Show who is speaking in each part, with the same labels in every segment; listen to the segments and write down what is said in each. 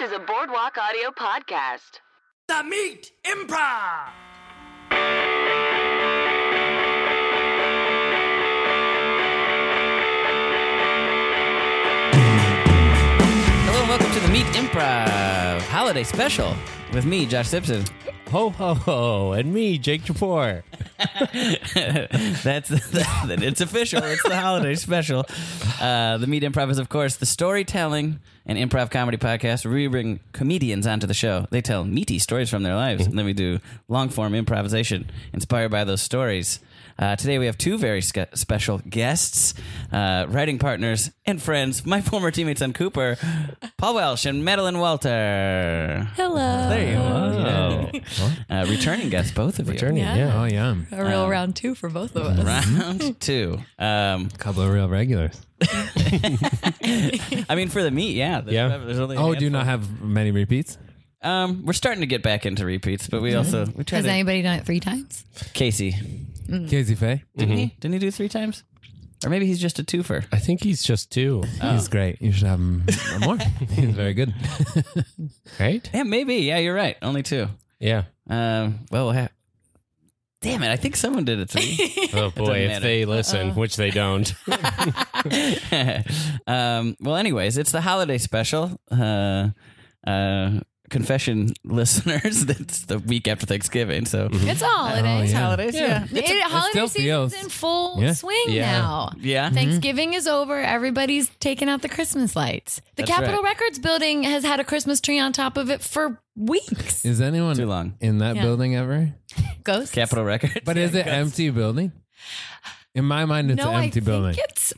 Speaker 1: is a Boardwalk Audio podcast.
Speaker 2: The Meat Improv!
Speaker 3: Hello and welcome to the Meat Improv Holiday Special with me, Josh Simpson.
Speaker 4: Ho ho ho, and me, Jake Chapor.
Speaker 3: That's it's official. It's the holiday special. Uh, the Meat Improv is, of course, the storytelling and improv comedy podcast. where We bring comedians onto the show. They tell meaty stories from their lives, and then we do long form improvisation inspired by those stories. Uh, today we have two very sc- special guests, uh, writing partners and friends. My former teammates on Cooper, Paul Welsh and Madeline Walter.
Speaker 5: Hello.
Speaker 4: Oh,
Speaker 3: Uh, returning guests, both of you.
Speaker 4: turning, yeah.
Speaker 5: Yeah.
Speaker 4: Oh, yeah.
Speaker 5: A real round two for both of us.
Speaker 3: round two. Um,
Speaker 4: Couple of real regulars.
Speaker 3: I mean, for the meat, yeah. There's,
Speaker 4: Yeah.
Speaker 3: there's only a
Speaker 4: Oh, do you not
Speaker 3: handful.
Speaker 4: have many repeats?
Speaker 3: Um, we're starting to get back into repeats, but we also we tried
Speaker 5: Has
Speaker 3: to,
Speaker 5: anybody done it three times?
Speaker 3: Casey.
Speaker 5: Mm-hmm.
Speaker 4: Casey Faye?
Speaker 3: Didn't
Speaker 6: Mm-hmm.
Speaker 3: he? Didn't he do three times? Or maybe he's just a twofer.
Speaker 6: I think he's just two,
Speaker 5: Oh.
Speaker 4: He's great. You should have him more. He's very good.
Speaker 6: right?
Speaker 3: Yeah, maybe. Yeah, you're right. Only two.
Speaker 6: Yeah.
Speaker 3: Um, well, we'll have. Damn it! I think someone did it three.
Speaker 6: Oh
Speaker 3: doesn't
Speaker 6: boy,
Speaker 3: matter.
Speaker 6: if they listen, which they don't.
Speaker 3: um, well, anyways, it's the holiday special. Uh, uh, confession, listeners, that's the week after Thanksgiving. So
Speaker 5: It's all holidays.
Speaker 4: yeah.
Speaker 5: holidays, Mm-hmm. yeah. It, holiday
Speaker 4: still
Speaker 5: season's
Speaker 4: feels-
Speaker 5: in full
Speaker 4: Yeah.
Speaker 5: swing
Speaker 3: Yeah. Mm-hmm.
Speaker 5: now.
Speaker 3: Yeah.
Speaker 5: Thanksgiving is over. Everybody's taking out the Christmas lights. The
Speaker 3: That's
Speaker 5: Capitol
Speaker 3: right.
Speaker 5: Records building has had a Christmas tree on top of it for weeks.
Speaker 4: Is anyone
Speaker 3: Too long.
Speaker 4: in that
Speaker 5: Yeah.
Speaker 4: building ever?
Speaker 5: Ghosts.
Speaker 3: Capitol Records.
Speaker 4: But is it empty building? In my mind, it's
Speaker 5: no,
Speaker 4: an empty
Speaker 5: I
Speaker 4: building.
Speaker 5: think it's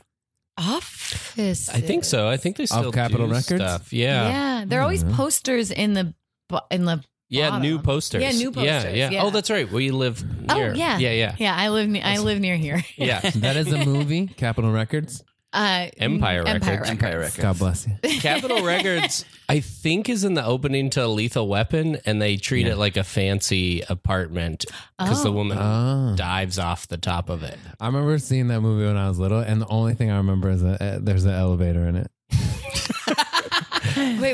Speaker 5: office.
Speaker 6: I think so. I think they still
Speaker 4: Capitol
Speaker 6: do
Speaker 4: Records?
Speaker 6: stuff. Yeah. Yeah,
Speaker 5: Yeah. There are always posters in the bu- in the bottom.
Speaker 6: new posters.
Speaker 5: Yeah, new
Speaker 6: Yeah,
Speaker 5: posters,
Speaker 6: yeah.
Speaker 5: yeah.
Speaker 6: Oh, that's right. We live
Speaker 5: Oh
Speaker 6: near.
Speaker 5: yeah.
Speaker 6: Yeah, yeah.
Speaker 5: Yeah, I live ne- I live near here.
Speaker 6: Yeah.
Speaker 4: that is a movie, Capitol Records.
Speaker 5: Uh,
Speaker 6: Empire
Speaker 5: Empire
Speaker 6: Records.
Speaker 3: Empire Records.
Speaker 4: God bless you.
Speaker 6: Capitol Records, I think, is in the opening to Lethal Weapon, and they treat it like a fancy apartment because the woman
Speaker 4: Oh.
Speaker 6: dives off the top of it.
Speaker 4: I remember seeing that movie when I was little, and the only thing I remember is that uh, there's an elevator in it.
Speaker 5: Wait,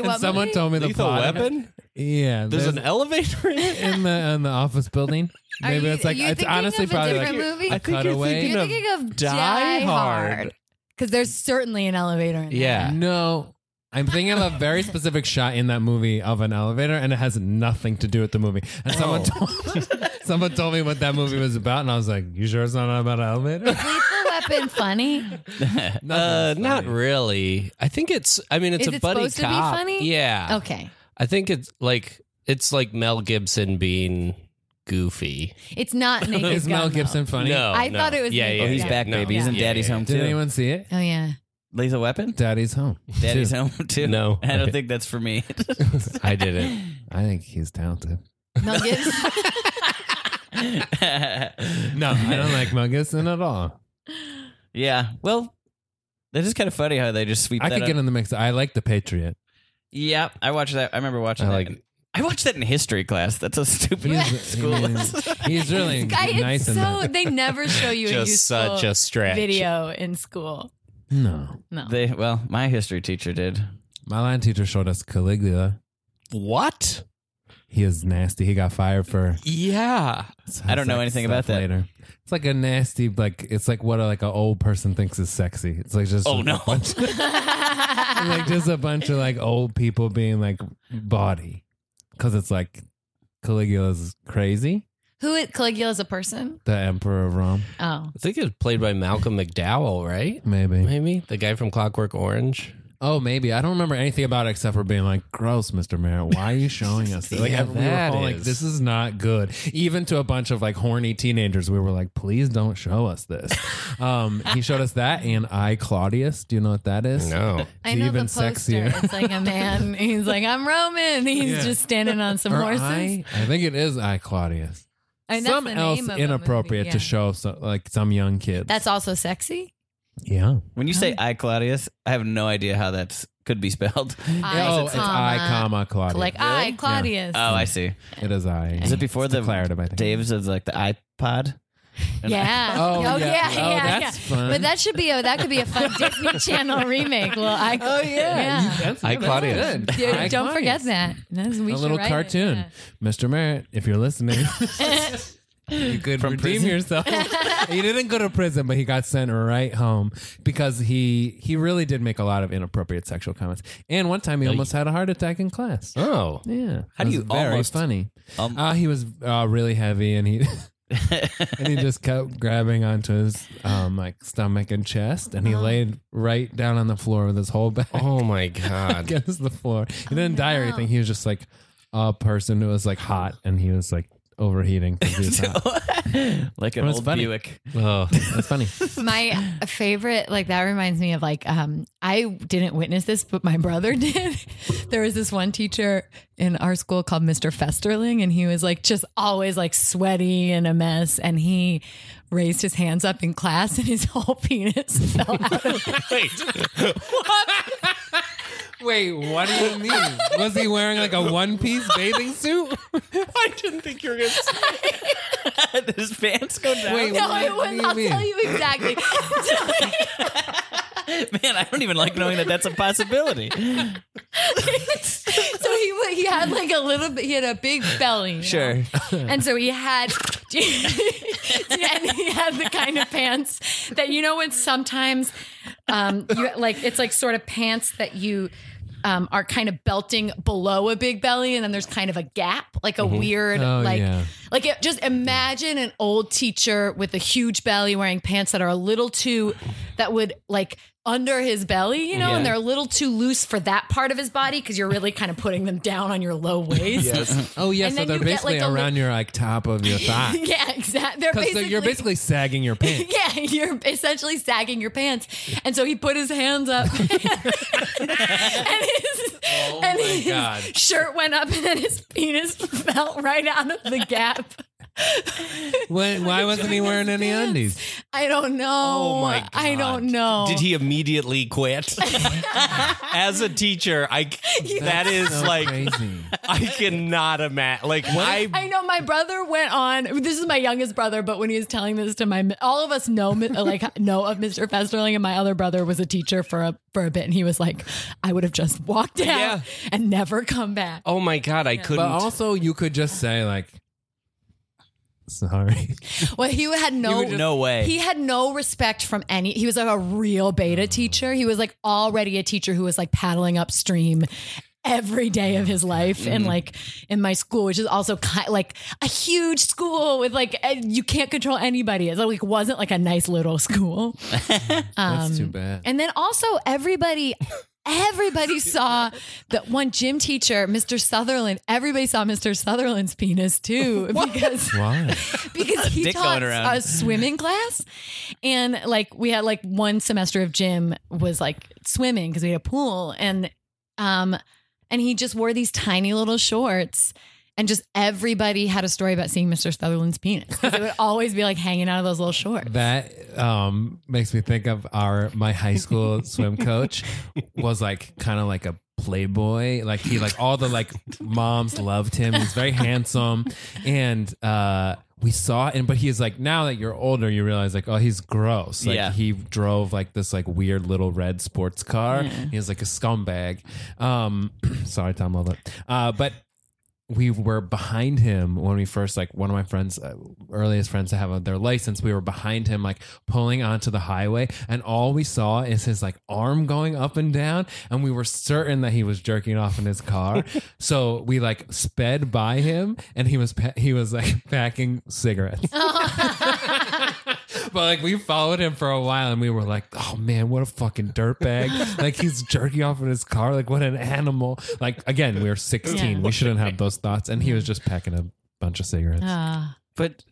Speaker 5: what?
Speaker 4: Someone
Speaker 5: movie?
Speaker 4: told me the
Speaker 6: Lethal
Speaker 4: plot of it.
Speaker 6: Weapon?
Speaker 4: Yeah,
Speaker 6: There's an elevator in it?
Speaker 4: in the in the office building.
Speaker 5: Are
Speaker 4: Maybe
Speaker 5: you-
Speaker 4: it's like
Speaker 5: you
Speaker 4: it's
Speaker 5: thinking
Speaker 4: honestly
Speaker 5: of a
Speaker 4: probably
Speaker 5: different
Speaker 4: like
Speaker 5: movie?
Speaker 4: a
Speaker 5: I
Speaker 6: think you're
Speaker 4: cutaway.
Speaker 5: You're thinking of
Speaker 6: Die
Speaker 5: Die
Speaker 6: Hard.
Speaker 5: Hard because there's certainly an elevator in there.
Speaker 6: Yeah.
Speaker 4: No, I'm thinking of a very specific shot in that movie of an elevator, and it has nothing to do with the movie. And someone told someone told me what that movie was about, and I was like, "You sure it's not about an elevator?"
Speaker 5: Lethal Weapon funny.
Speaker 6: Uh,
Speaker 4: Nothing.
Speaker 6: not really. I think it's. I mean, it's
Speaker 5: Is
Speaker 6: a
Speaker 5: it
Speaker 6: buddy
Speaker 5: supposed to be
Speaker 6: cop.
Speaker 5: funny?
Speaker 6: Yeah.
Speaker 5: Okay,
Speaker 6: I think it's like it's like Mel Gibson being goofy.
Speaker 5: it's not Naked
Speaker 4: Is
Speaker 5: Gun,
Speaker 4: Mel
Speaker 5: though.
Speaker 4: Gibson funny?
Speaker 6: No,
Speaker 5: I
Speaker 6: no.
Speaker 5: thought it was
Speaker 6: Yeah,
Speaker 5: Naked
Speaker 6: yeah,
Speaker 3: Oh, he's
Speaker 6: yeah.
Speaker 3: back,
Speaker 6: No.
Speaker 3: baby. He's in
Speaker 6: Yeah,
Speaker 3: Daddy's
Speaker 6: yeah,
Speaker 3: home
Speaker 4: Did
Speaker 3: too.
Speaker 4: anyone see it?
Speaker 5: Oh yeah.
Speaker 3: Lethal Weapon.
Speaker 4: Daddy's home.
Speaker 3: Daddy's
Speaker 4: Too.
Speaker 3: home too.
Speaker 6: No.
Speaker 3: I don't think that's for me.
Speaker 6: I didn't.
Speaker 4: I think he's talented.
Speaker 5: Mel Gibson.
Speaker 4: No, I don't like Mel Gibson at all.
Speaker 3: yeah. Well, that is kind of funny how they just sweep
Speaker 4: I
Speaker 3: that
Speaker 4: could
Speaker 3: up.
Speaker 4: get in the mix. I like The Patriot.
Speaker 3: yeah, I watched that. I remember watching
Speaker 4: I
Speaker 3: that.
Speaker 4: like-
Speaker 3: in- I watched that in history class. That's so stupid.
Speaker 4: He's,
Speaker 3: School.
Speaker 4: he's, he's really
Speaker 5: Guy, it's
Speaker 4: nice in
Speaker 5: so
Speaker 4: that.
Speaker 5: they never show you a
Speaker 6: Just
Speaker 5: useful
Speaker 6: such a stretch.
Speaker 5: video in school.
Speaker 4: No.
Speaker 5: No.
Speaker 3: They well, my history teacher did.
Speaker 4: My line teacher showed us Caligula.
Speaker 6: What?
Speaker 4: He is nasty. He got fired for.
Speaker 6: Yeah.
Speaker 3: I don't know anything about that.
Speaker 4: Later, it's like a nasty, like it's like what a, like an old person thinks is sexy. It's like just
Speaker 3: Oh,
Speaker 4: a
Speaker 3: no.
Speaker 4: bunch- like just a bunch of like old people being like body, because it's like Caligula's crazy,
Speaker 5: Who is Caligula is a person?
Speaker 4: the emperor of Rome.
Speaker 5: Oh,
Speaker 6: I think it was played by Malcolm McDowell, right?
Speaker 4: Maybe.
Speaker 6: Maybe the guy from Clockwork Orange.
Speaker 4: Oh, maybe. I don't remember anything about it except for being like, gross, Mr. Mayor. Why are you showing us this? Like,
Speaker 6: Yeah,
Speaker 4: we were
Speaker 6: that
Speaker 4: all like,
Speaker 6: is-
Speaker 4: this is not good. Even to a bunch of like horny teenagers, we were like, please don't show us this. um, he showed us that and I, Claudius. Do you know what that is?
Speaker 6: No.
Speaker 5: I know
Speaker 4: even
Speaker 5: the poster.
Speaker 4: sexier.
Speaker 5: It's like a man. He's like, I'm Roman. He's
Speaker 4: Yeah.
Speaker 5: just standing on some
Speaker 4: Or
Speaker 5: horses.
Speaker 4: I, I think it is I, Claudius.
Speaker 5: And that's
Speaker 4: Something
Speaker 5: the
Speaker 4: else
Speaker 5: name of the
Speaker 4: inappropriate to
Speaker 5: movie, yeah.
Speaker 4: show so, like some young kids.
Speaker 5: That's also sexy.
Speaker 4: yeah.
Speaker 3: When you say I Claudius, I have no idea how that's could be spelled.
Speaker 5: I,
Speaker 4: oh, it's I, comma Claudius.
Speaker 5: like ah. I, Claudius.
Speaker 3: Oh, I see.
Speaker 4: it is I.
Speaker 3: Is it before
Speaker 4: It's
Speaker 3: the
Speaker 4: declarative? I think.
Speaker 3: Dave's of like the iPod?
Speaker 5: Yeah.
Speaker 4: Oh, yeah. Oh, that's fun.
Speaker 5: But that should be a that could be a fun Disney Channel remake. Well, I
Speaker 4: Oh yeah, You- that's-
Speaker 6: Hi,
Speaker 4: that's
Speaker 6: Claudius.
Speaker 4: good.
Speaker 5: Dude,
Speaker 4: Hi,
Speaker 5: don't forget
Speaker 4: Claudius.
Speaker 5: that. That's- we
Speaker 4: A
Speaker 5: should
Speaker 4: little
Speaker 5: write it,
Speaker 4: cartoon,
Speaker 5: yeah.
Speaker 4: Mr. Merritt. If you're listening, you could
Speaker 3: From
Speaker 4: redeem
Speaker 3: prison?
Speaker 4: yourself. he didn't go to prison, but he got sent right home because he he really did make a lot of inappropriate sexual comments. And one time, he almost had a heart attack in class.
Speaker 6: Oh.
Speaker 4: Yeah,
Speaker 3: How do
Speaker 4: It was
Speaker 3: you
Speaker 4: very
Speaker 3: almost-
Speaker 4: funny?
Speaker 3: Um,
Speaker 4: Uh, he was uh, really heavy, and he and he just kept grabbing onto his um, like stomach and chest, and he laid right down on the floor with his whole back
Speaker 6: Oh my god.
Speaker 4: against the floor. He didn't die or anything. He was just like a person who was like hot, and he was like overheating. 'cause he was hot.
Speaker 3: like an
Speaker 4: Well, it's
Speaker 3: old
Speaker 4: funny.
Speaker 3: Buick.
Speaker 6: Oh.
Speaker 4: That's funny.
Speaker 5: My favorite, like that reminds me of like um I didn't witness this, but my brother did. there was this one teacher in our school called Mr. Festerling, and he was like just always like sweaty and a mess, and he raised his hands up in class and his whole penis fell out.
Speaker 6: Wait.
Speaker 4: Wait, what do you mean? Was he wearing like a one piece bathing suit?
Speaker 6: I didn't think you were going to
Speaker 3: Did his pants go down?
Speaker 4: Wait,
Speaker 5: No,
Speaker 4: what
Speaker 5: it
Speaker 4: do
Speaker 5: was
Speaker 4: you
Speaker 5: I'll
Speaker 4: mean?
Speaker 5: tell you exactly.
Speaker 3: Man, I don't even like knowing that that's a possibility.
Speaker 5: so he wa- he had like a little bit. He had a big belly. you know?
Speaker 3: Sure.
Speaker 5: And so he had, and he had the kind of pants that you know when sometimes, um, you like it's like sort of pants that you. Um, are kind of belting below a big belly, and then there's kind of a gap, like a weird,
Speaker 4: Oh,
Speaker 5: like,
Speaker 4: yeah.
Speaker 5: like it, just imagine an old teacher with a huge belly wearing pants that are a little too, that would like under his belly, you know, and they're a little too loose for that part of his body because you're really kind of putting them down on your low waist.
Speaker 4: Oh yeah,
Speaker 5: And
Speaker 4: so
Speaker 5: then
Speaker 4: they're
Speaker 5: you get,
Speaker 4: basically
Speaker 5: like, a
Speaker 4: around your like top of your
Speaker 6: Ah.
Speaker 4: thigh.
Speaker 5: Yeah, exactly. They're
Speaker 4: Because
Speaker 5: basically,
Speaker 4: you're basically sagging your pants.
Speaker 5: yeah, you're essentially sagging your pants. And so he put his hands up, and his,
Speaker 6: Oh
Speaker 5: and
Speaker 4: my
Speaker 5: his
Speaker 4: God.
Speaker 5: shirt went up, and then his penis fell right out of the gap.
Speaker 4: Why, why wasn't he wearing any undies?
Speaker 5: I don't know.
Speaker 6: Oh, my
Speaker 5: I
Speaker 6: God.
Speaker 5: don't know.
Speaker 6: Did he immediately quit? As a teacher, I c- that is
Speaker 4: So
Speaker 6: like
Speaker 4: crazy.
Speaker 6: I cannot imagine. Like I,
Speaker 5: I know my brother went on. This is my youngest brother, but when he was telling this to my, all of us know mi- like know of Mr. Festerling, and my other brother was a teacher for a for a bit, and he was like, I would have just walked out
Speaker 6: Yeah.
Speaker 5: and never come back.
Speaker 6: oh my god, I couldn't.
Speaker 4: But also, you could just say like, "Sorry."
Speaker 5: Well, he had no
Speaker 3: no way.
Speaker 5: He had no respect from any. He was like a real
Speaker 3: Mm.
Speaker 5: beta teacher. He was like already a teacher who was like paddling upstream every day of his life
Speaker 3: Mm-hmm.
Speaker 5: and like in my school which is also ki- like a huge school with like eh, you can't control anybody it like wasn't like a nice little school
Speaker 4: That's too bad.
Speaker 5: and then also everybody everybody saw that one gym teacher Mr. Sutherland everybody saw Mr. Sutherland's penis too because
Speaker 4: Why?
Speaker 5: because he
Speaker 3: dick
Speaker 5: taught
Speaker 3: going around.
Speaker 5: a swimming class and like we had like one semester of gym was like swimming because we had a pool and um and he just wore these tiny little shorts and just everybody had a story about seeing Mr. Sutherland's penis. 'Cause It would always be like hanging out of those little shorts.
Speaker 4: That um, makes me think of our my high school swim coach was like kind of like a playboy. Like he like all the like moms loved him. He's very handsome, and uh, we saw and but he's like now that you're older, you realize like oh he's gross. Like
Speaker 3: Yeah.
Speaker 4: he drove like this like weird little red sports car. He was like a scumbag. Um, sorry, Tom Lovett. Uh, but we were behind him when we first like one of my friends uh, earliest friends to have uh, their license we were behind him like pulling onto the highway and all we saw is his like arm going up and down and we were certain that he was jerking off in his car so we like sped by him and he was pa- he was like packing cigarettes but like we followed him for a while and we were like, oh man, what a fucking dirtbag. like he's jerking off in his car. Like what an animal. Like again, we were 16. We shouldn't have those thoughts. And he was just packing a bunch of cigarettes.
Speaker 5: Ah.
Speaker 3: But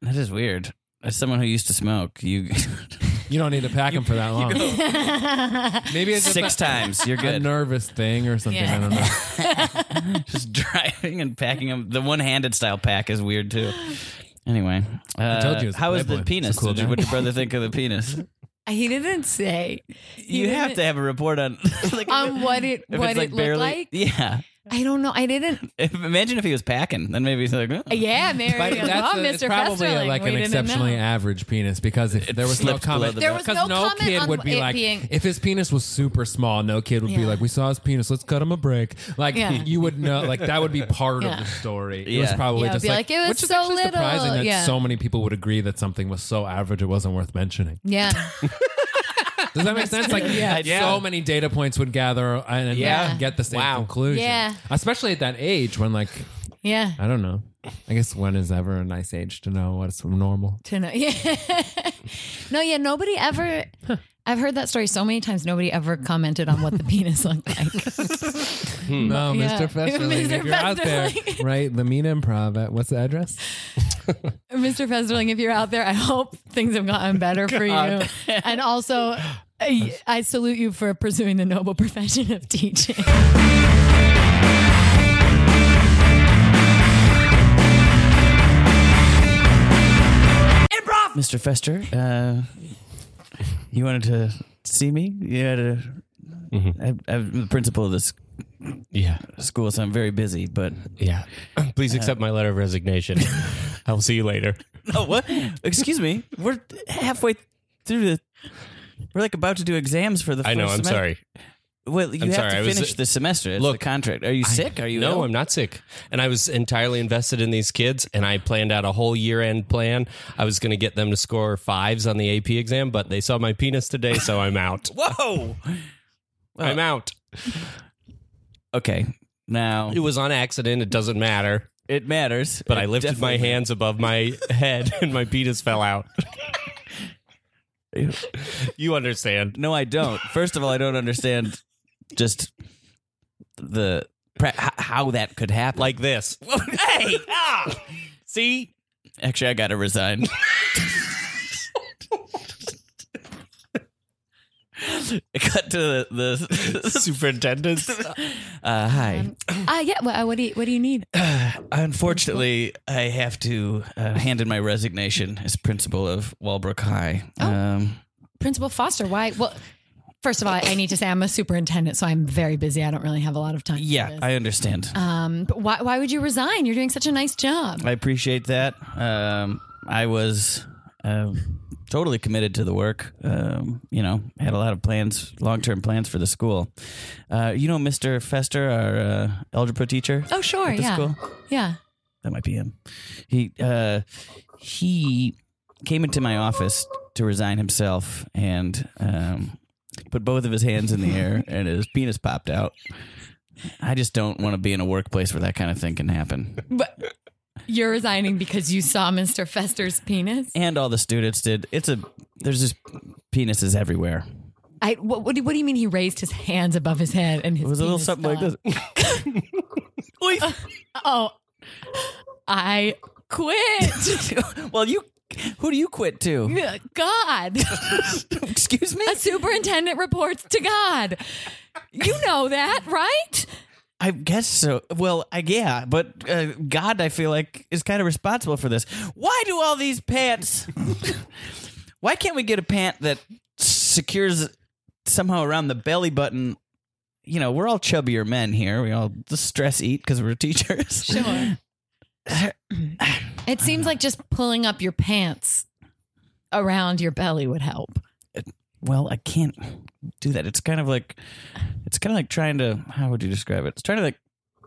Speaker 3: that is weird. As someone who used to smoke, you
Speaker 4: you don't need to pack him for that long. Maybe it's just
Speaker 3: six times you're
Speaker 4: a, a
Speaker 3: good.
Speaker 4: nervous thing or something. I
Speaker 5: Yeah.
Speaker 4: don't know.
Speaker 3: Just driving and packing them. The one-handed style pack is weird too. Anyway, uh,
Speaker 4: told you it's a
Speaker 3: how was the
Speaker 4: Playboy. It's a
Speaker 3: penis?
Speaker 4: cool
Speaker 3: Did you-
Speaker 4: job.
Speaker 3: what did your brother think of the penis?
Speaker 5: he didn't say
Speaker 3: You have to have a report on like,
Speaker 5: on what it
Speaker 3: if
Speaker 5: what
Speaker 3: it's,
Speaker 5: it looked like.
Speaker 3: Yeah,
Speaker 5: I don't know. I didn't.
Speaker 3: Imagine if he was packing, then maybe he's like, "Oh."
Speaker 5: Yeah, Mary.
Speaker 4: But
Speaker 5: oh,
Speaker 4: a- it's
Speaker 5: Mr.
Speaker 4: probably a-
Speaker 5: Festerling.
Speaker 4: like
Speaker 5: we
Speaker 4: an
Speaker 5: didn't
Speaker 4: exceptionally
Speaker 5: know.
Speaker 4: average penis because if there was no
Speaker 3: slipped below
Speaker 4: comment,
Speaker 3: the There
Speaker 5: was
Speaker 4: because
Speaker 5: no comment
Speaker 4: kid
Speaker 5: on
Speaker 4: would be
Speaker 5: it
Speaker 4: like,
Speaker 5: being-
Speaker 4: if his penis was super small, no kid would be
Speaker 5: Yeah.
Speaker 4: like, we saw his penis, let's cut him a break. Like
Speaker 5: Yeah.
Speaker 4: you would know, like that would be part
Speaker 5: Yeah.
Speaker 4: of the story. It was
Speaker 3: Yeah.
Speaker 4: probably
Speaker 5: Yeah,
Speaker 4: just
Speaker 5: be like, "It was
Speaker 4: which is
Speaker 5: so
Speaker 4: actually
Speaker 5: little."
Speaker 4: surprising that
Speaker 5: Yeah.
Speaker 4: so many people would agree that something was so average it wasn't worth mentioning.
Speaker 5: Yeah.
Speaker 4: Does that make sense? Like,
Speaker 3: Yeah.
Speaker 4: so many data points would gather and, and
Speaker 6: Yeah.
Speaker 4: get the same
Speaker 6: Wow.
Speaker 4: conclusion.
Speaker 5: Yeah.
Speaker 4: especially at that age when like.
Speaker 5: Yeah.
Speaker 3: Uh,
Speaker 4: I don't know. I guess when is ever a nice age to know what's normal?
Speaker 5: to know. Yeah. no, yeah, nobody ever. I've heard that story so many times. Nobody ever commented on what the penis looked like.
Speaker 4: No,
Speaker 5: Yeah.
Speaker 4: Mr. Festerling,
Speaker 5: Mr.
Speaker 4: Oh, if you're out there,
Speaker 5: Festerling.
Speaker 4: right? The Mean Improv at what's the address?
Speaker 5: Mr. Festerling, if you're out there, I hope things have gotten better for you. And also, I, I salute you for pursuing the noble profession of teaching.
Speaker 2: Improv!
Speaker 3: Mr. Fester, uh, you wanted to see me? You had a.
Speaker 6: Mm-hmm.
Speaker 3: I, I'm the principal of this
Speaker 6: Yeah.
Speaker 3: school, so I'm very busy. But
Speaker 6: Yeah. Please accept my letter of resignation. I'll see you later.
Speaker 3: oh, what? Excuse me, we're halfway through the. We're like about to do exams for the.
Speaker 6: I know.
Speaker 3: first
Speaker 6: I'm
Speaker 3: semester.
Speaker 6: sorry.
Speaker 3: Well, you
Speaker 6: I'm
Speaker 3: have
Speaker 6: sorry, I
Speaker 3: to
Speaker 6: was-
Speaker 3: finish the semester. It's
Speaker 6: Look,
Speaker 3: the contract. Are you sick? Are you
Speaker 6: no
Speaker 3: ill?
Speaker 6: i'm not sick and i was entirely invested in these kids and i planned out a whole year-end plan i was going to get them to score fives on the ap exam but they saw my penis today so i'm out
Speaker 3: Whoa.
Speaker 6: i'm out
Speaker 3: Okay. Now
Speaker 6: it was on accident it doesn't matter
Speaker 3: it matters,
Speaker 6: but
Speaker 3: oh. It
Speaker 6: i lifted my
Speaker 3: definitely-
Speaker 6: hands above my head and my penis fell out you understand
Speaker 3: No, I don't. First of all, I don't understand just the pra- h- how that could happen.
Speaker 6: like this hey ah! see
Speaker 3: actually, I gotta resign. Cut to the, the
Speaker 6: superintendent
Speaker 3: uh, hi. Uh,
Speaker 5: Ah, yeah. Well, what do you What do you need?
Speaker 3: Unfortunately, I have to uh, hand in my resignation as principal of Walbrook High. Um,
Speaker 5: Principal Foster? Why? Well, first of all, I need to say I'm a superintendent, so I'm very busy. I don't really have a lot of time. for
Speaker 3: yeah,
Speaker 5: this.
Speaker 3: I understand.
Speaker 5: um, but why Why would you resign? You're doing such a nice job.
Speaker 3: I appreciate that. Um, I was um, totally committed to the work. Um, you know, had a lot of plans, long term plans for the school. Uh, you know, Mr. Fester, our uh, algebra teacher.
Speaker 5: Oh, sure.
Speaker 3: at the
Speaker 5: Yeah.
Speaker 3: school?
Speaker 5: Yeah.
Speaker 3: that might be him. He uh, he came into my office to resign himself and um, put both of his hands in the air, and his penis popped out. I just don't want to be in a workplace where that kind of thing can happen.
Speaker 5: But you're resigning because you saw Mr. Fester's penis.
Speaker 3: and all the students did. It's a there's just penises everywhere.
Speaker 5: I what, what, do, what do you mean he raised his hands above his head and his
Speaker 3: It was a little
Speaker 5: penis
Speaker 3: something
Speaker 5: fell
Speaker 3: like this.
Speaker 5: out? Oh, I quit.
Speaker 3: well, you who do you quit to?
Speaker 5: God,
Speaker 3: Excuse me.
Speaker 5: a superintendent reports to God. You know that, right?
Speaker 3: I guess so. Well, I, yeah, but uh, God, I feel like is kind of responsible for this. Why do all these pants? Why can't we get a pant that secures somehow around the belly button? You know, we're all chubbier men here. We all stress eat because we're teachers.
Speaker 5: Sure. It seems like just pulling up your pants around your belly would help.
Speaker 3: well, I can't do that. It's kind of like it's kind of like trying to how would you describe it? It's trying to like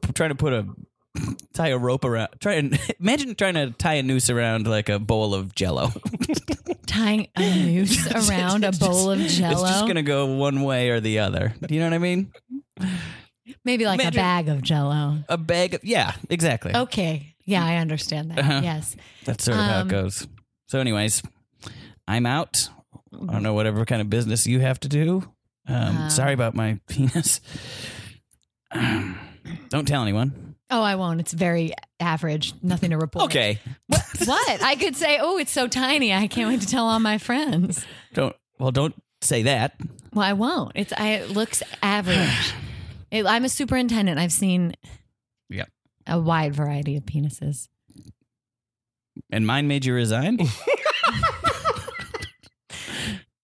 Speaker 3: p- trying to put a tie a rope around try and imagine trying to tie a noose around like a bowl of jello.
Speaker 5: Tying a noose around a
Speaker 3: It's
Speaker 5: bowl of
Speaker 3: just-
Speaker 5: jello.
Speaker 3: It's just going to go one way or the other. Do you know what I mean?
Speaker 5: Maybe like
Speaker 3: Imagine-
Speaker 5: a bag of jello.
Speaker 3: A bag of yeah, exactly.
Speaker 5: Okay. Yeah, I understand that.
Speaker 3: Uh-huh.
Speaker 5: Yes.
Speaker 3: That's sort of how it
Speaker 5: um,
Speaker 3: goes. So anyways, I'm out. I don't know whatever kind of business you have to do. Um,
Speaker 5: Uh.
Speaker 3: sorry about my penis. don't tell anyone.
Speaker 5: Oh, I won't. It's very average. Nothing to report.
Speaker 3: Okay.
Speaker 5: What? I could say, oh, it's so tiny. I can't wait to tell all my friends.
Speaker 3: Don't well, don't say that.
Speaker 5: Well, I won't. It's I it looks average. It, I'm a superintendent. I've seen
Speaker 3: Yep.
Speaker 5: a wide variety of penises.
Speaker 3: And mine made you resign.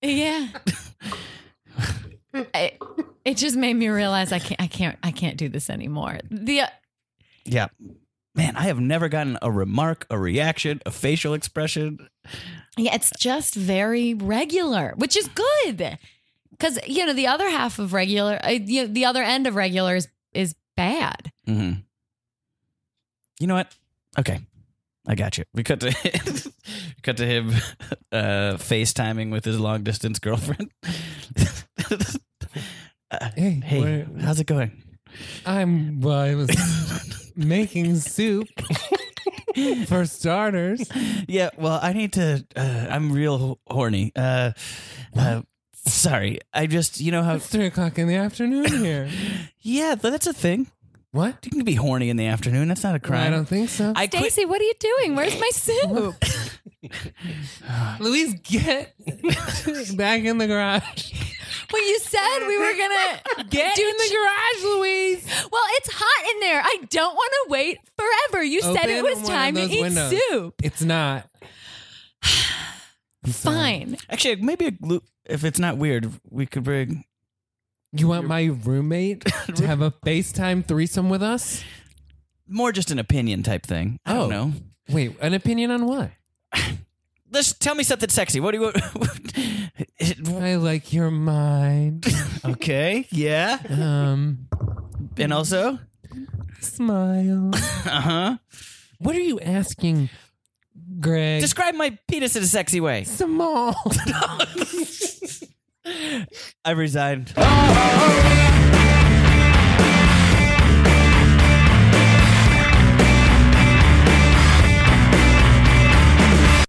Speaker 5: Yeah. I- It just made me realize I can't, I can't, I can't do this anymore. The
Speaker 3: Yeah. Man, I have never gotten a remark, a reaction, a facial expression.
Speaker 5: Yeah, it's just very regular, which is good. Cuz you know, the other half of regular, uh, you know, the other end of regular is is bad.
Speaker 3: hmm You know what? Okay. I got you. We cut to cut to him uh, FaceTiming with his long distance girlfriend. Uh,
Speaker 4: Hey,
Speaker 3: hey,
Speaker 4: where-
Speaker 3: how's it going?
Speaker 4: I'm well, I was making soup for starters.
Speaker 3: Yeah, well, I need to. Uh, I'm real horny. Uh, uh, sorry, I just you know how.
Speaker 4: It's three o'clock in the afternoon here.
Speaker 3: Yeah, th- that's a thing.
Speaker 4: What?
Speaker 3: You can be horny in the afternoon. That's not a crime.
Speaker 4: I don't think so.
Speaker 3: I quit.
Speaker 5: Stacy, what are you doing? Where's my soup?
Speaker 4: Louise, get back in the garage.
Speaker 5: well, you said we were going to get do
Speaker 4: in the garage, Louise.
Speaker 5: Well, it's hot in there. I don't want to wait forever. You said it
Speaker 4: Open one
Speaker 5: was
Speaker 4: of
Speaker 5: time to
Speaker 4: those
Speaker 5: eat
Speaker 4: windows.
Speaker 5: soup.
Speaker 4: It's not. I'm sorry.
Speaker 5: Fine.
Speaker 3: Actually, maybe a glu- if it's not weird, we could bring.
Speaker 4: You want my roommate to have a FaceTime threesome with us?
Speaker 3: more just an opinion type thing. I don't
Speaker 4: Oh.
Speaker 3: know.
Speaker 4: Wait, an opinion on what?
Speaker 3: Let's tell me something sexy. What do you?
Speaker 4: I like your mind.
Speaker 3: okay, yeah,
Speaker 4: Um,
Speaker 3: and also,
Speaker 4: smile.
Speaker 3: uh
Speaker 4: Uh-huh.
Speaker 3: huh.
Speaker 4: What are you asking, Greg?
Speaker 3: Describe my penis in a sexy way.
Speaker 4: small.
Speaker 3: I resigned.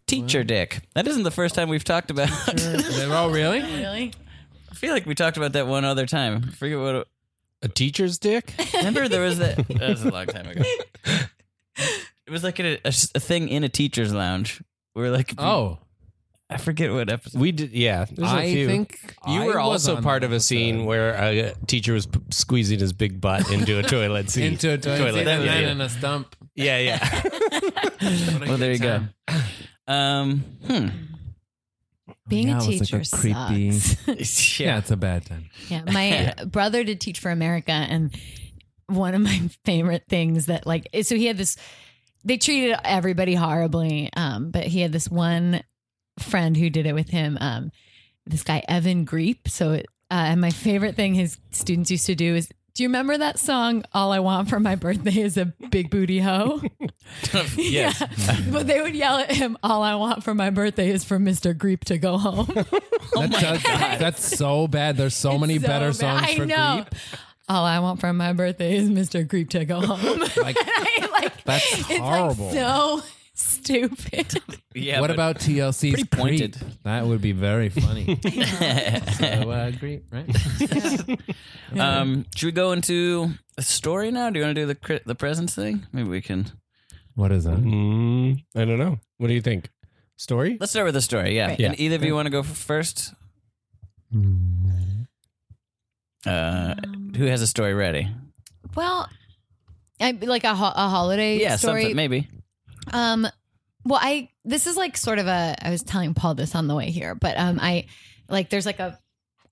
Speaker 3: Teacher dick. That isn't the first time we've talked about.
Speaker 4: oh, really?
Speaker 5: Really?
Speaker 3: I feel like we talked about that one other time. I forget what. It,
Speaker 6: A teacher's dick?
Speaker 3: Remember there was that. That was a long time ago. It was like a, a, a thing in a teacher's lounge. We were like,
Speaker 4: Oh,
Speaker 3: I forget what episode.
Speaker 6: We did, yeah. There's a
Speaker 4: I
Speaker 6: few.
Speaker 4: think
Speaker 6: you
Speaker 4: I
Speaker 6: were
Speaker 4: was
Speaker 6: also
Speaker 4: on
Speaker 6: part
Speaker 4: that
Speaker 6: of a scene where a teacher was p- squeezing his big butt into a toilet seat.
Speaker 4: into a toilet,
Speaker 6: Toilet,
Speaker 4: and
Speaker 6: yeah,
Speaker 4: then
Speaker 6: yeah.
Speaker 4: in a stump.
Speaker 6: yeah, yeah.
Speaker 3: Well, there you go. Um, hmm.
Speaker 5: Being
Speaker 4: Now
Speaker 5: a
Speaker 4: it's like a
Speaker 5: teacher
Speaker 4: creepy-
Speaker 5: sucks.
Speaker 3: hmm.
Speaker 4: Yeah, it's a bad time.
Speaker 5: Yeah, my brother did Teach for America, and one of my favorite things that like so he had this. They treated everybody horribly, um, but he had this one friend who did it with him. Um, this guy Evan Greep. So, it, uh, and my favorite thing his students used to do is. Do you remember that song? All I want for my birthday is a big booty hoe.
Speaker 6: Yes.
Speaker 5: Yeah. but they would yell at him. All I want for my birthday is for Mister Greep to go home.
Speaker 4: that's, that's so bad. There's so many
Speaker 5: So
Speaker 4: better
Speaker 5: bad.
Speaker 4: songs
Speaker 5: I
Speaker 4: for
Speaker 5: know.
Speaker 4: Creep.
Speaker 5: All I want from my birthday is Mr. Creep to go home.
Speaker 4: Like,
Speaker 5: I, like,
Speaker 4: That's
Speaker 5: it's
Speaker 4: horrible.
Speaker 5: Like so stupid.
Speaker 3: yeah.
Speaker 4: what
Speaker 3: but-
Speaker 4: about TLC's
Speaker 3: Pretty pointed.
Speaker 4: Creep? That would be very funny. so, uh, Creep, right?
Speaker 3: Um, should we go into a story now? Do you want to do the cri- the presence thing? Maybe we can.
Speaker 4: What is that?
Speaker 6: Mm, I don't know. What do you think? Story?
Speaker 3: Let's start with the story. Yeah.
Speaker 5: Right.
Speaker 6: Yeah.
Speaker 3: And either of you want to go f- first? Uh,
Speaker 5: Um,
Speaker 3: who has a story ready?
Speaker 5: Well, I, like a, ho- a holiday
Speaker 3: Yeah,
Speaker 5: story.
Speaker 3: something maybe.
Speaker 5: Um, well, I this is like sort of a. I was telling Paul this on the way here, but um, I like there's like a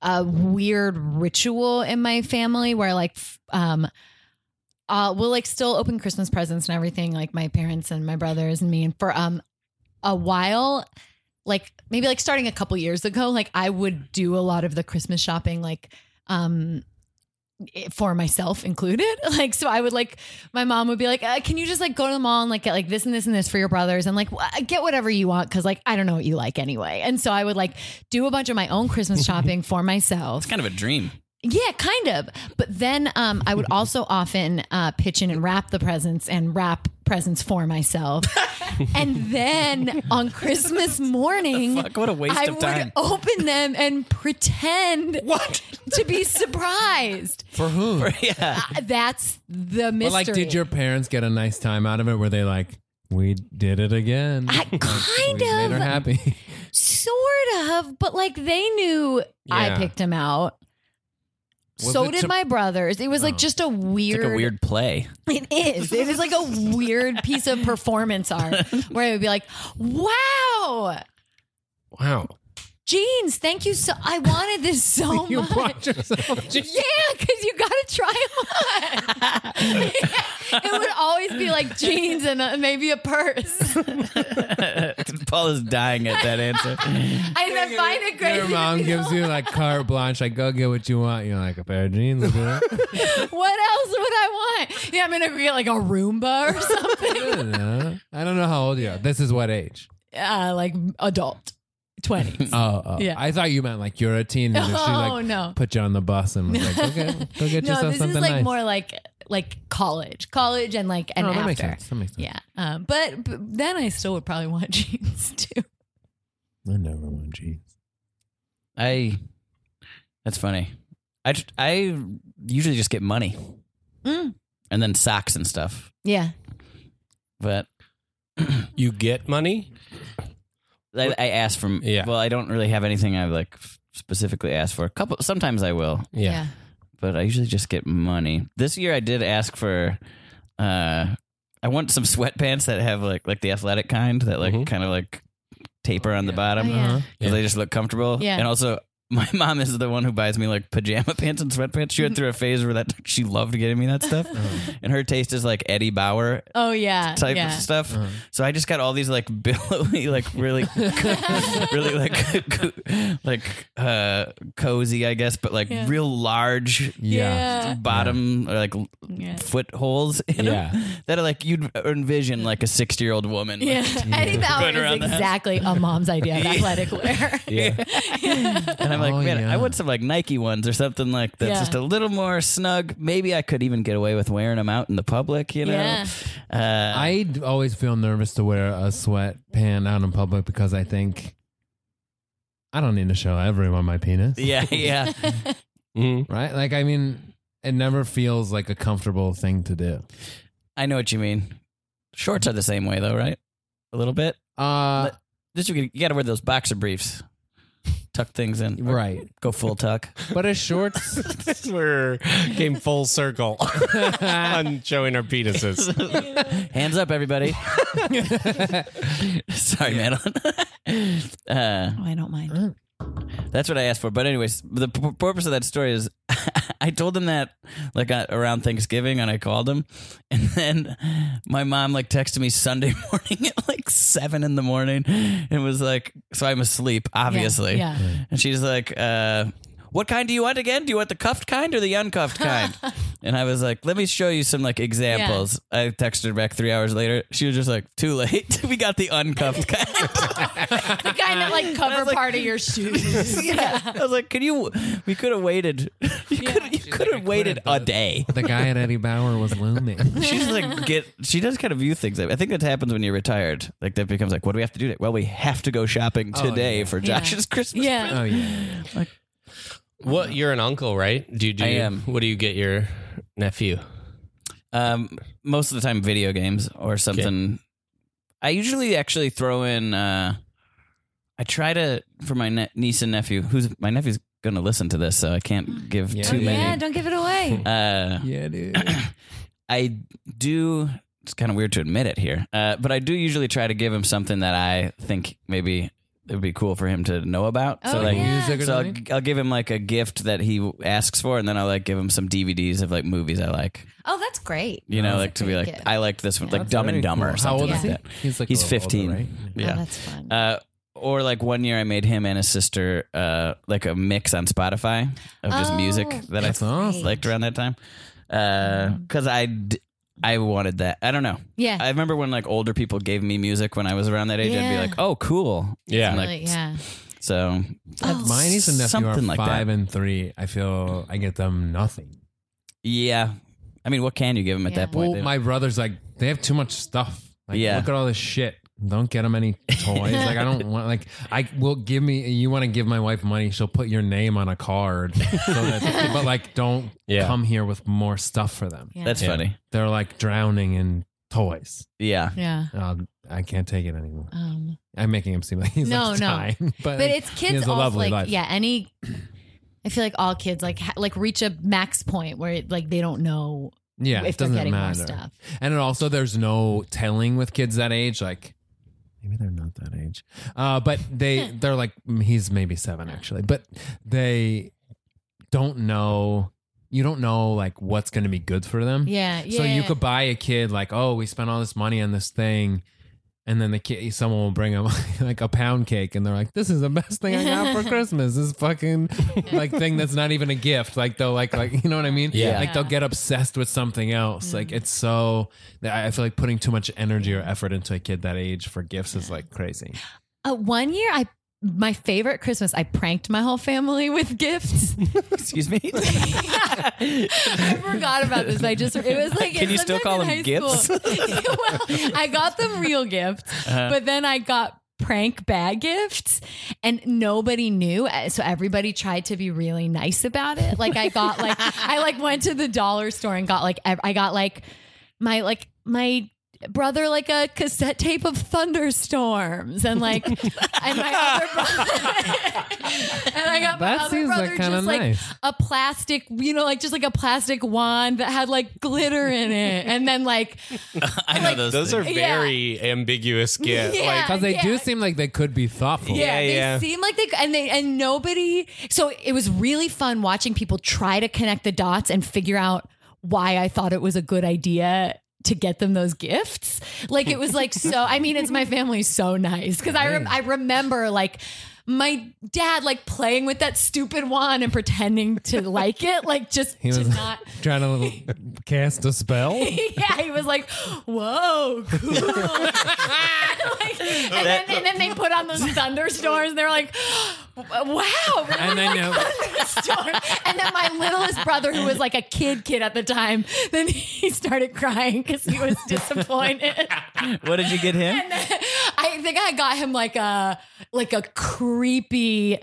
Speaker 5: a weird ritual in my family where like f- um. Uh, we'll like still open Christmas presents and everything, like my parents and my brothers and me. And for um a while, like maybe like starting a couple years ago, like I would do a lot of the Christmas shopping, like um it- for myself included. Like, so I would like, my mom would be like, uh, can you just like go to the mall and like get like this and this and this for your brothers and like wh- get whatever you want? Cause like, I don't know what you like anyway. And so I would like do a bunch of my own Christmas shopping for myself.
Speaker 3: It's kind of a dream.
Speaker 5: Yeah, kind of. But then um, I would also often uh, pitch in and wrap the presents and wrap presents for myself. and then on Christmas morning,
Speaker 3: Fuck, what a waste
Speaker 5: I
Speaker 3: of
Speaker 5: would
Speaker 3: time.
Speaker 5: open them and pretend
Speaker 3: What?
Speaker 5: to be surprised. Uh,
Speaker 4: For whom?
Speaker 3: yeah.
Speaker 5: That's the mystery.
Speaker 4: But like, did your parents get a nice time out of it? Were they like, we did it again?
Speaker 5: I kind
Speaker 4: We made her
Speaker 5: of.
Speaker 4: happy.
Speaker 5: sort of, but like they knew I
Speaker 4: Yeah.
Speaker 5: picked him out.
Speaker 4: Was
Speaker 5: so
Speaker 4: it
Speaker 5: did
Speaker 4: sup-
Speaker 5: my brothers. It was like just a
Speaker 3: It's
Speaker 5: weird,
Speaker 3: like a weird play.
Speaker 5: It is. It is like a weird piece of performance art where I would be like, "Wow,
Speaker 6: Wow.
Speaker 5: jeans. Thank you so. I wanted this so
Speaker 4: you
Speaker 5: much.
Speaker 4: bought yourself.
Speaker 5: Yeah, because you gotta try them on. it would always be like jeans and uh maybe a purse.
Speaker 3: Paul is dying at that answer.
Speaker 5: I then find it crazy.
Speaker 4: Your
Speaker 5: to
Speaker 4: mom
Speaker 5: be
Speaker 4: gives you
Speaker 5: like,
Speaker 4: like carte blanche, like go get what you want. You're like a pair of jeans. will do it."
Speaker 5: What else would I want? Yeah, I'm gonna get like a Roomba or something.
Speaker 4: I don't know. I don't know how old you are. This is what age?
Speaker 5: uh, like adult, twenties.
Speaker 4: Oh, oh.
Speaker 5: Yeah.
Speaker 4: I thought you meant like you're a teenager. she like
Speaker 5: Oh, no.
Speaker 4: put you on the bus and was like, okay, go get
Speaker 5: no,
Speaker 4: yourself
Speaker 5: this is
Speaker 4: something
Speaker 5: like
Speaker 4: nice.
Speaker 5: more like like college, college, and like and
Speaker 4: oh, that
Speaker 5: after.
Speaker 4: makes sense. That makes sense.
Speaker 5: Yeah, um, but, but then I still would probably want jeans too.
Speaker 4: I never want jeans.
Speaker 3: I. That's funny. I tr- I usually just get money,
Speaker 5: Mm.
Speaker 3: and then socks and stuff.
Speaker 5: Yeah,
Speaker 3: But
Speaker 6: You get money?
Speaker 3: I, I ask from.
Speaker 6: Yeah.
Speaker 3: Well, I don't really have anything I like f- specifically ask for. A couple. Sometimes I will,
Speaker 5: yeah,
Speaker 3: but I usually just get money. This year I did ask for. uh I want some sweatpants that have like like the athletic kind that like
Speaker 6: Mhm.
Speaker 3: kind of like taper on the
Speaker 5: Oh,
Speaker 3: bottom.
Speaker 5: yeah.
Speaker 3: because they just look comfortable.
Speaker 5: Yeah.
Speaker 3: And also, my mom is the one who buys me like pajama pants and sweatpants. She went through a phase where that she loved getting me that stuff, and her taste is like Eddie Bauer
Speaker 5: Oh yeah,
Speaker 3: type
Speaker 5: yeah.
Speaker 3: of stuff.
Speaker 4: Uh-huh.
Speaker 3: So I just got all these like billowy, like really, really like co- like uh, cozy, I guess, but like
Speaker 5: Yeah.
Speaker 3: real large
Speaker 5: Yeah.
Speaker 3: bottom or like l-
Speaker 5: Yeah.
Speaker 3: foot holes in 'em
Speaker 4: Yeah.
Speaker 3: that are like you'd envision like a sixty year old woman. like,
Speaker 5: Yeah, Eddie Bauer
Speaker 3: Going around
Speaker 5: is
Speaker 3: the house.
Speaker 5: exactly a mom's idea of athletic wear.
Speaker 4: Yeah.
Speaker 3: And I'm like,
Speaker 4: Oh,
Speaker 3: man,
Speaker 4: yeah.
Speaker 3: I want some like Nike ones or something like that's
Speaker 5: Yeah.
Speaker 3: just a little more snug. Maybe I could even get away with wearing them out in the public, you know?
Speaker 5: Yeah.
Speaker 3: Uh,
Speaker 4: I d- always feel nervous to wear a sweatpant out in public because I think I don't need to show everyone my penis,
Speaker 3: yeah, yeah.
Speaker 6: Mm.
Speaker 4: right? Like, I mean, it never feels like a comfortable thing to do.
Speaker 3: I know what you mean. Shorts are the same way, though, right? A little bit.
Speaker 4: Uh,
Speaker 3: This you, got to wear those boxer briefs, tuck things in, Or
Speaker 4: right.
Speaker 3: Go full tuck.
Speaker 4: But a shorts,
Speaker 6: This is where came full circle on showing our penises.
Speaker 3: Hands up, everybody. Sorry, Madeline. uh,
Speaker 5: Oh, I don't mind.
Speaker 3: That's what I asked for. But anyways, the p- purpose of that story is I told them that like uh, around Thanksgiving and I called them and then my mom like texted me Sunday morning at like seven in the morning and was like, so I'm asleep, obviously.
Speaker 5: yeah.
Speaker 3: And she's like, uh, what kind do you want again? Do you want the cuffed kind or the uncuffed kind? and I was like, let me show you some like examples. I texted her back three hours later. She was just like, too late. we got the uncuffed kind.
Speaker 5: The kind that like cover
Speaker 3: like-
Speaker 5: part of your shoes.
Speaker 3: yeah. I was like, could you? We could have waited. You could you could have waited a day.
Speaker 4: the guy at Eddie Bauer was looming.
Speaker 3: She's like, get. She does kind of view things. I think that happens when you're retired. Like that becomes like, what do we have to do? Today? Well, we have to go shopping today
Speaker 4: yeah.
Speaker 3: for
Speaker 5: Yeah.
Speaker 3: Josh's Christmas.
Speaker 5: yeah.
Speaker 4: Oh yeah,
Speaker 6: What? You're an uncle, right? Do you do?
Speaker 3: I
Speaker 6: you-
Speaker 3: am.
Speaker 6: What do you get your nephew?
Speaker 3: Um, most of the time, video games or something. I usually actually throw in. Uh, I try to for my ne- niece and nephew. Who's my nephew's going to listen to this, so I can't give
Speaker 4: Yeah.
Speaker 3: too
Speaker 4: Oh,
Speaker 5: yeah.
Speaker 3: many.
Speaker 5: Don't give it away.
Speaker 3: Uh,
Speaker 4: yeah, dude.
Speaker 3: I do. It's kind of weird to admit it here, uh, but I do usually try to give him something that I think maybe it would be cool for him to know about. so
Speaker 5: Oh,
Speaker 3: like,
Speaker 5: yeah.
Speaker 4: Music or
Speaker 3: so I'll,
Speaker 4: something?
Speaker 3: I'll give him like a gift that he asks for, and then I'll like give him some DVDs of like movies I like.
Speaker 5: Oh, that's great.
Speaker 3: You know,
Speaker 5: That's
Speaker 3: like
Speaker 5: a
Speaker 3: to be
Speaker 5: great
Speaker 3: like,
Speaker 5: gift.
Speaker 3: I liked this one, like
Speaker 4: That's
Speaker 3: Dumb and
Speaker 4: very
Speaker 3: Dumber
Speaker 4: cool.
Speaker 3: or
Speaker 4: How
Speaker 3: something
Speaker 4: old
Speaker 3: like
Speaker 4: is he?
Speaker 3: that.
Speaker 4: He's like
Speaker 3: He's
Speaker 4: a little older,
Speaker 3: 15.
Speaker 4: right?
Speaker 5: Oh,
Speaker 3: Yeah.
Speaker 5: that's fun.
Speaker 3: Uh, or like one year, I made him and his sister uh, like a mix on Spotify of just
Speaker 5: Oh,
Speaker 3: music that I
Speaker 4: That's awesome.
Speaker 3: liked around that time. Because I, d- I wanted that. I don't know.
Speaker 5: yeah.
Speaker 3: I remember when like older people gave me music when I was around that age. I'd be
Speaker 5: Yeah.
Speaker 3: like, "Oh, cool."
Speaker 6: Yeah.
Speaker 3: And, like,
Speaker 5: Really, yeah.
Speaker 3: So
Speaker 4: My niece and nephew are
Speaker 3: Something like that.
Speaker 4: five and three. I feel I get them nothing.
Speaker 3: yeah, I mean, what can you give them at
Speaker 5: Yeah.
Speaker 3: that point?
Speaker 4: well, my brother's like, they have too much stuff. Like,
Speaker 3: Yeah.
Speaker 4: look at all this shit. Don't get them any toys. like, I don't want. Like, I will give me. You want to give my wife money? She'll put your name on a card. So that, but like, don't
Speaker 6: Yeah.
Speaker 4: come here with more stuff for them.
Speaker 5: Yeah.
Speaker 3: That's
Speaker 6: Yeah.
Speaker 3: funny.
Speaker 4: They're like drowning in toys.
Speaker 3: Yeah,
Speaker 5: yeah.
Speaker 4: Uh, I can't take it anymore.
Speaker 5: Um,
Speaker 4: I'm making him seem like he's
Speaker 5: No,
Speaker 4: like
Speaker 5: no.
Speaker 4: dying, but,
Speaker 5: but it's
Speaker 4: he
Speaker 5: kids
Speaker 4: has a
Speaker 5: also
Speaker 4: lovely
Speaker 5: like
Speaker 4: life.
Speaker 5: yeah any. I feel like all kids like ha- like reach a max point where it, like they don't know
Speaker 4: yeah,
Speaker 5: if
Speaker 4: it
Speaker 5: they're
Speaker 4: doesn't
Speaker 5: getting
Speaker 4: matter.
Speaker 5: more stuff.
Speaker 4: And it also, there's no telling with kids that age. Like, Maybe they're not that age. Uh, but they they're like mm, he's maybe seven actually. But they don't know. You don't know like what's going to be good for them.
Speaker 5: Yeah, yeah.
Speaker 4: So you could buy a kid like, oh, we spent all this money on this thing, and then the kid, someone will bring them like a pound cake, and they're like, this is the best thing I got for Christmas. This fucking like thing that's not even a gift. Like they'll like like you know what I mean?
Speaker 6: Yeah.
Speaker 4: Like they'll get obsessed with something else. Like
Speaker 5: Mm.
Speaker 4: it's so that I I feel like putting too much energy or effort into a kid that age for gifts is like crazy.
Speaker 5: Uh, one year, I my favorite Christmas, I pranked my whole family with gifts.
Speaker 3: Excuse me.
Speaker 5: I forgot about this. I just it was like
Speaker 3: Can you still
Speaker 5: sometime
Speaker 3: call
Speaker 5: in
Speaker 3: them
Speaker 5: high school. well, I got them real gifts,
Speaker 3: Uh-huh.
Speaker 5: but then I got prank bad gifts and nobody knew uh, so everybody tried to be really nice about it like i got like i like went to the dollar store and got like ev- i got like my like my brother like a cassette tape of thunderstorms and like and my other brother and I got
Speaker 4: That
Speaker 5: my other
Speaker 4: seems
Speaker 5: brother
Speaker 4: like kinda
Speaker 5: just like
Speaker 4: nice.
Speaker 5: a plastic you know like just like a plastic wand that had like glitter in it and then like
Speaker 3: I know those.
Speaker 6: Those are
Speaker 3: things.
Speaker 5: Yeah.
Speaker 6: very ambiguous gifts.
Speaker 5: Yeah.
Speaker 6: Like,
Speaker 4: Because they do
Speaker 5: Yeah.
Speaker 4: seem like they could be thoughtful.
Speaker 5: Yeah,
Speaker 6: Yeah,
Speaker 5: they
Speaker 6: yeah.
Speaker 5: seem like they and they and nobody. So it was really fun watching people try to connect the dots and figure out why I thought it was a good idea to get them those gifts. Like it was like so. I mean, it's my family's so nice because I rem I remember like. My dad like playing with that stupid wand and pretending to like it, like just
Speaker 4: He
Speaker 5: to
Speaker 4: was
Speaker 5: not.
Speaker 4: trying to cast a spell.
Speaker 5: yeah, he was like, "Whoa, cool!" Like, and, then, and then they put on those thunderstorms. And they're like, "Wow!"
Speaker 4: And then uh,
Speaker 5: thunderstorm. and then my littlest brother, who was like a kid kid at the time, then he started crying because he was disappointed.
Speaker 3: What did you get him?
Speaker 5: I think I got him like a like a creepy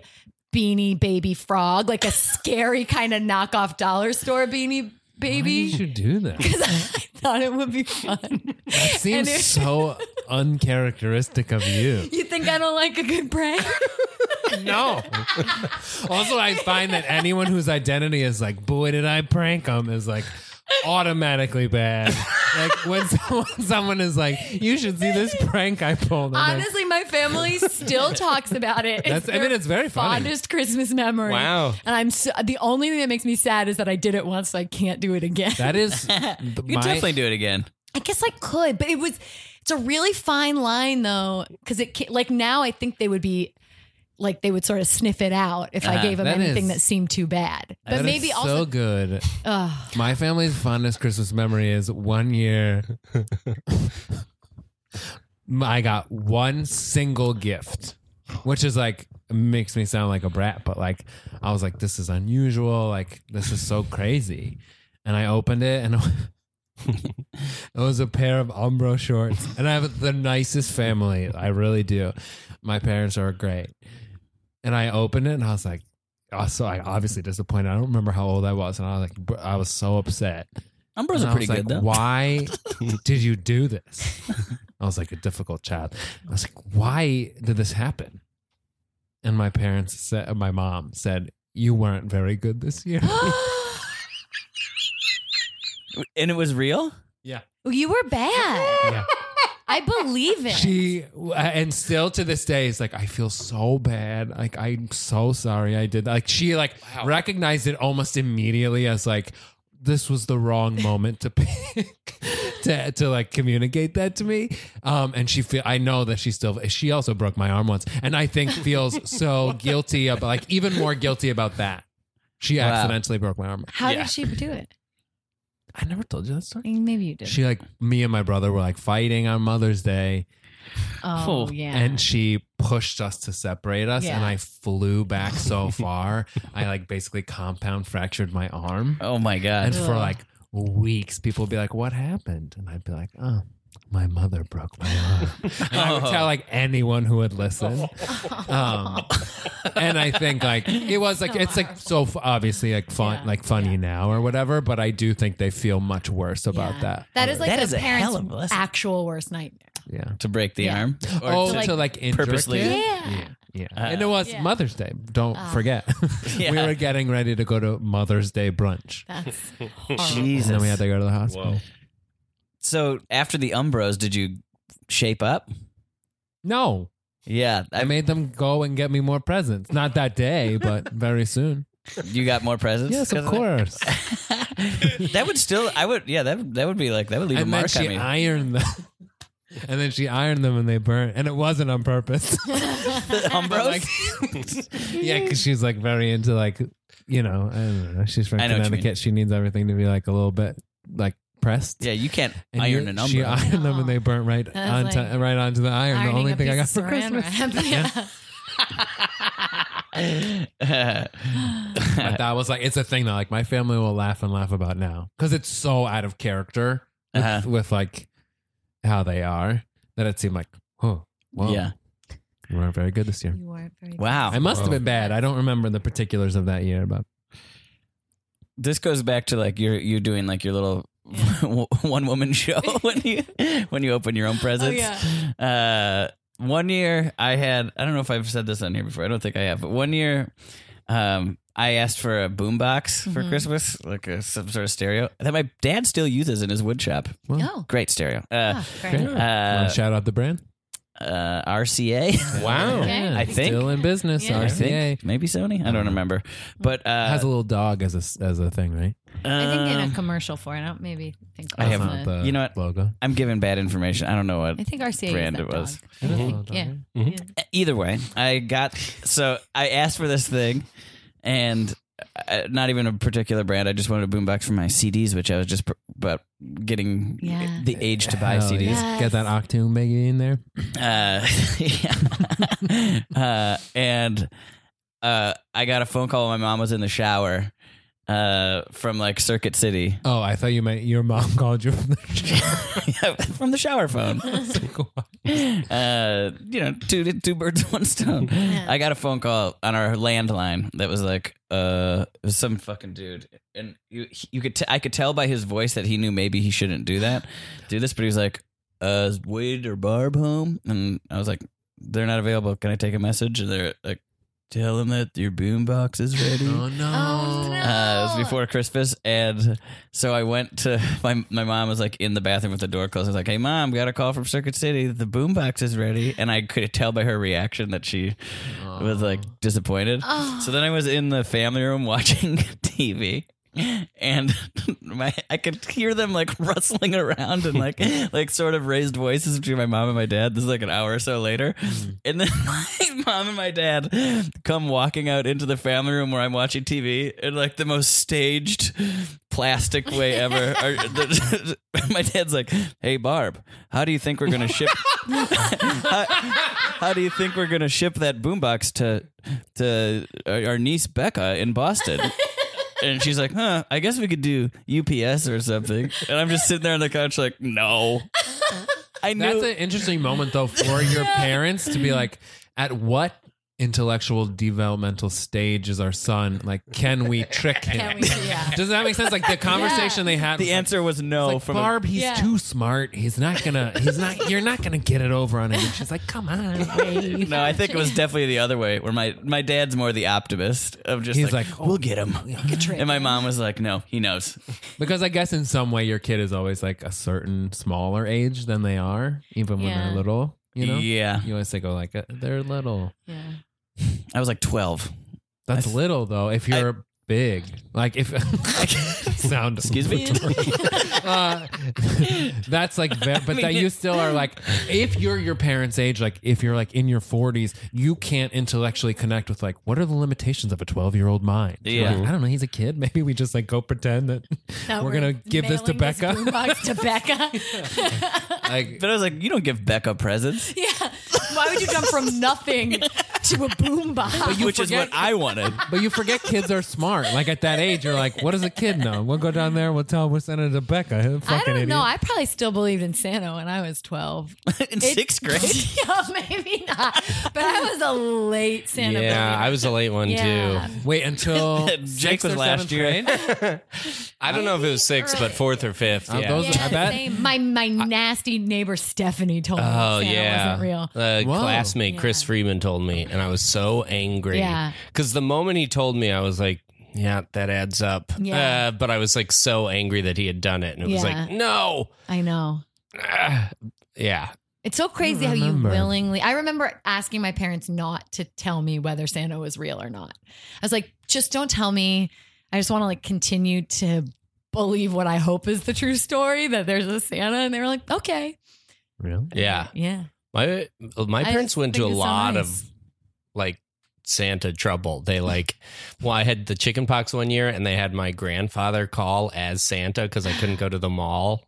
Speaker 5: beanie baby frog, like a scary kind of knockoff dollar store beanie
Speaker 4: you
Speaker 5: baby.
Speaker 4: should do that.
Speaker 5: I thought it would be fun.
Speaker 4: It seems
Speaker 5: it-
Speaker 4: so uncharacteristic of you.
Speaker 5: You think I don't like a good prank?
Speaker 4: No. also, I find that anyone whose identity is like, boy, did I prank him, is like automatically bad. like when someone, someone is like, you should see this prank I pulled. I'm like,
Speaker 5: Honestly, my family still talks about it.
Speaker 4: That's- I
Speaker 5: their
Speaker 4: mean, it's very funny.
Speaker 5: Fondest Christmas memory.
Speaker 6: Wow.
Speaker 5: And I'm so, the only thing that makes me sad is that I did it once, so I can't do it again.
Speaker 4: that is
Speaker 3: You could definitely do it again.
Speaker 5: I guess I could, but it was. It's a really fine line though, because it ca- like now I think they would be. Like they would sort of sniff it out if I gave them
Speaker 4: Ah, that
Speaker 5: anything
Speaker 4: is-
Speaker 5: that seemed too bad, but maybe
Speaker 4: so
Speaker 5: also
Speaker 4: good. My family's fondest Christmas memory is one year. I got one single gift, which is like makes me sound like a brat, but like I was like, this is unusual. Like this is so crazy, and I opened it and. It was a pair of Umbro shorts, and I have the nicest family. I really do. My parents are great. And I opened it, and I was like, oh, so I obviously disappointed. I don't remember how old I was, and I was like, br- I was so upset.
Speaker 3: Umbros
Speaker 4: And
Speaker 3: are
Speaker 4: I was
Speaker 3: pretty
Speaker 4: like,
Speaker 3: good though.
Speaker 4: Why did you do this? I was like a difficult child. I was like, why did this happen? And my parents said, my mom said, you weren't very good this year.
Speaker 3: And it was real.
Speaker 4: yeah.
Speaker 5: you were bad.
Speaker 4: Yeah.
Speaker 5: I believe it.
Speaker 4: She uh, and still to this day is like, I feel so bad. Like I'm so sorry I did that. Like she like recognized it almost immediately as like this was the wrong moment to pick to to like communicate that to me. Um, and she feel I know that she still she also broke my arm once, and I think feels so guilty about like even more guilty about that. She
Speaker 3: Wow.
Speaker 4: accidentally broke my arm.
Speaker 5: How
Speaker 3: Yeah.
Speaker 5: did she do it?
Speaker 4: I never told you that story.
Speaker 5: Maybe you did.
Speaker 4: She like me and my brother were like fighting on Mother's Day.
Speaker 5: oh
Speaker 3: Oh,
Speaker 5: yeah.
Speaker 4: and she pushed us to separate us and
Speaker 5: Yeah.
Speaker 4: i flew back so far i like basically compound fractured my arm
Speaker 3: Oh my
Speaker 4: and
Speaker 3: god.
Speaker 4: for like weeks people would be like what happened and i'd be like oh my mother broke my arm and i would tell like anyone who would listen
Speaker 3: Oh.
Speaker 4: um, and i think like it was like it's like so f- obviously like fun
Speaker 5: Yeah.
Speaker 4: like funny now or whatever but i do think they feel much worse about
Speaker 5: Yeah.
Speaker 4: that
Speaker 5: That is like
Speaker 3: That
Speaker 5: the
Speaker 3: is a
Speaker 5: parents'
Speaker 3: hell of a lesson.
Speaker 5: actual worst nightmare.
Speaker 4: yeah
Speaker 3: To break the
Speaker 5: Yeah.
Speaker 3: arm. Or
Speaker 4: oh,
Speaker 3: to-
Speaker 4: to, like, injure
Speaker 3: purposely-
Speaker 4: kids?
Speaker 5: Yeah.
Speaker 4: yeah. and it was
Speaker 5: Yeah.
Speaker 4: Mother's Day. Don't forget,
Speaker 3: Uh,
Speaker 4: we
Speaker 3: Yeah.
Speaker 4: were getting ready to go to Mother's Day brunch,
Speaker 5: That's
Speaker 3: Jesus.
Speaker 4: and then we had to go to the hospital.
Speaker 3: so after the Umbros, did you shape up?
Speaker 4: No,
Speaker 3: Yeah, I
Speaker 4: I
Speaker 3: mean,
Speaker 4: made them go and get me more presents. Not that day, but very soon.
Speaker 3: you got more presents.
Speaker 4: Yes, of
Speaker 3: 'cause that.
Speaker 4: course.
Speaker 3: That would still, I would, yeah, that that would be like that would leave a
Speaker 4: and then
Speaker 3: mark on
Speaker 4: she
Speaker 3: me.
Speaker 4: ironed them. And then she ironed them and they burnt. And it wasn't on purpose.
Speaker 3: Umbros?
Speaker 4: Like- yeah, because she's like very into like, you know, I don't know. She's from
Speaker 3: I know what you mean.
Speaker 4: Connecticut. She needs everything to be like a little bit like pressed.
Speaker 3: yeah, you can't
Speaker 4: And
Speaker 3: iron an
Speaker 4: you- She
Speaker 3: umbro.
Speaker 4: ironed them and they burnt right
Speaker 5: That's
Speaker 4: on
Speaker 5: like
Speaker 4: ti- right onto the iron. The
Speaker 5: Ironing
Speaker 4: only
Speaker 5: a
Speaker 4: thing I got
Speaker 5: piece of
Speaker 4: for
Speaker 5: saran
Speaker 4: Christmas.
Speaker 5: wrap. Yeah.
Speaker 4: But that was like it's a thing that like my family will laugh and laugh about now because it's so out of character with,
Speaker 3: Uh-huh.
Speaker 4: with like how they are that it seemed like oh well
Speaker 3: yeah.
Speaker 4: we weren't very good this year.
Speaker 5: You weren't very
Speaker 3: Wow.
Speaker 4: I must have been bad. I don't remember the particulars of that year, but
Speaker 3: this goes back to like you're you're doing like your little one woman show when you when you open your own presents. Uh, one year I had I don't know if I've said this on here before. I don't think I have, but one year um I asked for a boombox for Christmas, like a, some sort of stereo that my dad still uses in his wood shop.
Speaker 4: well,
Speaker 5: Oh,
Speaker 3: Great stereo. Uh,
Speaker 5: ah, great.
Speaker 4: okay. Wanna
Speaker 3: uh,
Speaker 4: shout out the brand.
Speaker 3: uh, RCA,
Speaker 6: Wow.
Speaker 5: Okay.
Speaker 3: I think.
Speaker 4: still in business.
Speaker 5: Yeah.
Speaker 3: I
Speaker 4: RCA
Speaker 3: think maybe Sony. I don't remember, but uh,
Speaker 4: has a little dog as a as a thing, right?
Speaker 5: I think in
Speaker 3: um,
Speaker 5: a commercial for it. I don't maybe think.
Speaker 3: I have-
Speaker 5: that's the-
Speaker 4: the
Speaker 3: You know what?
Speaker 4: logo.
Speaker 3: I'm giving bad information. I don't know what
Speaker 5: I think RCA
Speaker 3: brand
Speaker 5: is that
Speaker 3: it was.
Speaker 5: dog.
Speaker 4: It is a
Speaker 5: think-
Speaker 4: little dog,
Speaker 5: yeah.
Speaker 4: right?
Speaker 3: either way, I got so I asked for this thing, and uh, not even a particular brand. I just wanted a boombox for my CDs, which I was just pr- but getting
Speaker 5: Yeah.
Speaker 3: the age to buy
Speaker 4: Hell
Speaker 3: CDs.
Speaker 4: yeah. Get that Octune baby in there.
Speaker 3: Uh, yeah. uh, and uh, I got a phone call. when My mom was in the shower uh, from like Circuit City.
Speaker 4: Oh, I thought you meant your mom called you from the
Speaker 3: from the shower phone. uh, you know, two two birds, one stone. I got a phone call on our landline that was like, uh, it was some fucking dude, and you you could t- I could tell by his voice that he knew maybe he shouldn't do that, do this, but he was like, uh, is Wade or Barb home? And I was like, they're not available. Can I take a message? And they're like, tell them that your boombox is ready.
Speaker 5: Oh, no.
Speaker 3: Uh, it was before Christmas, and so I went to my my mom was like in the bathroom with the door closed. I was like, "Hey, mom, got a call from Circuit City. The boombox is ready." And I could tell by her reaction that she was like disappointed.
Speaker 5: Oh.
Speaker 3: So then I was in the family room watching TV. And my, I could hear them like rustling around and like like sort of raised voices between my mom and my dad. This is like an hour or so later, and then my mom and my dad come walking out into the family room where I'm watching TV in like the most staged plastic way ever. Or the- my dad's like, "Hey Barb, how do you think we're gonna ship? how, how do you think we're gonna ship that boombox to to our our niece Becca in Boston?" And she's like, huh, I guess we could do UPS or something. And I'm just sitting there on the couch, like, no. I knew.
Speaker 4: That's an interesting moment, though, for your parents to be like, at what intellectual developmental stage is our son? Like, can we trick him?
Speaker 5: Can we- yeah.
Speaker 4: Does that make sense? Like the conversation they had. was
Speaker 3: the
Speaker 4: like,
Speaker 3: answer was no
Speaker 4: Like
Speaker 3: from
Speaker 4: Barb, he's
Speaker 5: Yeah.
Speaker 4: too smart. He's not gonna. He's not. You're not gonna get it over on him. And she's like, "Come on." babe."
Speaker 3: No, I think it was definitely the other way, where my my dad's more the optimist of just
Speaker 4: He's
Speaker 3: like,
Speaker 4: like, "Oh,
Speaker 3: we'll get him,
Speaker 5: trick
Speaker 3: and my mom was like, no, he knows.
Speaker 4: Because I guess in some way your kid is always like a certain smaller age than they are, even when
Speaker 5: Yeah.
Speaker 4: they're little. You know,
Speaker 3: Yeah,
Speaker 4: you always go like, uh, "They're little."
Speaker 5: Yeah.
Speaker 3: I was like twelve.
Speaker 4: That's
Speaker 3: th-
Speaker 4: little though. If you're big, like if sound
Speaker 3: Excuse me.
Speaker 4: uh, that's like, ve- but that you still are like, if you're your parents' age, like if you're like in your 40s, you can't intellectually connect with like, what are the limitations of a 12 year old mind? You're
Speaker 3: Yeah.
Speaker 4: like, I don't know. He's a kid. Maybe we just like go pretend that
Speaker 5: Now
Speaker 4: we're, gonna give this to
Speaker 5: mailing
Speaker 4: Becca.
Speaker 5: boombox to Becca.
Speaker 4: like,
Speaker 3: but I was like, you don't give Becca presents,
Speaker 5: yeah. Why would you jump from nothing to a boombox?
Speaker 3: which is what
Speaker 4: forget-
Speaker 3: I wanted.
Speaker 4: but you forget kids are smart. Like at that age, you're like, what does a kid know? We'll go down there. We'll tell him we're sending it to Becca. Fucking
Speaker 5: I don't
Speaker 4: idiot.
Speaker 5: know. I probably still believed in Santa when I was 12.
Speaker 3: In
Speaker 5: It-
Speaker 3: sixth grade,
Speaker 5: yeah, maybe not. But I was a late Santa.
Speaker 6: Yeah, I was a late one
Speaker 5: Yeah.
Speaker 6: too.
Speaker 4: Wait until
Speaker 3: Jake
Speaker 4: sixth
Speaker 3: was
Speaker 4: or
Speaker 3: last
Speaker 4: seventh
Speaker 3: year.
Speaker 4: grade?
Speaker 6: I don't know if it was six, but fourth or fifth.
Speaker 4: Uh,
Speaker 6: yeah.
Speaker 4: those-
Speaker 5: believer.
Speaker 4: I bet.
Speaker 5: same. my my nasty neighbor Stephanie told me
Speaker 6: Oh
Speaker 5: Santa
Speaker 6: yeah,
Speaker 5: wasn't real.
Speaker 6: A
Speaker 4: Whoa.
Speaker 6: classmate Chris Freeman told me, and I was so angry.
Speaker 5: Yeah.
Speaker 6: because the moment he told me, I was like, "Yeah, that adds up."
Speaker 5: Yeah.
Speaker 6: Uh, but I was like so angry that he had done it, and it was
Speaker 5: Yeah.
Speaker 6: like, "No,
Speaker 5: I know.
Speaker 6: Ah. yeah."
Speaker 5: It's so crazy how you
Speaker 4: remember.
Speaker 5: willingly. I remember asking my parents not to tell me whether Santa was real or not. I was like, just don't tell me. I just want to like continue to believe what I hope is the true story that there's a Santa. And they were like, okay.
Speaker 4: Really?
Speaker 6: Yeah.
Speaker 5: Yeah.
Speaker 6: My my
Speaker 5: I
Speaker 6: parents went to a
Speaker 5: think it's so
Speaker 6: lot
Speaker 5: nice.
Speaker 6: of like Santa trouble. They like, well, I had the chicken pox one year, and they had my grandfather call as Santa because I couldn't go to the mall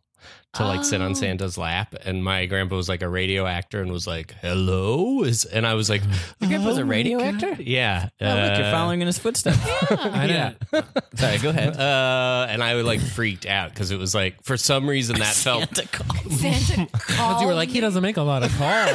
Speaker 6: to like sit
Speaker 5: Oh.
Speaker 6: on Santa's lap. And my grandpa was like a radio actor and was like, "Hello," is and I was like,
Speaker 3: Your
Speaker 5: Oh
Speaker 3: grandpa's a radio actor?
Speaker 6: "Yeah."
Speaker 3: Oh, look, you're
Speaker 6: uh,
Speaker 3: following in his footsteps.
Speaker 4: I didn't.
Speaker 3: Sorry, go ahead.
Speaker 6: Uh, and I like freaked out because it was like for some reason that felt
Speaker 3: Santa Claus.
Speaker 5: Santa
Speaker 4: Because
Speaker 5: called.
Speaker 4: you were like, he doesn't make a lot of calls.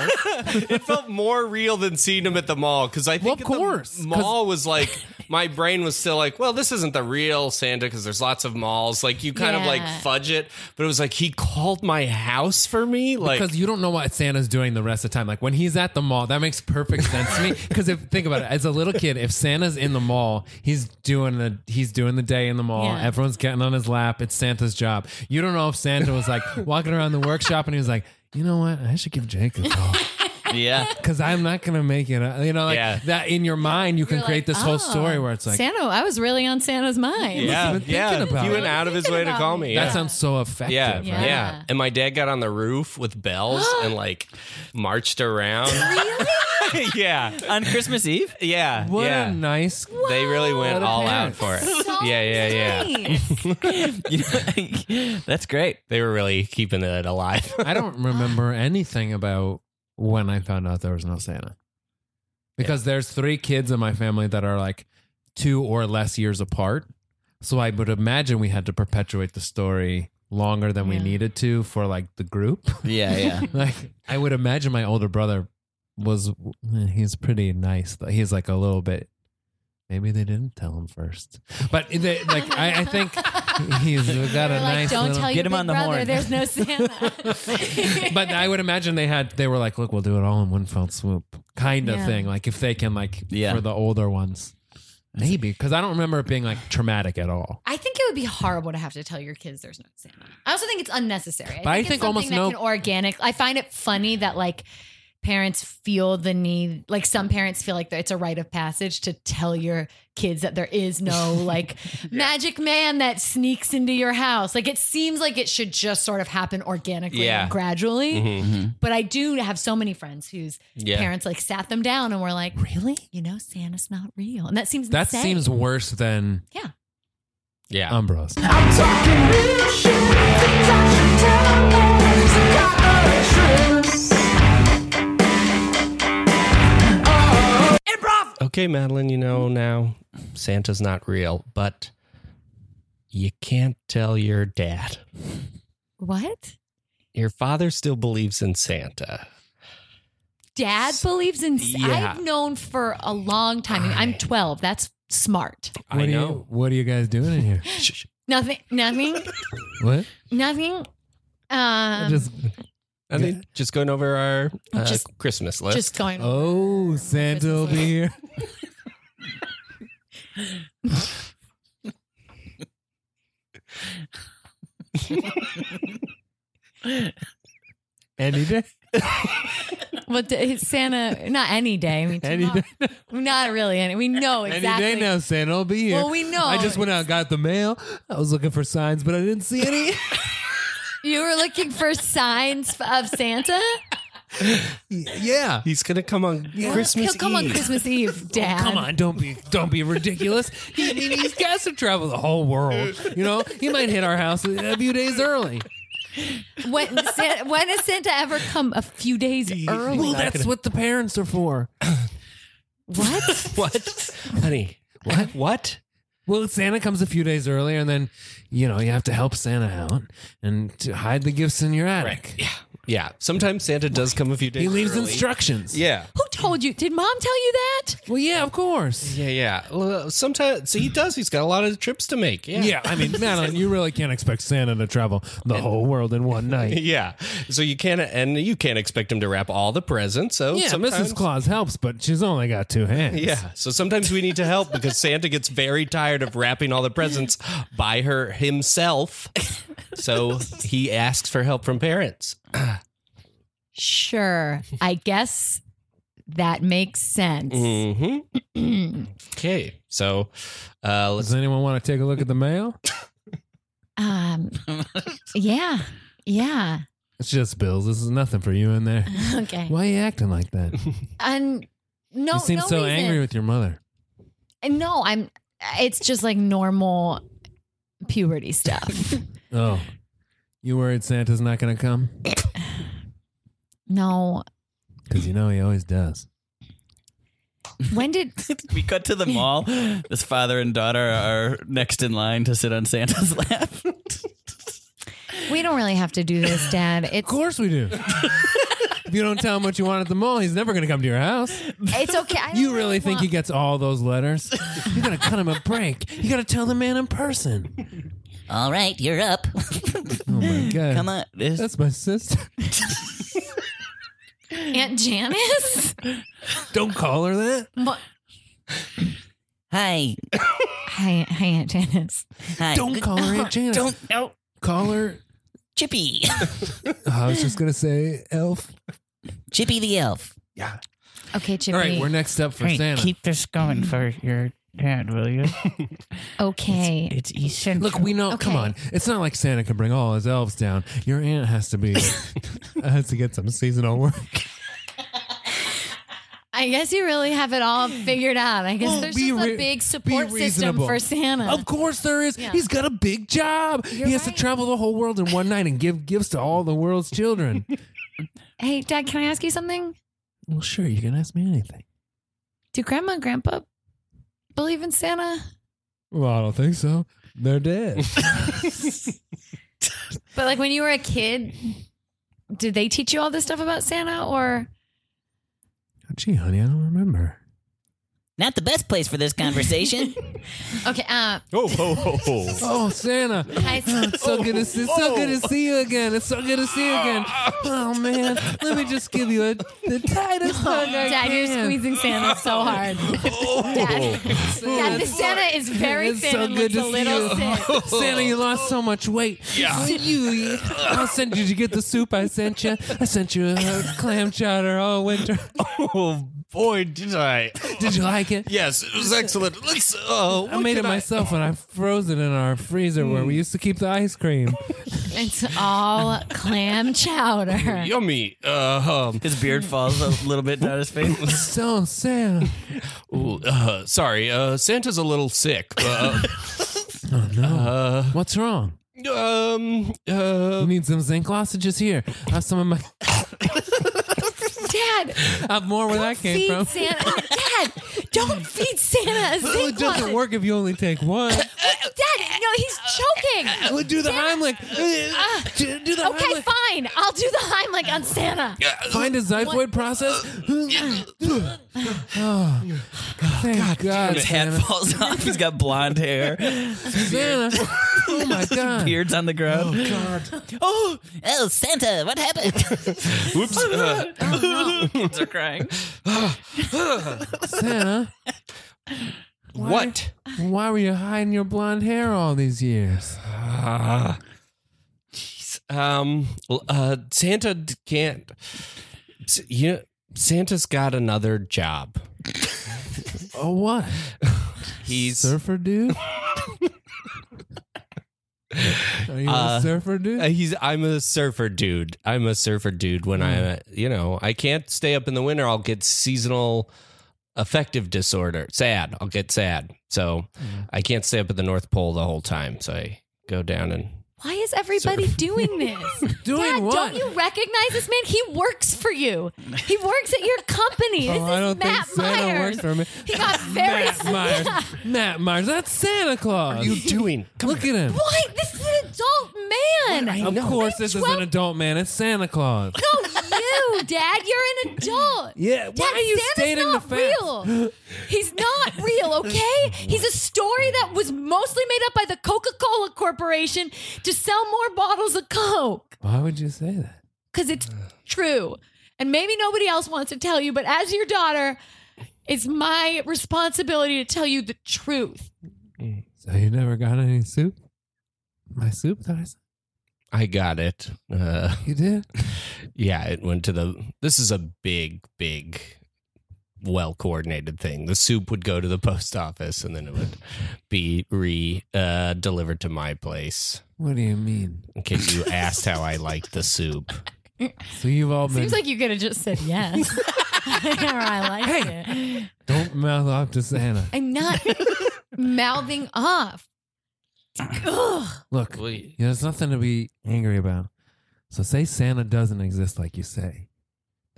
Speaker 6: it felt more real than seeing him at the mall because I think
Speaker 4: Well, of
Speaker 6: at the
Speaker 4: course, 'cause-
Speaker 6: mall was like my brain was still like, well, this isn't the real Santa because there's lots of malls. Like you kind of
Speaker 5: Yeah.
Speaker 6: like fudge it, but it was like he called my house for me. Like
Speaker 4: because you don't know what Santa's doing the rest of the time. Like when he's at the mall, that makes perfect sense to me. Because if think about it, as a little kid, if Santa's in the mall, he's doing the he's doing the day in the mall.
Speaker 5: Yeah.
Speaker 4: Everyone's getting on his lap. It's Santa's job. You don't know if Santa was like walking around the workshop and he was like, you know what, I should give Jake a call
Speaker 3: Yeah.
Speaker 4: because I'm not gonna make it. up." You know, like
Speaker 6: Yeah.
Speaker 4: that in your mind, you can
Speaker 5: You're
Speaker 4: create
Speaker 5: like,
Speaker 4: this whole
Speaker 5: "Oh,
Speaker 4: story where it's like.
Speaker 5: Santa, I was really on Santa's mind.
Speaker 6: yeah,
Speaker 4: even
Speaker 6: yeah,
Speaker 4: thinking about
Speaker 6: he
Speaker 4: it.
Speaker 6: went out of his way to
Speaker 5: Thinking
Speaker 6: call
Speaker 5: about
Speaker 6: me.
Speaker 5: it.
Speaker 6: Yeah.
Speaker 4: That sounds so effective.
Speaker 6: yeah,
Speaker 4: right?
Speaker 6: yeah,
Speaker 5: Yeah.
Speaker 6: And my dad got on the roof with bells and like marched around. yeah,
Speaker 3: On Christmas Eve?
Speaker 6: yeah,
Speaker 4: What
Speaker 6: yeah.
Speaker 4: a nice.
Speaker 6: they really went
Speaker 4: What a
Speaker 6: all out
Speaker 4: parent.
Speaker 6: for it.
Speaker 5: So
Speaker 6: yeah, yeah, yeah.
Speaker 5: nice.
Speaker 3: You know, that's great.
Speaker 6: They were really keeping it alive.
Speaker 4: I don't remember anything about when I found out there was no Santa. Because there's three kids in my family that are like two or less years apart. So I would imagine we had to perpetuate the story longer than we
Speaker 5: Yeah.
Speaker 4: needed to for like the group.
Speaker 3: Yeah, yeah.
Speaker 4: like I would imagine my older brother was he's pretty nice. though. He's like a little bit maybe they didn't tell him first. But they, like I, I think he's got a
Speaker 5: They're like,
Speaker 4: nice
Speaker 5: don't
Speaker 4: little,
Speaker 5: tell
Speaker 3: Get
Speaker 5: your
Speaker 3: him
Speaker 5: big
Speaker 3: on the
Speaker 5: brother
Speaker 3: horn."
Speaker 5: there's no Santa.
Speaker 4: but I would imagine they had they were like, look, we'll do it all in one fell swoop, kind of
Speaker 5: Yeah.
Speaker 4: thing. Like if they can, like
Speaker 3: Yeah.
Speaker 4: for the older ones, maybe because I don't remember it being like traumatic at all.
Speaker 5: I think it would be horrible to have to tell your kids there's no Santa. I also think it's unnecessary.
Speaker 4: But I
Speaker 5: it's
Speaker 4: think
Speaker 5: something
Speaker 4: almost
Speaker 5: that
Speaker 4: no-
Speaker 5: can organic. I find it funny that like parents feel the need, like some parents feel like it's a rite of passage to tell your kids that there is no like magic man that sneaks into your house. Like it seems like it should just sort of happen organically
Speaker 6: Yeah.
Speaker 5: and gradually.
Speaker 6: Mm-hmm.
Speaker 3: Mhm.
Speaker 5: But I do have so many friends whose
Speaker 6: Yeah.
Speaker 5: parents like sat them down and were like,
Speaker 4: Really?
Speaker 5: you know, Santa's not real, and that seems
Speaker 4: That
Speaker 5: insane.
Speaker 4: seems worse than
Speaker 5: yeah.
Speaker 6: Yeah.
Speaker 4: Umbros.
Speaker 2: Improv!
Speaker 6: okay, Madeline, you know now Santa's not real, but you can't tell your dad.
Speaker 5: What?
Speaker 6: Your father still believes in Santa.
Speaker 5: dad believes in
Speaker 6: Yeah.
Speaker 5: I've known for a long time. I'm 12. That's smart.
Speaker 4: What
Speaker 6: I
Speaker 4: are you-
Speaker 6: know.
Speaker 4: what are you guys doing in here?
Speaker 5: Nothing nothing
Speaker 4: What?
Speaker 5: nothing um just,
Speaker 4: Just
Speaker 6: I mean, just going over our uh,
Speaker 5: Just-
Speaker 6: Christmas list.
Speaker 5: going
Speaker 4: oh, Santa will be here. Any day.
Speaker 5: Well, d- Santa not any day. I mean
Speaker 4: Any
Speaker 5: tomorrow- not really any. We know exactly.
Speaker 4: Any day now, Santa will be here.
Speaker 5: Well, we know.
Speaker 4: I just went out and got the mail. I was looking for signs, but I didn't see any.
Speaker 5: You were looking for signs of Santa?
Speaker 4: yeah.
Speaker 6: He's gonna come on Christmas
Speaker 5: He'll come on
Speaker 6: Eve.
Speaker 5: Christmas Eve, Dad.
Speaker 4: Oh, Come on, don't be don't be ridiculous. He, I mean, he's got to travel the whole world. You know, he might hit our house a few days early.
Speaker 5: When, Santa, when has Santa ever come? A few days early.
Speaker 4: Well, that's what the parents are for.
Speaker 5: what?
Speaker 6: what, honey? What? What?
Speaker 4: Well, Santa comes a few days earlier, and then you know you have to help Santa out and to hide the gifts in your attic.
Speaker 6: Yeah, yeah. Sometimes Santa does come a few days.
Speaker 4: He leaves
Speaker 6: early.
Speaker 4: instructions.
Speaker 6: Yeah.
Speaker 5: Who told you? Did Mom tell you that?
Speaker 4: Well, yeah, of course.
Speaker 6: Yeah, yeah. Well, Sometimes, so he does. He's got a lot of trips to make. Yeah,
Speaker 4: Yeah, I mean, Madeline, you really can't expect Santa to travel the whole world in one night.
Speaker 6: Yeah. So you can't, and you can't expect him to wrap all the presents. So
Speaker 4: Yeah,
Speaker 6: sometimes,
Speaker 4: Mrs. Claus helps, but she's only got two hands.
Speaker 6: yeah. So sometimes we need to help because Santa gets very tired of wrapping all the presents by her himself. So he asks for help from parents.
Speaker 5: Sure. I guess that makes sense.
Speaker 6: hmm
Speaker 4: Mm.
Speaker 6: Okay, so uh, let's
Speaker 4: Does anyone want to take a look at the mail?
Speaker 5: um, yeah. Yeah.
Speaker 4: It's just bills. This is nothing for you in there.
Speaker 5: Okay.
Speaker 4: Why are you acting like that?
Speaker 5: And no,
Speaker 4: you seem
Speaker 5: no
Speaker 4: so
Speaker 5: reason.
Speaker 4: angry with your mother.
Speaker 5: No, I'm. It's just like normal puberty stuff.
Speaker 4: Oh, you worried Santa's not going to come?
Speaker 5: no.
Speaker 4: Because you know he always does.
Speaker 5: When did?
Speaker 3: We cut to the mall. This father and daughter are next in line to sit on Santa's lap.
Speaker 5: We don't really have to do this, Dad.
Speaker 4: Of
Speaker 5: It's
Speaker 4: course we do. if you don't tell him what you want at the mall, he's never going to come to your house.
Speaker 5: it's okay. I don't
Speaker 4: You really think he
Speaker 5: want-
Speaker 4: gets all those letters? You gotta cut him a break. You gotta tell the man in person.
Speaker 3: All right, you're up.
Speaker 4: Oh my god!
Speaker 3: Come on.
Speaker 4: That's my sister.
Speaker 5: Aunt Janice?
Speaker 4: Don't call her that.
Speaker 5: What?
Speaker 3: Hi.
Speaker 5: Hi, hi, Aunt Janice.
Speaker 3: Hi.
Speaker 4: Don't call her Aunt Janice.
Speaker 3: Don't. No.
Speaker 4: call her. uh,
Speaker 3: Chippy.
Speaker 4: I was just gonna say elf.
Speaker 3: Chippy the elf.
Speaker 5: Okay, Chippy.
Speaker 4: All right, we're next up for
Speaker 7: Hey,
Speaker 4: Santa.
Speaker 7: keep this going for your dad, will you?
Speaker 5: okay.
Speaker 7: It's essential.
Speaker 4: Look, we know. Come
Speaker 5: Okay.
Speaker 4: on, it's not like Santa can bring all his elves down. Your aunt has to be has to get some seasonal work.
Speaker 5: I guess you really have it all figured out. I guess
Speaker 4: Well,
Speaker 5: there's
Speaker 4: be
Speaker 5: just
Speaker 4: re-
Speaker 5: a big
Speaker 4: be
Speaker 5: support system
Speaker 4: reasonable.
Speaker 5: for Santa.
Speaker 4: Of course there is. He's got a big job. he has
Speaker 5: right.
Speaker 4: to travel the whole world in one night and give gifts to all the world's children.
Speaker 5: hey, Dad, can I ask you something?
Speaker 4: well, sure, you can ask me anything.
Speaker 5: Do Grandma and Grandpa believe in Santa?
Speaker 4: Well, I don't think so. They're dead.
Speaker 5: But like when you were a kid, did they teach you all this stuff about Santa or
Speaker 4: Gee, honey, I don't remember.
Speaker 3: Not the best place for this conversation.
Speaker 5: Okay, uh
Speaker 6: Oh, oh, oh,
Speaker 4: Oh, Santa.
Speaker 5: I,
Speaker 4: It's so good to see. It's so good to see you again. It's so good to see you again. Oh man, let me just give you a, the tightest hug I
Speaker 5: Dad, you're
Speaker 4: can.
Speaker 5: squeezing Santa so
Speaker 4: Oh.
Speaker 5: hard. Dad, Dad the Santa is very
Speaker 4: It's
Speaker 5: thin
Speaker 4: so
Speaker 5: and
Speaker 4: good
Speaker 5: looks
Speaker 4: to see
Speaker 5: a little sick.
Speaker 4: you. Santa, you lost so much weight. Yeah. You, I'll send you. Did you get the soup I sent you? I sent you a clam chowder all winter.
Speaker 6: oh, boy, did I?
Speaker 4: Did you like it?
Speaker 6: Yes, it was excellent. Let's. Uh,
Speaker 4: I Mm. made it myself and I froze it in our freezer where we used to keep the ice cream.
Speaker 5: It's all clam chowder.
Speaker 6: Yummy. Uh, um,
Speaker 3: his beard falls a little bit down his face.
Speaker 4: So, Santa.
Speaker 6: ooh, uh, sorry, uh, Santa's a little sick. Uh,
Speaker 4: Oh, no. What's wrong?
Speaker 6: um, uh,
Speaker 4: You need some zinc lozenges here. I have some of my.
Speaker 5: Dad,
Speaker 4: I have more where that came
Speaker 5: feed
Speaker 4: from.
Speaker 5: Santa. Dad, don't feed Santa a
Speaker 4: Oh, it
Speaker 5: zinc
Speaker 4: doesn't
Speaker 5: lozenge.
Speaker 4: work if you only take one.
Speaker 5: Dad, no, he's choking.
Speaker 4: Well, do the Heimlich.
Speaker 5: Ah.
Speaker 4: Do do the
Speaker 5: Okay,
Speaker 4: Heimlich.
Speaker 5: fine. I'll do the Heimlich on Santa.
Speaker 4: Find a xiphoid process. oh, thank God,
Speaker 3: His hat
Speaker 4: Santa.
Speaker 3: falls off. He's got blonde hair.
Speaker 4: Santa. Oh my God.
Speaker 3: Beard's on the ground. Oh, God. Oh, oh Santa, what happened?
Speaker 6: whoops. Uh,
Speaker 3: Kids are crying.
Speaker 4: Santa,
Speaker 6: what?
Speaker 4: why were you hiding your blonde hair all these years?
Speaker 6: Ah. Jeez. Um, l- uh, Santa d- can't. S- You know, Santa's got another job.
Speaker 4: Oh, what?
Speaker 6: He's
Speaker 4: Surfer dude? Are you
Speaker 6: Uh,
Speaker 4: a surfer dude?
Speaker 6: Uh, he's I'm a surfer dude. I'm a surfer dude when I you know, I can't stay up in the winter. I'll get seasonal affective disorder. Sad. I'll get sad. So I can't stay up at the North Pole the whole time. So I go down and
Speaker 5: Why is everybody doing this?
Speaker 4: Doing
Speaker 5: Dad,
Speaker 4: what?
Speaker 5: don't you recognize this man? He works for you. He works at your company. This
Speaker 4: Oh, I
Speaker 5: is
Speaker 4: don't
Speaker 5: Matt
Speaker 4: think Santa
Speaker 5: Myers.
Speaker 4: works for me.
Speaker 5: He got very
Speaker 4: Matt Myers. Matt Myers. That's Santa Claus.
Speaker 6: doing?
Speaker 4: Look at him.
Speaker 5: Why? This is an adult man.
Speaker 4: Of course, this is an
Speaker 5: Twelve-
Speaker 4: adult man. It's Santa Claus.
Speaker 5: No, you, Dad. You're an adult.
Speaker 4: Yeah, why
Speaker 5: Dad,
Speaker 4: are you
Speaker 5: Santa's
Speaker 4: stating the
Speaker 5: not
Speaker 4: facts?
Speaker 5: real. He's not real, okay? He's a story that was mostly made up by the Coca-Cola Corporation to sell more bottles of Coke.
Speaker 4: Why would you say that?
Speaker 5: because it's true. And maybe nobody else wants to tell you, but as your daughter, it's my responsibility to tell you the truth.
Speaker 4: So you never got any soup? My soup that I sent?
Speaker 6: I got it. Uh,
Speaker 4: You did?
Speaker 6: yeah, it went to the. This is a big, big, well coordinated thing. The soup would go to the post office, and then it would be re uh, delivered to my place.
Speaker 4: What do you mean?
Speaker 6: In case you asked how I liked the soup,
Speaker 4: So you've all been.
Speaker 5: Seems like you could have just said yes. or I like it.
Speaker 4: don't mouth off to Santa.
Speaker 5: I'm not mouthing off. Ugh.
Speaker 4: Look,
Speaker 3: We-
Speaker 4: you know, there's nothing to be angry about. So say Santa doesn't exist like you say.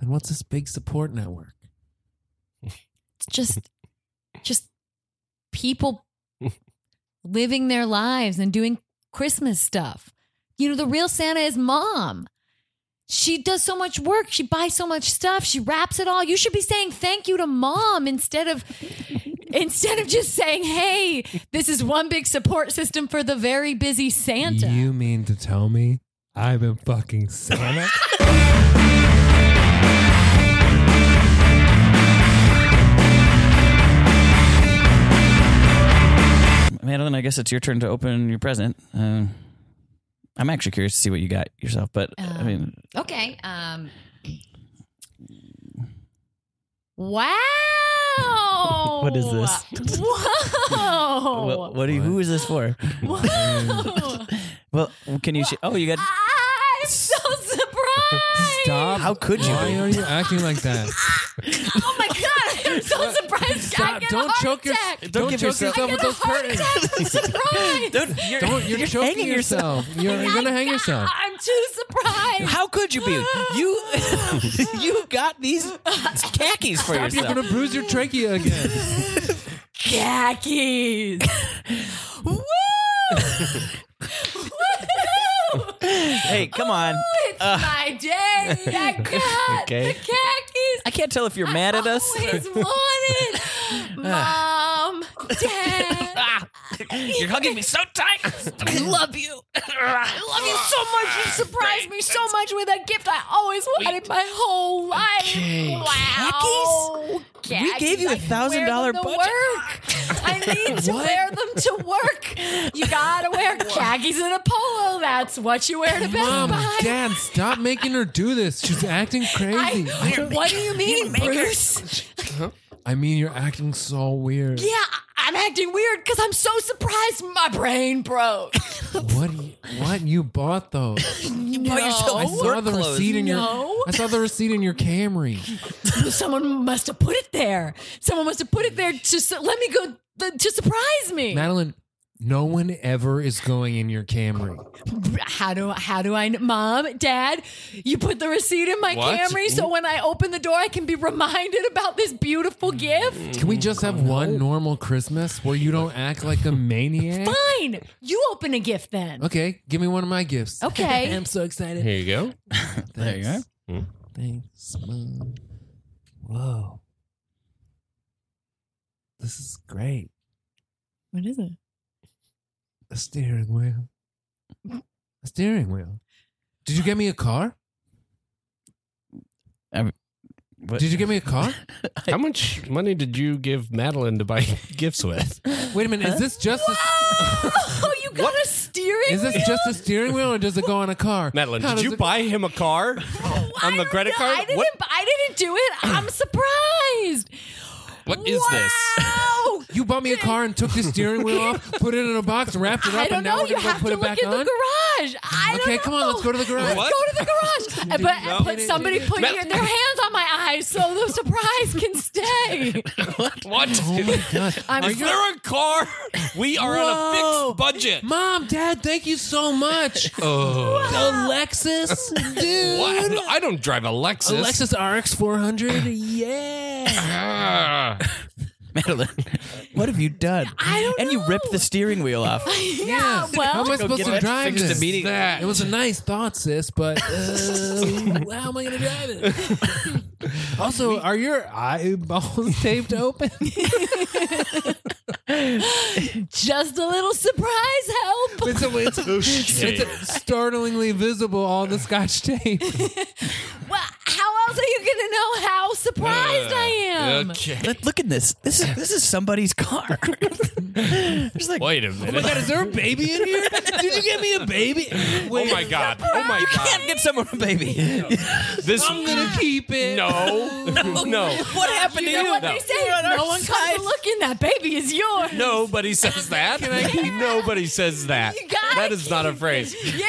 Speaker 4: Then what's this big support network?
Speaker 5: It's just just people living their lives and doing Christmas stuff. You know, the real Santa is mom. She does so much work. She buys so much stuff. She wraps it all. You should be saying thank you to mom instead of instead of just saying, "Hey, this is one big support system for the very busy Santa."
Speaker 4: You mean to tell me I've been fucking Santa?
Speaker 3: Madeline, I guess it's your turn to open your present. Um, I'm actually curious to see what you got yourself, but I
Speaker 5: Um,
Speaker 3: mean,
Speaker 5: Okay. Um. Wow.
Speaker 3: What is this?
Speaker 5: Whoa.
Speaker 3: what, what do you, who is this for?
Speaker 5: Whoa.
Speaker 3: Well, can you? Sh- oh, you got.
Speaker 5: I'm so surprised.
Speaker 4: Stop.
Speaker 3: How could you?
Speaker 4: Why are you acting like that?
Speaker 5: Oh my god, I'm so surprised. I
Speaker 4: Stop.
Speaker 5: get a
Speaker 4: Don't
Speaker 5: heart
Speaker 4: choke, your,
Speaker 5: attack.
Speaker 4: don't
Speaker 3: give
Speaker 4: choke
Speaker 3: yourself-
Speaker 4: yourself,
Speaker 5: I
Speaker 4: with
Speaker 5: get a
Speaker 4: those
Speaker 5: heart
Speaker 4: curtains.
Speaker 5: attack. I'm surprised.
Speaker 3: Dude, you're,
Speaker 4: Don't. You're, choking yourself. You're, you're going to hang yourself.
Speaker 5: I'm too surprised.
Speaker 3: How could you be? You you got these khakis for
Speaker 4: You're
Speaker 3: yourself.
Speaker 4: going to bruise your trachea again.
Speaker 5: khakis. Woo! Woo!
Speaker 3: Hey, come on.
Speaker 5: It's my day. I got
Speaker 6: Okay.
Speaker 5: the khakis.
Speaker 3: I can't tell if you're mad at us.
Speaker 5: Always wanted. Mom, Dad,
Speaker 3: Ah, You're hugging me so tight.
Speaker 5: I love you. I love you so much. You surprised me so much with a gift I always wanted my whole life. Wow. Khakis?
Speaker 3: We gave you a
Speaker 5: I
Speaker 3: $1,000
Speaker 5: can wear them to
Speaker 3: budget.
Speaker 5: Work. I need to wear them to work. You gotta wear khakis and a polo. That's what you wear to Best
Speaker 4: Mom,
Speaker 5: Buy.
Speaker 4: Dad, stop making her do this. She's acting crazy.
Speaker 5: I, what do you mean, Bruce?
Speaker 4: I mean, you're acting so weird.
Speaker 5: Yeah, I- I'm acting weird because I'm so surprised my brain broke.
Speaker 4: What? do you- What? You bought those?
Speaker 5: no.
Speaker 4: I saw the
Speaker 3: clothes.
Speaker 4: receipt in your.
Speaker 5: No.
Speaker 4: I saw the receipt in your Camry.
Speaker 5: Someone must have put it there. Someone must have put it there to su- let me go th- to surprise me.
Speaker 4: Madeline, no one ever is going in your Camry.
Speaker 5: How do how do I? kn- Mom, Dad, you put the receipt in my
Speaker 6: What?
Speaker 5: Camry so when I open the door, I can be reminded about this beautiful
Speaker 4: Hmm.
Speaker 5: gift.
Speaker 6: Oh,
Speaker 4: Can we just have one normal Christmas where you don't act like a maniac?
Speaker 5: Fine, you open a gift then.
Speaker 4: Okay, give me one of my gifts.
Speaker 5: Okay.
Speaker 4: I'm so excited.
Speaker 6: here you go.
Speaker 3: There you go.
Speaker 6: Hmm.
Speaker 4: Thanks, Mom. Whoa. This is great.
Speaker 5: What is it?
Speaker 4: A steering wheel. A steering wheel. Did you get me a car?
Speaker 3: What-
Speaker 4: Did you get me a car?
Speaker 6: How much money did you give Madeline to buy gifts with?
Speaker 4: Wait a minute. Is this just a,
Speaker 5: Oh, you got a steering
Speaker 4: is this just a steering wheel, or does it go on a car?
Speaker 6: Madeline,
Speaker 4: How
Speaker 6: did
Speaker 4: does
Speaker 6: you
Speaker 4: it-
Speaker 6: buy him a car
Speaker 5: I
Speaker 6: on the
Speaker 5: don't
Speaker 6: credit
Speaker 5: know.
Speaker 6: card?
Speaker 5: I didn't,
Speaker 6: What
Speaker 5: I didn't do it. I'm surprised.
Speaker 6: what is this?
Speaker 5: wow.
Speaker 4: You bought me a car and took the steering wheel off, put it in a box, wrapped it up,
Speaker 5: I don't
Speaker 4: and now
Speaker 5: know.
Speaker 4: we're
Speaker 5: You
Speaker 4: gonna go
Speaker 5: have
Speaker 4: put
Speaker 5: to
Speaker 4: it
Speaker 5: look at
Speaker 4: back
Speaker 5: the
Speaker 4: on.
Speaker 5: garage. I don't
Speaker 4: Okay, come on, let's
Speaker 5: know.
Speaker 4: go to the garage.
Speaker 5: Let's
Speaker 6: What?
Speaker 5: go to the garage. but, but somebody put
Speaker 6: Mel-
Speaker 5: your- their hands on my eyes so the surprise can stay.
Speaker 6: What?
Speaker 4: Oh my god!
Speaker 5: I'm
Speaker 6: Is there a car? We are on a
Speaker 4: Whoa.
Speaker 6: fixed budget.
Speaker 4: Mom, Dad, thank you so much.
Speaker 6: Oh.
Speaker 4: The Lexus, dude.
Speaker 6: What? I don't drive a Lexus.
Speaker 4: A Lexus RX 400. Yeah.
Speaker 6: Ah.
Speaker 3: Madeline, what have you done?
Speaker 5: I don't
Speaker 3: and you ripped the steering wheel off.
Speaker 5: yeah,
Speaker 4: Yeah. how
Speaker 5: well,
Speaker 4: am
Speaker 3: Go
Speaker 4: I supposed
Speaker 3: get
Speaker 4: to
Speaker 3: that
Speaker 4: drive
Speaker 3: fixed
Speaker 4: this?
Speaker 3: immediately.
Speaker 6: That.
Speaker 4: It was a nice thought, sis, but uh, how am I gonna drive it? Also, are your eyeballs taped open?
Speaker 5: just a little surprise help.
Speaker 4: It's, a, it's, it's startlingly visible on the scotch tape.
Speaker 5: Well, how else How's are you gonna know how surprised
Speaker 6: Uh,
Speaker 5: I am?
Speaker 6: Okay.
Speaker 3: Let, look at this. This is this is somebody's car. It's like,
Speaker 6: Wait a minute.
Speaker 4: is there a baby in here? Did you get me a baby?
Speaker 6: Oh my god. Oh my
Speaker 3: you
Speaker 6: god.
Speaker 3: can't get someone a baby.
Speaker 6: This I'm going to keep it. No. no.
Speaker 3: What happened
Speaker 5: You
Speaker 3: to
Speaker 5: know
Speaker 3: you?
Speaker 5: what they say?
Speaker 3: You're on
Speaker 5: No
Speaker 3: our
Speaker 5: one comes
Speaker 3: side.
Speaker 5: to looking. That baby is yours.
Speaker 6: Nobody says that. Nobody says that.
Speaker 5: You gotta
Speaker 6: That is not a phrase.
Speaker 5: Yeah.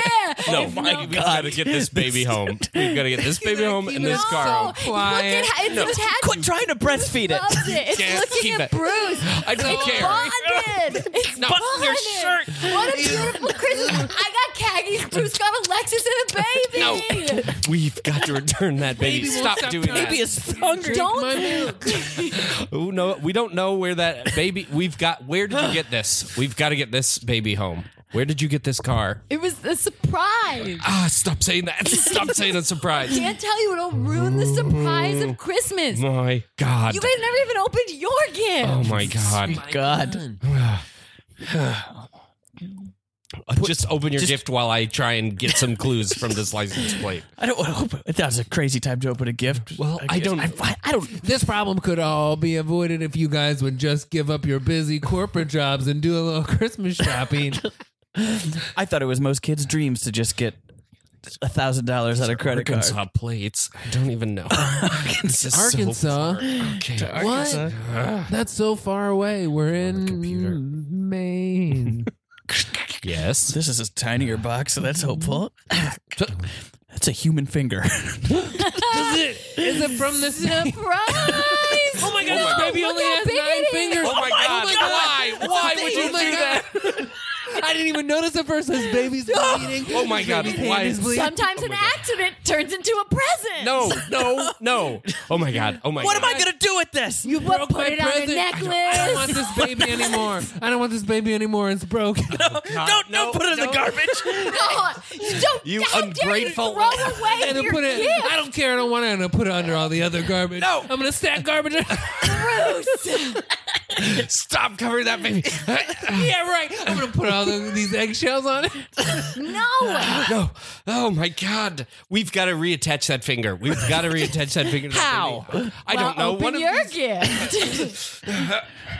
Speaker 6: No,
Speaker 5: If
Speaker 6: my
Speaker 5: no-
Speaker 6: God. We gotta get this baby home. We gotta get this baby home and this
Speaker 5: no.
Speaker 6: car home.
Speaker 5: Look at how it's attached.
Speaker 3: Quit trying to breastfeed it.
Speaker 5: Loves it. It's
Speaker 6: Yes,
Speaker 5: looking
Speaker 6: keep
Speaker 5: at
Speaker 6: it.
Speaker 5: Bruce.
Speaker 6: I don't
Speaker 5: It's
Speaker 6: care.
Speaker 5: bonded. It's
Speaker 6: No,
Speaker 5: bonded.
Speaker 6: your shirt.
Speaker 5: What a beautiful Christmas. I got khakis. Bruce got a Lexus and a baby.
Speaker 6: We've got to return that baby.
Speaker 4: Baby won't
Speaker 6: stop,
Speaker 4: stop
Speaker 6: doing
Speaker 4: crying.
Speaker 3: Baby is hungry.
Speaker 5: Don't
Speaker 6: that. Ooh, no, we don't know where that baby. We've got. Where did you get this? We've got to get this baby home. Where did you get this car?
Speaker 5: It was a surprise.
Speaker 6: Ah, stop saying that. Stop saying a surprise.
Speaker 5: Can't tell you it'll ruin the surprise of Christmas.
Speaker 6: My God.
Speaker 5: You guys never even opened your gift.
Speaker 6: Oh my God.
Speaker 3: God.
Speaker 6: Uh, Just open your
Speaker 3: Just-
Speaker 6: gift while I try and get some clues from this license plate.
Speaker 3: I don't want to open That was a crazy time to open a gift.
Speaker 4: Well,
Speaker 6: I don't.
Speaker 3: I, I don't.
Speaker 4: This problem could all be avoided if you guys would just give up your busy corporate jobs and do a little Christmas shopping.
Speaker 3: I thought it was most kids' dreams to just get a thousand dollars on a credit card.
Speaker 6: Arkansas plates. I don't even know. This is so
Speaker 4: Arkansas?
Speaker 6: far. okay.
Speaker 4: what? That's so far away. We're in Maine.
Speaker 6: Yes.
Speaker 3: This is a tinier box, so that's hopeful. That's a human finger.
Speaker 4: Is it from the
Speaker 5: Surprise! oh my
Speaker 4: God, this baby only has nine fingers.
Speaker 6: Oh my, God. Why? Why would you
Speaker 4: Oh
Speaker 6: do
Speaker 4: my
Speaker 6: that?
Speaker 4: I didn't even notice at first this baby's bleeding.
Speaker 6: Oh my God. Why is
Speaker 5: Sometimes an accident turns into a present.
Speaker 6: No, no, no. Oh my God. Oh my
Speaker 3: what
Speaker 6: God.
Speaker 3: am I gonna do with this?
Speaker 4: You
Speaker 5: What,
Speaker 4: broke
Speaker 5: put
Speaker 4: my
Speaker 5: it on a
Speaker 4: present. I don't, I don't want this baby anymore. I don't want this baby anymore. It's broken.
Speaker 3: don't don't put it in the garbage.
Speaker 5: God, you don't.
Speaker 6: You
Speaker 5: how
Speaker 6: ungrateful-
Speaker 5: Dare you throw away
Speaker 4: And
Speaker 5: your
Speaker 4: I put it.
Speaker 5: gift,
Speaker 4: I don't care. I don't want it. I'm gonna put it under all the other garbage.
Speaker 3: No.
Speaker 4: I'm gonna stack garbage.
Speaker 5: Bruce.
Speaker 6: Stop covering that baby.
Speaker 4: yeah, right. I'm gonna put all the, these eggshells on it.
Speaker 5: no.
Speaker 6: no. Oh my God. We've got to reattach that finger. We've got to reattach that finger. To
Speaker 3: How?
Speaker 6: That baby. I don't know.
Speaker 5: Open
Speaker 6: One of
Speaker 5: your
Speaker 6: these,
Speaker 5: gift.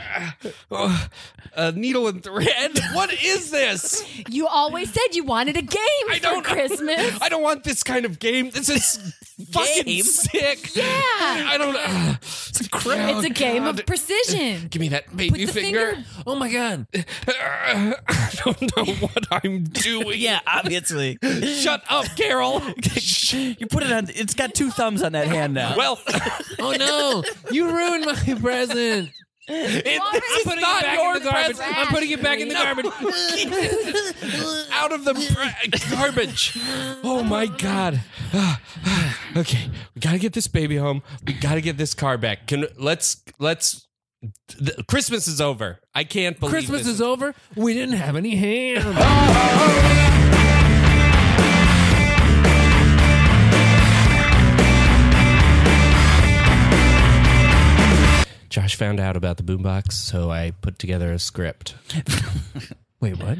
Speaker 6: oh, a needle and thread. What is this?
Speaker 5: you always said you wanted a game
Speaker 6: I
Speaker 5: for
Speaker 6: don't
Speaker 5: Christmas.
Speaker 6: I don't want this kind of game. This is fucking
Speaker 3: Game?
Speaker 6: sick.
Speaker 5: Yeah.
Speaker 6: I don't. Uh, it's a crap.
Speaker 5: It's a game of precision.
Speaker 6: Give me that baby
Speaker 5: the
Speaker 6: finger.
Speaker 5: finger-
Speaker 4: Oh my god.
Speaker 6: I don't know what I'm doing.
Speaker 3: yeah, obviously.
Speaker 6: Shut up, Carol.
Speaker 3: You put it on. It's got two thumbs on that hand now.
Speaker 6: well,
Speaker 4: Oh no. You ruined my present.
Speaker 6: it,
Speaker 5: This
Speaker 4: I'm putting
Speaker 6: not
Speaker 4: it back
Speaker 6: your
Speaker 4: in the garbage.
Speaker 5: present.
Speaker 4: I'm putting it back in the garbage.
Speaker 6: out of the bra- garbage. Oh my god. okay, we gotta get this baby home. We gotta get this car back. Can let's let's. th- Christmas is over. I can't believe
Speaker 4: Christmas
Speaker 6: this
Speaker 4: is over. We didn't have any ham.
Speaker 6: Josh found out about the boombox, so I put together a script.
Speaker 4: Wait, what?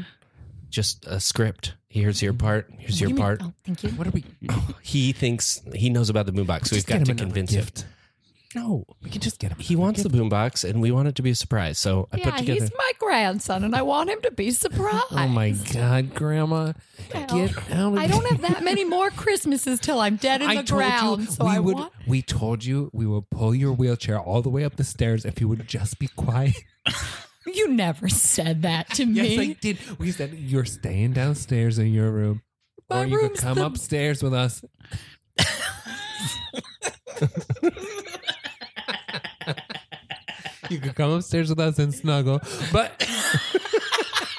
Speaker 6: Just a script. Here's your part. Here's your part.
Speaker 5: Oh, thank you.
Speaker 4: What are we?
Speaker 6: He thinks he knows about the boombox, so we've
Speaker 4: Just
Speaker 6: got
Speaker 4: get
Speaker 6: to
Speaker 4: him another
Speaker 6: convince
Speaker 4: gift.
Speaker 6: him. No,
Speaker 4: We can just get him.
Speaker 6: he wants the boombox, and we want it to be a surprise. So I
Speaker 5: Yeah,
Speaker 6: put together.
Speaker 5: he's my grandson, and I want him to be surprised.
Speaker 4: Oh my god, Grandma, get out of
Speaker 5: I don't have that many more Christmases till I'm dead in
Speaker 4: I
Speaker 5: the
Speaker 4: told
Speaker 5: ground.
Speaker 4: you
Speaker 5: so
Speaker 4: we
Speaker 5: I
Speaker 4: would.
Speaker 5: want.
Speaker 4: We told you we will pull your wheelchair all the way up the stairs if you would just be quiet.
Speaker 5: You never said that to me.
Speaker 4: yes, I did. We said you're staying downstairs in your room,
Speaker 5: My
Speaker 4: or you could
Speaker 5: room's
Speaker 4: come
Speaker 5: the-
Speaker 4: upstairs with us. you could come upstairs with us and snuggle, but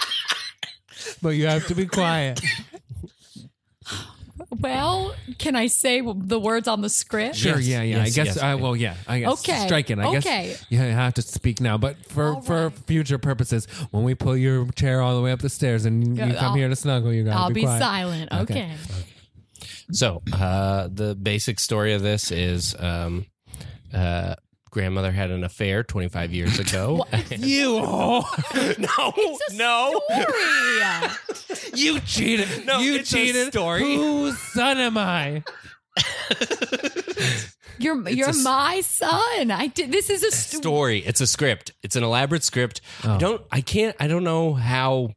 Speaker 4: but you have to be quiet.
Speaker 5: well, can I say the words on the script?
Speaker 4: Sure.
Speaker 6: Yes,
Speaker 4: yeah. Yeah. I
Speaker 6: yes,
Speaker 4: guess.
Speaker 6: yes.
Speaker 4: I well. Yeah. I guess.
Speaker 5: Okay,
Speaker 4: Striking. I
Speaker 5: okay.
Speaker 4: guess. Yeah. I have to speak now, but for
Speaker 5: All
Speaker 4: for
Speaker 5: right.
Speaker 4: future purposes, when we pull your chair all the way up the stairs and you
Speaker 5: Yeah,
Speaker 4: come
Speaker 5: I'll-
Speaker 4: here to snuggle, you gotta
Speaker 5: I'll
Speaker 4: be,
Speaker 5: be
Speaker 4: quiet.
Speaker 5: silent. Okay.
Speaker 4: Okay.
Speaker 6: So uh, the basic story of this is um, uh, grandmother had an affair 25 years ago.
Speaker 4: You.
Speaker 6: no, no,
Speaker 5: Story.
Speaker 6: you cheated. No,
Speaker 4: you
Speaker 6: it's a
Speaker 4: cheated.
Speaker 6: story.
Speaker 4: Whose son am I?
Speaker 5: You're you're
Speaker 6: a s-
Speaker 5: my son. I did. This is a st-
Speaker 6: story. It's a script. It's an elaborate script. I don't. I can't. I don't know how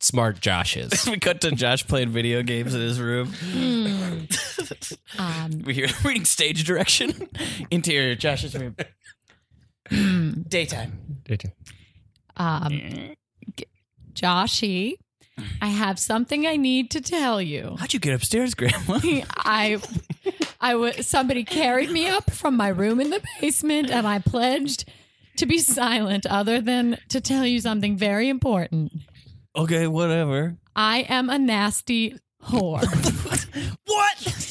Speaker 6: smart Josh is.
Speaker 3: we cut to Josh playing video games in his room.
Speaker 5: Um,
Speaker 3: We hear reading stage direction. Interior, Josh's room. Daytime.
Speaker 5: um, G- Joshy, I have something I need to tell you.
Speaker 3: How'd you get upstairs, Grandma?
Speaker 5: I, I was somebody carried me up from my room in the basement, and I pledged to be silent, other than to tell you something very important.
Speaker 3: okay, whatever.
Speaker 5: I am a nasty whore.
Speaker 3: What?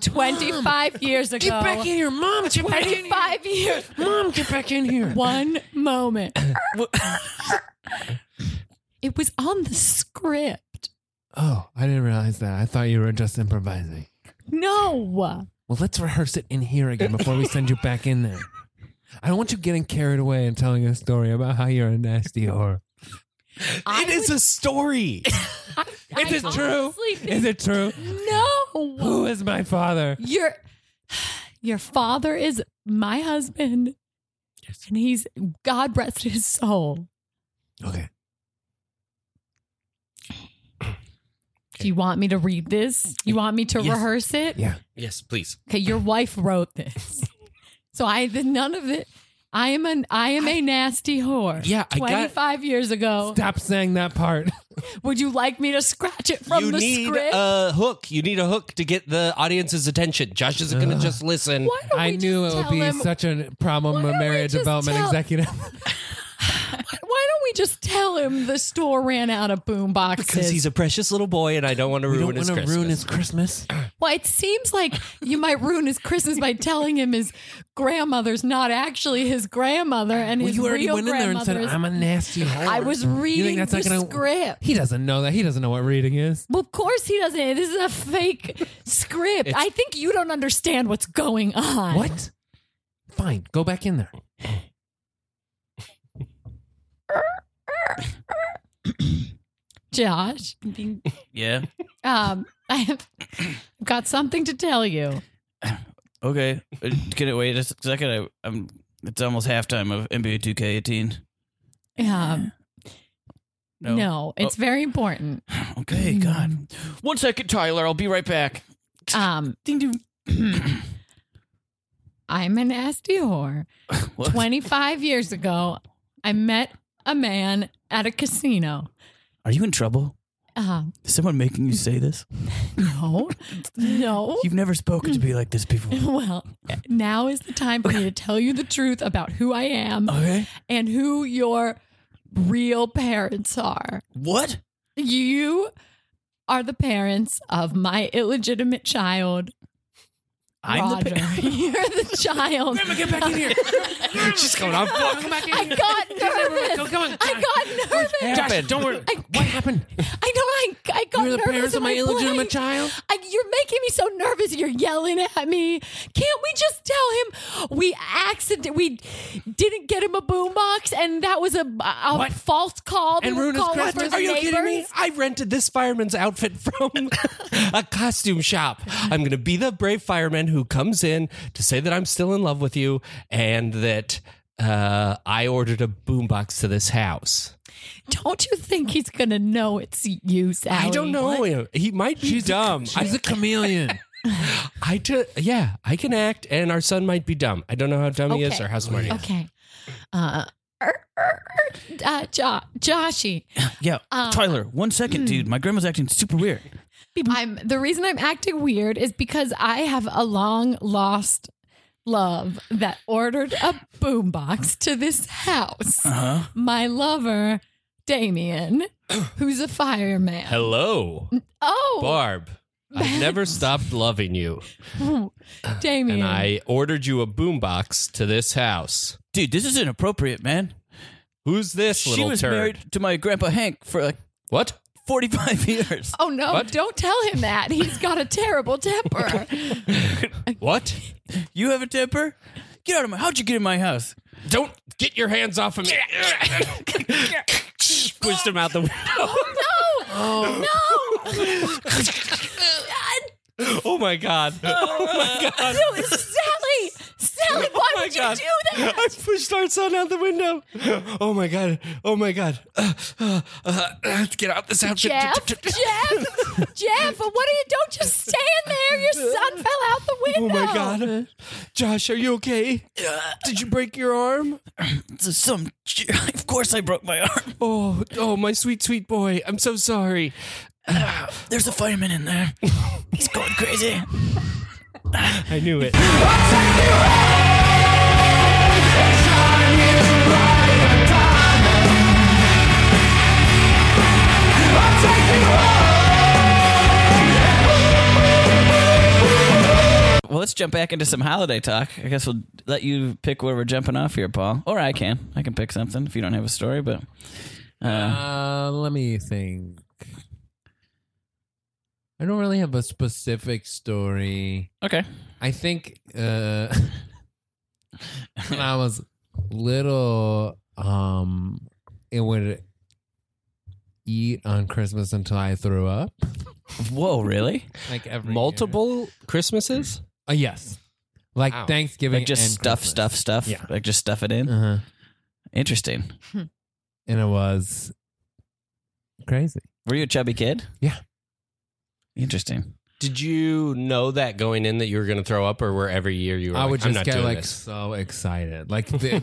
Speaker 5: Twenty-five years ago. Get back in here, mom. Twenty-five years.
Speaker 6: Mom, get back in here.
Speaker 5: One moment. it was on the script.
Speaker 4: Oh, I didn't realize that. I thought you were just improvising.
Speaker 5: No.
Speaker 4: Well, let's rehearse it in here again before we send you back in there. I don't want you getting carried away and telling a story about how you're a nasty whore.
Speaker 5: I
Speaker 6: It is a story.
Speaker 5: Is
Speaker 4: it true? Is it true?
Speaker 5: No.
Speaker 4: Who is my father?
Speaker 5: Your your father is my husband. And he's God rest his soul.
Speaker 4: Okay.
Speaker 5: Do you want me to read this? You want me to
Speaker 6: Yes.
Speaker 5: rehearse it?
Speaker 4: Yeah.
Speaker 6: yes, please.
Speaker 5: Okay, your wife wrote this. So I did none of it. I am an I am a nasty whore.
Speaker 6: Yeah, I got-
Speaker 5: 25 years ago.
Speaker 4: Stop saying that part.
Speaker 5: Would you like me to scratch it from
Speaker 6: you
Speaker 5: the
Speaker 6: need
Speaker 5: script?
Speaker 6: a hook. You need a hook to get the audience's attention. Josh isn't going to just listen.
Speaker 5: Why don't
Speaker 4: I
Speaker 5: we
Speaker 4: knew it
Speaker 5: just
Speaker 4: would
Speaker 5: tell
Speaker 4: be
Speaker 5: him,
Speaker 4: such a problem
Speaker 5: Why
Speaker 4: with
Speaker 5: don't we
Speaker 4: marriage
Speaker 5: just
Speaker 4: development
Speaker 5: tell-
Speaker 4: executive.
Speaker 5: Why don't we just tell him the store ran out of boom boxes?
Speaker 6: Because he's a precious little boy, and I don't want to ruin his
Speaker 4: wanna
Speaker 6: Christmas.
Speaker 4: Christmas.
Speaker 5: well, it seems like you might ruin his Christmas by telling him his grandmother's not actually his grandmother, and
Speaker 4: Well,
Speaker 5: his
Speaker 4: you already
Speaker 5: real
Speaker 4: went in there and said,
Speaker 5: grandmother is-
Speaker 4: I'm a nasty whore.
Speaker 5: I was
Speaker 4: You think
Speaker 5: reading
Speaker 4: that's
Speaker 5: the
Speaker 4: not gonna-
Speaker 5: script.
Speaker 4: He doesn't know that. He doesn't know what reading is.
Speaker 5: Well, of course he doesn't. This is a fake script. I think you don't understand what's going on.
Speaker 4: What? Fine, go back in there.
Speaker 5: Josh?
Speaker 3: Yeah.
Speaker 5: Um, I have got something to tell you.
Speaker 3: Okay. Uh, Can it wait a second? I, I'm. It's almost halftime of NBA 2K18.
Speaker 5: Um, no, it's very important.
Speaker 3: Okay, God. One second, Tyler. I'll be right back.
Speaker 5: Um,
Speaker 3: Ding ding.
Speaker 5: I'm a nasty whore.
Speaker 3: What?
Speaker 5: 25 years ago, I met a man at a casino.
Speaker 3: Are you in trouble?
Speaker 5: Um,
Speaker 3: Is someone making you say this?
Speaker 5: no, no.
Speaker 3: You've never spoken to me like this before.
Speaker 5: Well, now is the time for me to tell you the truth about who I am
Speaker 3: Okay.
Speaker 5: and who your real parents are.
Speaker 3: What?
Speaker 5: You are the parents of my illegitimate child,
Speaker 3: I'm
Speaker 5: Roger.
Speaker 3: the pa-
Speaker 5: You're the child.
Speaker 4: Get back in here.
Speaker 6: She's going on. Fuck.
Speaker 5: I got nervous. I got nervous.
Speaker 4: Josh, don't worry. what happened?
Speaker 5: I know. I, I got
Speaker 4: You're the
Speaker 5: nervous
Speaker 4: parents
Speaker 5: in
Speaker 4: of my illegitimate
Speaker 5: place.
Speaker 4: child?
Speaker 5: I, you're making me so nervous. You're yelling at me. Can't we just tell him we accident we didn't get him a boombox and that was a, a
Speaker 4: What?
Speaker 5: false call
Speaker 4: And
Speaker 5: We
Speaker 4: ruined his
Speaker 5: called
Speaker 4: Christmas?
Speaker 5: for the
Speaker 6: Are you kidding me?
Speaker 5: neighbors?
Speaker 6: I rented this fireman's outfit from a costume shop. I'm going to be the brave fireman who comes in to say that I'm still in love with you and that uh, I ordered a boombox to this house.
Speaker 5: Don't you think he's gonna know it's you, Sally?
Speaker 6: I don't know him. He might be dumb.
Speaker 4: She's a chameleon.
Speaker 6: I ju- yeah, I can act, and our son might be dumb. I don't know how dumb he is
Speaker 5: Okay.
Speaker 6: or how smart he is.
Speaker 5: Okay. Uh, er, er, er, uh, jo- Joshy,
Speaker 3: Yeah. Tyler, one second, dude. My grandma's acting super weird.
Speaker 5: I'm the reason I'm acting weird is because I have a long lost love that ordered a boombox to this house.
Speaker 6: Uh-huh.
Speaker 5: My lover, Damien, who's a fireman.
Speaker 6: Hello,
Speaker 5: Oh,
Speaker 6: Barb. I've never stopped loving you,
Speaker 5: Damien.
Speaker 6: and I ordered you a boombox to this house.
Speaker 3: Dude, this is inappropriate, man.
Speaker 6: Who's this
Speaker 3: she
Speaker 6: little
Speaker 3: was
Speaker 6: turd?
Speaker 3: married to my grandpa Hank for like
Speaker 6: What?
Speaker 3: 45 years.
Speaker 5: Oh no,
Speaker 6: What?
Speaker 5: don't tell him that. He's got a terrible temper.
Speaker 6: What?
Speaker 3: You have a temper? Get out of my How'd you get in my house?
Speaker 6: Don't get your hands off of me. Pushed him out the window.
Speaker 5: no! No! Uh,
Speaker 6: Oh my god. Oh my god. Oh
Speaker 5: No, Sally, Sally, why would you do that?
Speaker 6: I pushed our son out the window. Oh my god. Oh my god. Uh, uh, uh, get out this outfit.
Speaker 5: Jeff, Jeff, Jeff, what are you? Don't just stand there. Your son fell out the
Speaker 6: Oh
Speaker 5: window.
Speaker 6: my god. Josh, are you okay? Did you break your arm?
Speaker 3: So some, of course, I broke my arm.
Speaker 6: Oh, oh my sweet sweet boy. I'm so sorry.
Speaker 3: There's a fireman in there. He's going crazy.
Speaker 6: I knew it.
Speaker 3: Well, let's jump back into some holiday talk. I guess we'll let you pick where we're jumping off here, Paul. Or I can. I can pick something if you don't have a story, but
Speaker 4: Uh, let me think. I don't really have a specific story.
Speaker 3: okay.
Speaker 4: I think uh, when I was little, um, it would eat on Christmas until I threw up.
Speaker 3: Whoa, really?
Speaker 4: Like every year.
Speaker 6: Multiple Christmases?
Speaker 4: Uh, yes, like
Speaker 6: Wow.
Speaker 4: Thanksgiving,
Speaker 3: Like just
Speaker 4: and
Speaker 3: stuff,
Speaker 4: Christmas.
Speaker 3: stuff, stuff.
Speaker 4: Yeah.
Speaker 3: Like just stuff it in.
Speaker 4: Uh-huh.
Speaker 3: Interesting.
Speaker 4: and it was crazy.
Speaker 3: Were you a chubby kid?
Speaker 4: Yeah.
Speaker 3: Interesting.
Speaker 6: Did you know that going in that you were going to throw up, or were every year you were?
Speaker 4: I
Speaker 6: like,
Speaker 4: would
Speaker 6: I'm
Speaker 4: just
Speaker 6: not
Speaker 4: get
Speaker 6: doing
Speaker 4: like
Speaker 6: this.
Speaker 4: so excited, like the,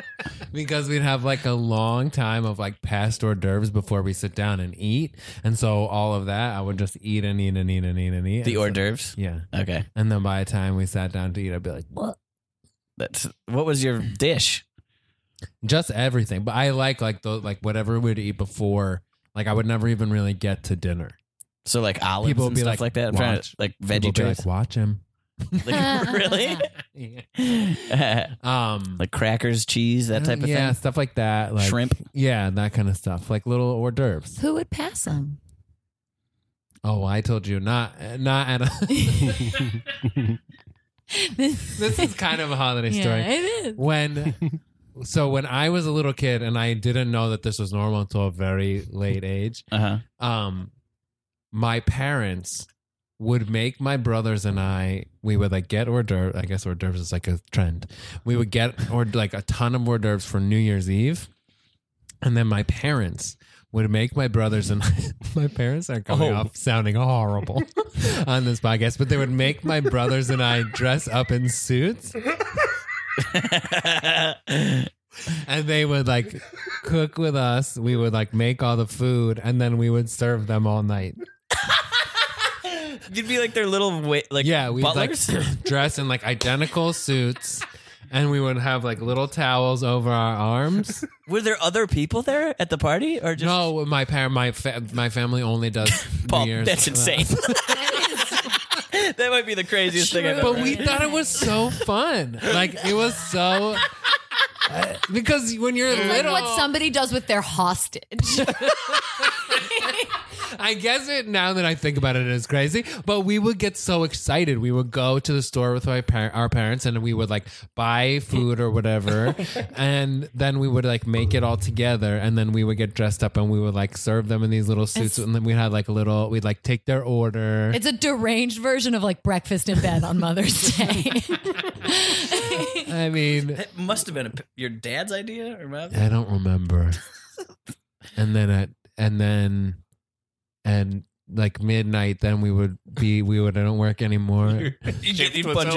Speaker 4: because because we'd have like a long time of like past hors d'oeuvres before we sit down and eat, and so all of that I would just eat and eat and eat and eat and eat.
Speaker 3: The
Speaker 4: And so-
Speaker 3: hors d'oeuvres.
Speaker 4: yeah.
Speaker 3: Okay.
Speaker 4: And then by the time we sat down to eat, I'd be like, what?
Speaker 3: That's what was your dish?
Speaker 4: Just everything. But I like like the like whatever we'd eat before. Like I would never even really get to dinner.
Speaker 3: So like olives
Speaker 4: People
Speaker 3: and
Speaker 4: be
Speaker 3: stuff like,
Speaker 4: like,
Speaker 3: that. I'm trying to
Speaker 4: watch.
Speaker 3: like
Speaker 4: People
Speaker 3: veggie
Speaker 4: would be
Speaker 3: trays.
Speaker 4: Like, watch him.
Speaker 3: Like, really?
Speaker 4: Um,
Speaker 3: like crackers, cheese, that type of
Speaker 4: yeah,
Speaker 3: thing.
Speaker 4: stuff like that. Like,
Speaker 3: Shrimp.
Speaker 4: Yeah, that kind of stuff. Like little hors d'oeuvres.
Speaker 5: Who would pass him?
Speaker 4: Oh, I told you not not at a. this is kind of a holiday story.
Speaker 5: Yeah, it is.
Speaker 4: When so when I was a little kid and I didn't know that this was normal until a very late age.
Speaker 3: Uh huh.
Speaker 4: Um, my parents would make my brothers and I. We would like get hors d'oeuvres. I guess hors d'oeuvres is like a trend. We would get or like a ton of hors d'oeuvres for New Year's Eve, and then my parents. Would make my brothers and my parents are coming
Speaker 6: Oh.
Speaker 4: off sounding horrible on this podcast, but they would make my brothers and I dress up in suits and they would like cook with us. We would like make all the food, and then we would serve them all night.
Speaker 3: You'd be like their little wait, like
Speaker 4: Yeah, we'd
Speaker 3: butlers.
Speaker 4: like dress in like identical suits, and we would have like little towels over our arms.
Speaker 3: Were there other people there at the party or just
Speaker 4: No, my parent, my fa- my family only does
Speaker 3: Paul?
Speaker 4: New Year's.
Speaker 3: That's insane. that might be the craziest thing I've ever.
Speaker 4: But we thought it was so fun. Like it was so. uh, Because when you're
Speaker 5: Like
Speaker 4: little,
Speaker 5: what somebody does with their hostage.
Speaker 4: I guess it now that I think about it, it is crazy. But we would get so excited. We would go to the store with my par- our parents, and we would like buy food or whatever, and then we would like make it all together, and then we would get dressed up, and we would like serve them in these little suits, and then we had like a little. We'd like take their order.
Speaker 5: It's a deranged version of like breakfast in bed on Mother's Day.
Speaker 4: I mean,
Speaker 3: That must have been a, your dad's idea or mine.
Speaker 4: I don't remember. and then at and then and like midnight, then we would be we would I don't work anymore.
Speaker 3: You get the punch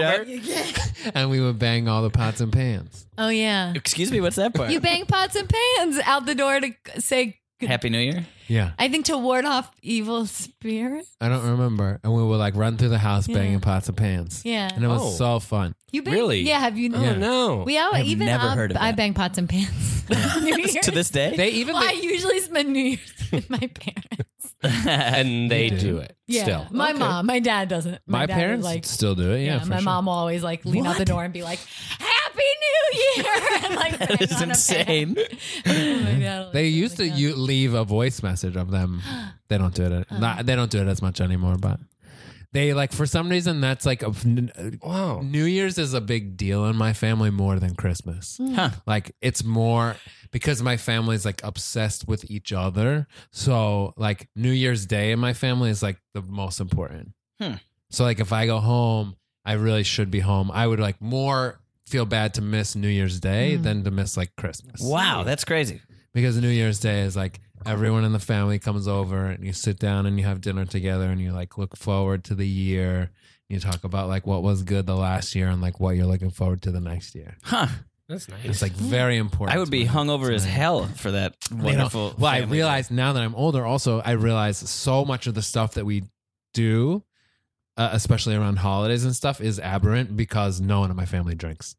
Speaker 4: and we would bang all the pots and pans.
Speaker 5: oh yeah,
Speaker 3: Excuse me, what's that part?
Speaker 5: you bang pots and pans out the door to say.
Speaker 3: Happy New Year.
Speaker 4: Yeah,
Speaker 5: I think to ward off evil spirit.
Speaker 4: I don't remember. And we would like run through the house
Speaker 5: Yeah.
Speaker 4: banging pots and pans.
Speaker 5: Yeah.
Speaker 4: and it was
Speaker 6: Oh.
Speaker 4: so fun.
Speaker 5: You bang,
Speaker 6: Really?
Speaker 5: Yeah. Have you?
Speaker 6: Oh no.
Speaker 5: We all
Speaker 3: I've
Speaker 5: even
Speaker 3: never
Speaker 5: I,
Speaker 3: heard of
Speaker 5: I
Speaker 3: that.
Speaker 5: bang pots and pans.
Speaker 3: to this day,
Speaker 4: They even
Speaker 5: Well, I usually spend New Year's with my parents.
Speaker 6: and they do it
Speaker 5: Yeah,
Speaker 6: still.
Speaker 5: my mom, my dad doesn't.
Speaker 4: my
Speaker 5: dad
Speaker 4: parents
Speaker 5: is like
Speaker 4: still do it. Yeah,
Speaker 5: yeah,
Speaker 4: for
Speaker 5: my
Speaker 4: sure.
Speaker 5: mom will always like lean out the door and be like, "Happy New Year!" and like
Speaker 3: that is insane.
Speaker 5: Oh
Speaker 4: They used to you uh, leave a voice message of them. They don't do it. Not, they don't do it as much anymore, but They like for some reason that's like a,
Speaker 6: Wow.
Speaker 4: New Year's is a big deal in my family more than Christmas. Like it's more because my family's like obsessed with each other. So like New Year's Day in my family is like the most important.
Speaker 3: Hmm.
Speaker 4: So like if I go home, I really should be home. I would like more feel bad to miss New Year's Day than to miss like Christmas.
Speaker 3: Wow, that's crazy.
Speaker 4: Because New Year's Day is like everyone in the family comes over and you sit down and you have dinner together and you like look forward to the year. You talk about like what was good the last year and like what you're looking forward to the next year.
Speaker 3: Huh.
Speaker 6: That's nice.
Speaker 4: It's like very important.
Speaker 3: I would be
Speaker 4: to me.
Speaker 3: hungover as hell for that
Speaker 4: You know,
Speaker 3: wonderful.
Speaker 4: well, I
Speaker 3: family
Speaker 4: realize now that I'm older. Also, I realize so much of the stuff that we do, uh, especially around holidays and stuff, is aberrant because no one in my family drinks.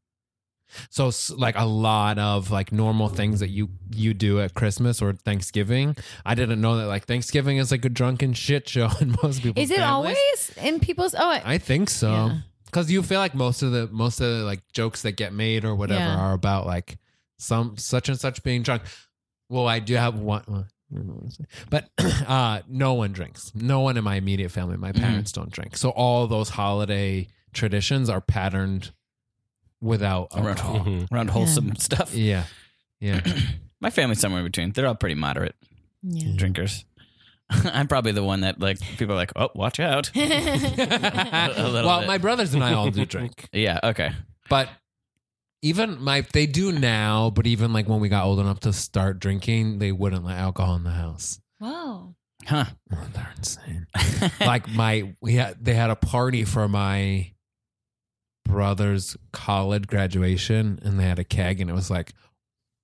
Speaker 4: So, s- like a lot of like normal things that you you do at Christmas or Thanksgiving, I didn't know that like Thanksgiving is like a drunken shit show in most people's.
Speaker 5: Is it
Speaker 4: families.
Speaker 5: always in people's? Oh, I,
Speaker 4: I think so.
Speaker 5: Yeah.
Speaker 4: Cause you feel like most of the most of the like jokes that get made or whatever
Speaker 5: Yeah.
Speaker 4: are about like some such and such being drunk. Well, I do have one, well, I don't know what to say. but uh, no one drinks. No one in my immediate family. My
Speaker 5: Mm-hmm.
Speaker 4: parents don't drink. So all those holiday traditions are patterned without
Speaker 3: Around,
Speaker 4: alcohol.
Speaker 6: Mhm.
Speaker 3: around wholesome stuff.
Speaker 4: Yeah, yeah.
Speaker 3: My family's somewhere in between. They're all pretty moderate
Speaker 5: yeah.
Speaker 3: drinkers. I'm probably the one that like people are like, oh, watch out. A little
Speaker 4: well,
Speaker 3: bit.
Speaker 4: my brothers and I all do drink.
Speaker 3: yeah, okay.
Speaker 4: But even my they do now, but even like when we got old enough to start drinking, they wouldn't let alcohol in the house.
Speaker 5: Whoa.
Speaker 3: Huh.
Speaker 4: Oh, they're insane. like my we had they had a party for my brother's college graduation and they had a keg and it was like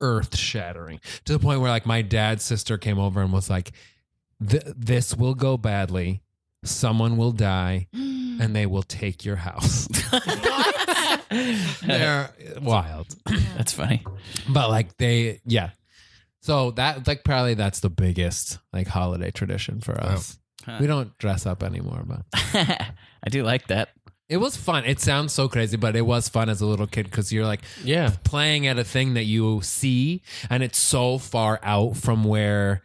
Speaker 4: earth shattering to the point where like my dad's sister came over and was like "Th- this will go badly someone will die and they will take your house they're wild
Speaker 3: That's funny.
Speaker 4: but like they yeah so that like probably that's the biggest like holiday tradition for us
Speaker 3: Huh.
Speaker 4: we don't dress up anymore but
Speaker 3: I do like that.
Speaker 4: it was fun it sounds so crazy but it was fun as a little kid because you're like
Speaker 6: yeah.
Speaker 4: playing at a thing that you see and it's so far out from where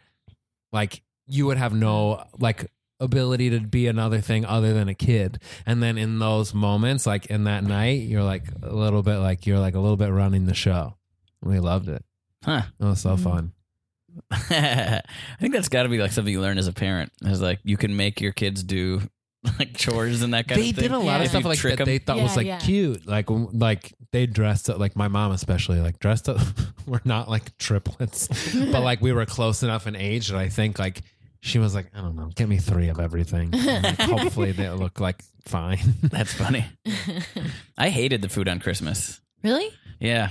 Speaker 4: like you would have no like ability to be another thing other than a kid and then in those moments like in that night you're like a little bit like you're like a little bit running the show we loved it
Speaker 3: Huh.
Speaker 4: it was so fun
Speaker 3: I think that's got to be like something you learn as a parent. Is like you can make your kids do like chores and that kind
Speaker 4: they
Speaker 3: of thing.
Speaker 4: did a lot of
Speaker 3: If
Speaker 4: stuff
Speaker 3: you
Speaker 4: like
Speaker 3: trick
Speaker 4: that
Speaker 3: 'em.
Speaker 4: they thought was
Speaker 5: Yeah,
Speaker 4: like
Speaker 5: yeah.
Speaker 4: cute like w- like they dressed up like my mom especially like dressed up we're not like triplets but like we were close enough in age that i think like she was like i don't know give me three of everything And, like, hopefully they look like fine
Speaker 3: That's funny. I hated the food on Christmas.
Speaker 5: Really?
Speaker 3: Yeah.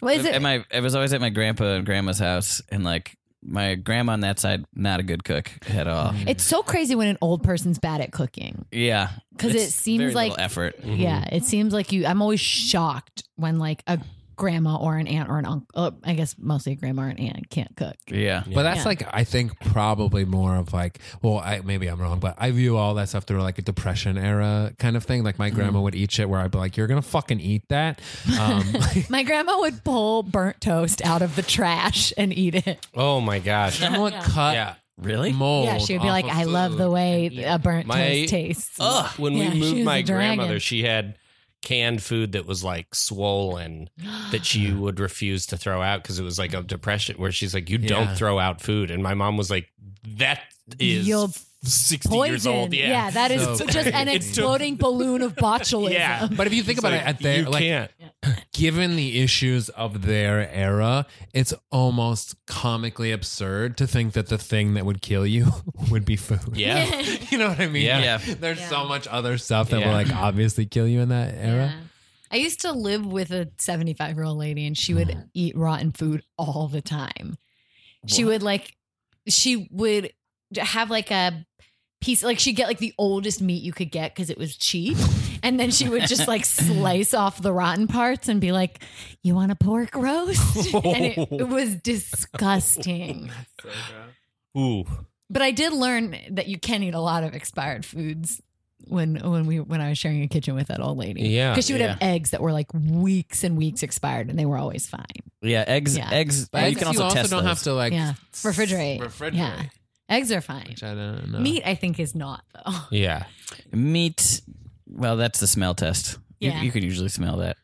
Speaker 5: What is
Speaker 3: At
Speaker 5: it?
Speaker 3: my, it was always at my grandpa and grandma's house, and like my grandma on that side, not a good cook at all.
Speaker 5: It's so crazy when an old person's bad at cooking.
Speaker 3: Yeah,
Speaker 5: 'Cause it
Speaker 3: It's
Speaker 5: seems
Speaker 3: very
Speaker 5: like-
Speaker 3: little effort.
Speaker 6: Mm-hmm.
Speaker 5: Yeah, it seems like you. I'm always shocked when like a grandma or an aunt or an uncle. Uh, I guess mostly a grandma and aunt can't cook.
Speaker 3: Yeah,
Speaker 4: But that's
Speaker 5: Yeah.
Speaker 4: like I think probably more of like well I maybe I'm wrong but I view all that stuff through like a depression era kind of thing like my grandma would eat shit where I'd be like you're gonna fucking eat that um,
Speaker 5: My grandma would pull burnt toast out of the trash and eat it.
Speaker 6: Oh my gosh.
Speaker 4: grandma would cut
Speaker 6: Yeah.
Speaker 3: really?
Speaker 6: Oh,
Speaker 4: mold
Speaker 5: yeah, she would be
Speaker 4: off
Speaker 5: like,
Speaker 4: of
Speaker 5: "I love
Speaker 4: food."
Speaker 5: the way a burnt
Speaker 6: My-
Speaker 5: toast tastes."
Speaker 6: Ugh. When
Speaker 5: Yeah,
Speaker 6: we
Speaker 5: she
Speaker 6: moved
Speaker 5: was
Speaker 6: my
Speaker 5: a dragon.
Speaker 6: grandmother, she had canned food that was like swollen that she would refuse to throw out because it was like a depression where she's like, You
Speaker 4: Yeah.
Speaker 6: don't throw out food. And my mom was like, That is
Speaker 5: You'll
Speaker 6: 60
Speaker 5: Poison.
Speaker 6: years old. Yeah.
Speaker 5: that is
Speaker 4: So
Speaker 5: just an
Speaker 6: It's
Speaker 5: exploding balloon of botulism.
Speaker 6: Yeah.
Speaker 4: But if you think
Speaker 6: It's
Speaker 4: about
Speaker 6: like,
Speaker 4: it, at their
Speaker 6: you
Speaker 4: like,
Speaker 6: can't.
Speaker 4: given the issues of their era, it's almost comically absurd to think that the thing that would kill you would be food.
Speaker 6: Yeah.
Speaker 4: you know what I mean?
Speaker 6: Yeah.
Speaker 4: Like,
Speaker 3: Yeah.
Speaker 4: There's
Speaker 5: Yeah.
Speaker 4: so much other stuff that will
Speaker 6: Yeah.
Speaker 4: like obviously kill you in that era.
Speaker 5: I used to live with a 75 year old lady and she would eat rotten food all the time. She would like, she would have like a piece, like she'd get like the oldest meat you could get because it was cheap. And then she would just like slice off the rotten parts and be like, You want a pork roast? And it, it was disgusting.
Speaker 6: Ooh.
Speaker 5: But I did learn that you can eat a lot of expired foods when when we when I was sharing a kitchen with that old lady.
Speaker 6: Yeah,
Speaker 5: because she would have eggs that were like weeks and weeks expired, and they were always fine.
Speaker 3: Yeah, eggs.
Speaker 5: Yeah.
Speaker 3: Eggs.
Speaker 4: But
Speaker 3: you can also, test
Speaker 4: don't
Speaker 3: those.
Speaker 4: have to like
Speaker 5: Yeah.
Speaker 4: s-
Speaker 5: Refrigerate.
Speaker 4: Refrigerate.
Speaker 5: Yeah. Eggs are fine.
Speaker 4: Which I don't know.
Speaker 5: Meat, I think, is not though.
Speaker 6: Yeah.
Speaker 3: Meat. Well, that's the smell test. You-
Speaker 5: Yeah.
Speaker 3: You, can usually smell that.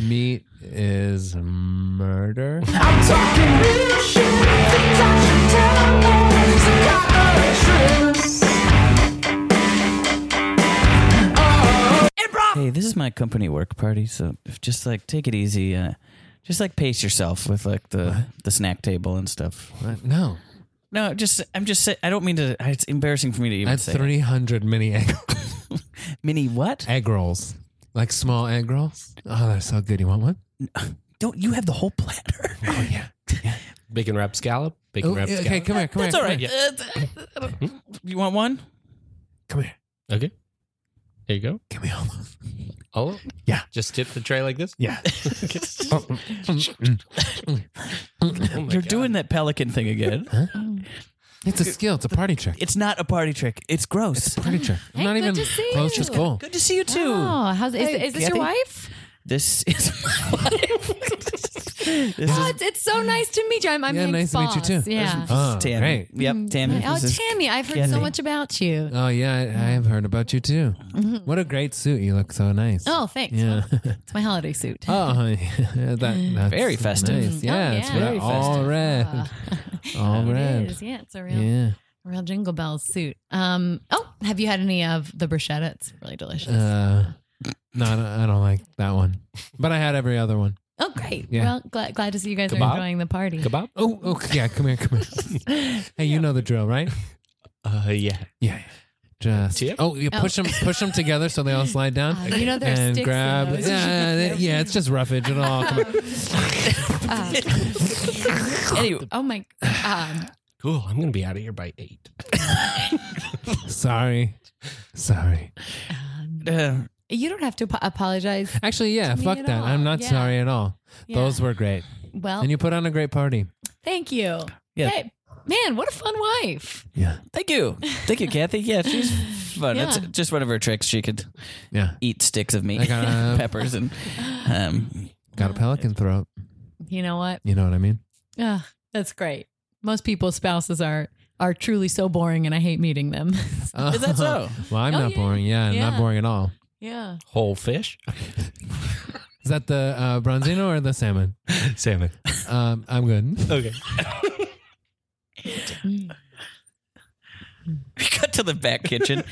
Speaker 4: Meat is murder.
Speaker 3: Hey, this is my company work party, so if just like take it easy. Uh, just like pace yourself with like the the snack table and stuff.
Speaker 4: What? no,
Speaker 3: No, just I'm just say, I don't mean to. It's embarrassing for me to
Speaker 4: I
Speaker 3: even
Speaker 4: had
Speaker 3: say.
Speaker 4: three hundred mini egg,
Speaker 3: Mini what?
Speaker 4: egg rolls, like small egg rolls. Oh, they're so good. You want one?
Speaker 3: Don't you have the whole platter?
Speaker 4: Oh yeah.
Speaker 6: Bacon wrap scallop. Bacon
Speaker 4: Oh,
Speaker 6: wrap
Speaker 4: yeah, okay,
Speaker 6: scallop.
Speaker 4: come here, come
Speaker 3: That's
Speaker 4: here.
Speaker 3: all right. Uh, you want one?
Speaker 4: Come here,
Speaker 6: Okay. There you go.
Speaker 4: give me all those.
Speaker 6: Oh.
Speaker 4: Yeah.
Speaker 6: Just tip the tray like this.
Speaker 4: Yeah.
Speaker 6: Oh my
Speaker 3: You're
Speaker 6: God.
Speaker 3: doing that pelican thing again.
Speaker 4: it's a skill. It's a party trick.
Speaker 3: It's not a party trick. It's gross.
Speaker 4: It's a party trick. I'm
Speaker 5: Hey,
Speaker 4: not
Speaker 5: good
Speaker 4: even
Speaker 5: to see
Speaker 4: close
Speaker 5: you.
Speaker 4: to school.
Speaker 3: Good to see you too.
Speaker 5: Oh, how's is,
Speaker 3: Hey,
Speaker 5: is this your
Speaker 3: Kathy.
Speaker 5: wife?
Speaker 3: This is my life. this
Speaker 5: Oh,
Speaker 3: is
Speaker 5: it's, it's so nice to meet you. I'm, I'm
Speaker 4: Yeah, nice
Speaker 5: Hank's
Speaker 4: to meet you,
Speaker 5: boss.
Speaker 4: too.
Speaker 5: Yeah.
Speaker 4: Oh,
Speaker 3: Tammy.
Speaker 4: great.
Speaker 3: Yep, Tammy.
Speaker 5: Oh,
Speaker 3: This is-
Speaker 5: Tammy, I've heard so
Speaker 3: Kathy.
Speaker 5: much about you.
Speaker 4: Oh yeah, I, I have heard about you too. What a great suit! You look so nice.
Speaker 5: Mm-hmm. Oh, thanks.
Speaker 4: yeah.
Speaker 5: It's my holiday suit.
Speaker 4: Oh, yeah, that, that's
Speaker 3: Very festive.
Speaker 4: nice. Yeah,
Speaker 5: Oh,
Speaker 4: it's
Speaker 5: yeah. Ah.
Speaker 4: very
Speaker 5: Very
Speaker 4: all red, all
Speaker 5: It
Speaker 4: red.
Speaker 5: is. Yeah, it's a real,
Speaker 4: Yeah.
Speaker 5: real Jingle Bell suit. Um, oh, have you had any of the bruschetta? It's really delicious.
Speaker 4: Uh, no, I don't, I don't like that one. But I had every other one.
Speaker 5: oh, great.
Speaker 4: yeah.
Speaker 5: Well, glad, glad to see you guys
Speaker 6: Kebab?
Speaker 5: are enjoying the party.
Speaker 6: Kebab?
Speaker 4: Oh, okay. Yeah, come here, come here. hey, you know the drill, right?
Speaker 6: Uh, yeah.
Speaker 4: Yeah. Just
Speaker 6: Tip?
Speaker 4: oh, you push them, push them together so they all slide down.
Speaker 5: Uh, you know there are
Speaker 4: and
Speaker 5: sticks in
Speaker 4: grab.
Speaker 5: those. Um,
Speaker 4: Yeah, yeah, yeah, it's just roughage. It'll all come. out.
Speaker 5: Anyway, oh my. Um,
Speaker 6: Cool. I'm gonna be out of here by eight.
Speaker 4: Sorry, sorry.
Speaker 3: uh,
Speaker 5: you don't have to ap- apologize.
Speaker 4: Actually, yeah,
Speaker 5: me
Speaker 4: fuck
Speaker 5: at
Speaker 4: that.
Speaker 5: all.
Speaker 4: I'm not
Speaker 5: Yeah.
Speaker 4: sorry at all.
Speaker 5: Yeah.
Speaker 4: Those were great,
Speaker 5: Well,
Speaker 4: and you put on a great party.
Speaker 5: thank you.
Speaker 3: Yeah.
Speaker 5: Hey, man, what a fun wife.
Speaker 4: Yeah,
Speaker 3: thank you. Thank you, Kathy. Yeah, she's fun.
Speaker 5: Yeah.
Speaker 3: That's just one of her tricks. She could
Speaker 4: yeah.
Speaker 3: eat sticks of meat,
Speaker 4: I got a-
Speaker 3: peppers, and um,
Speaker 4: Got a pelican throat.
Speaker 5: You know what?
Speaker 4: You know what I mean?
Speaker 5: Ah, that's great. Most people's spouses are are truly so boring, and I hate meeting them.
Speaker 3: is that so?
Speaker 4: Well, I'm
Speaker 5: Oh,
Speaker 4: not
Speaker 5: yeah.
Speaker 4: boring. Yeah,
Speaker 5: Yeah.
Speaker 4: not boring at all.
Speaker 5: yeah.
Speaker 6: Whole fish?
Speaker 4: Is that the uh, bronzino or the salmon?
Speaker 6: Salmon.
Speaker 4: Um, I'm good.
Speaker 6: Okay.
Speaker 5: Mm.
Speaker 3: We cut to the back kitchen.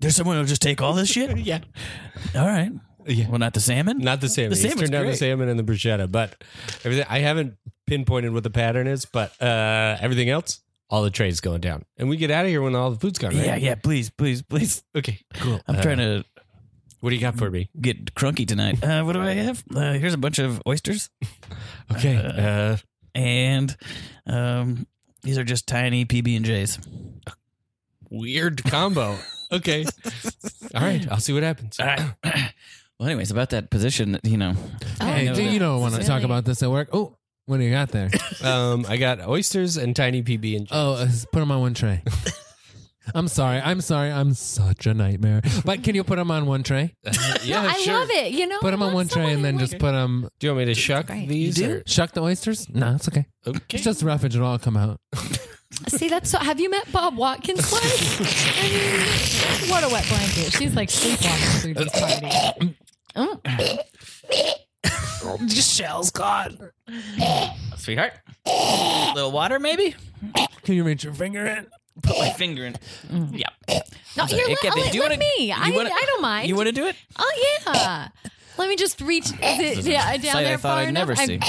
Speaker 3: There's someone who'll just take all this shit.
Speaker 6: yeah.
Speaker 3: All right.
Speaker 6: Yeah.
Speaker 3: Well, not the salmon.
Speaker 6: Not the salmon.
Speaker 3: The
Speaker 6: He's
Speaker 3: salmon's
Speaker 6: turned down the
Speaker 3: great.
Speaker 6: salmon and the bruschetta, but everything I haven't pinpointed what the pattern is, but uh everything else, all the trays going down. And we get out of here when all the food's gone, right?
Speaker 3: Yeah, yeah. Please, please, please.
Speaker 6: Okay. Cool.
Speaker 3: I'm
Speaker 6: Uh,
Speaker 3: trying to
Speaker 6: What do you got for me?
Speaker 3: get crunky tonight. Uh, what do I have? Uh, here's a bunch of oysters,
Speaker 6: Okay. Uh,
Speaker 3: and um, these are just tiny PB and J's.
Speaker 6: weird combo. okay. All right. I'll see what happens.
Speaker 3: Well, anyways, about that position, that, you know,
Speaker 4: Hey,
Speaker 5: no,
Speaker 4: do you don't
Speaker 5: that's
Speaker 4: want to talk
Speaker 5: really-
Speaker 4: about this at work? Oh, what do you got there?
Speaker 6: Um, I got oysters and tiny PB and
Speaker 4: Oh, uh, put them on one tray. I'm sorry. I'm sorry. I'm such a nightmare. But can you put them on one tray?
Speaker 6: yeah,
Speaker 5: I love it. You know,
Speaker 4: Put them
Speaker 5: I
Speaker 4: on
Speaker 5: love
Speaker 4: one tray and
Speaker 5: someone
Speaker 4: then
Speaker 5: who
Speaker 4: just
Speaker 5: like-
Speaker 4: put them.
Speaker 6: Do you want me to shuck
Speaker 5: great.
Speaker 6: these?
Speaker 3: You do?
Speaker 6: or-
Speaker 4: Shuck the oysters? No, it's okay.
Speaker 6: Okay.
Speaker 4: It's just roughage. It'll all come out.
Speaker 5: See, that's so. Have you met Bob Watkins' wife? I mean, what a wet blanket. She's like sleepwalking through
Speaker 3: Uh,
Speaker 5: this party. Oh,
Speaker 3: sweetheart, a little water maybe.
Speaker 4: Can you reach your finger in?
Speaker 3: Put my finger in. Yeah.
Speaker 5: no,
Speaker 3: sorry,
Speaker 5: here,
Speaker 3: it
Speaker 5: let,
Speaker 3: can't
Speaker 5: oh,
Speaker 3: be-
Speaker 5: let,
Speaker 3: do you
Speaker 5: Mm. let
Speaker 3: wanna-
Speaker 5: me. I,
Speaker 3: you wanna-
Speaker 5: I don't mind.
Speaker 3: You want to do it?
Speaker 5: oh, yeah. Let me just reach the, yeah, down
Speaker 3: Sight I
Speaker 5: there
Speaker 3: thought
Speaker 5: far
Speaker 3: I'd
Speaker 5: enough.
Speaker 3: never
Speaker 5: I-
Speaker 3: see.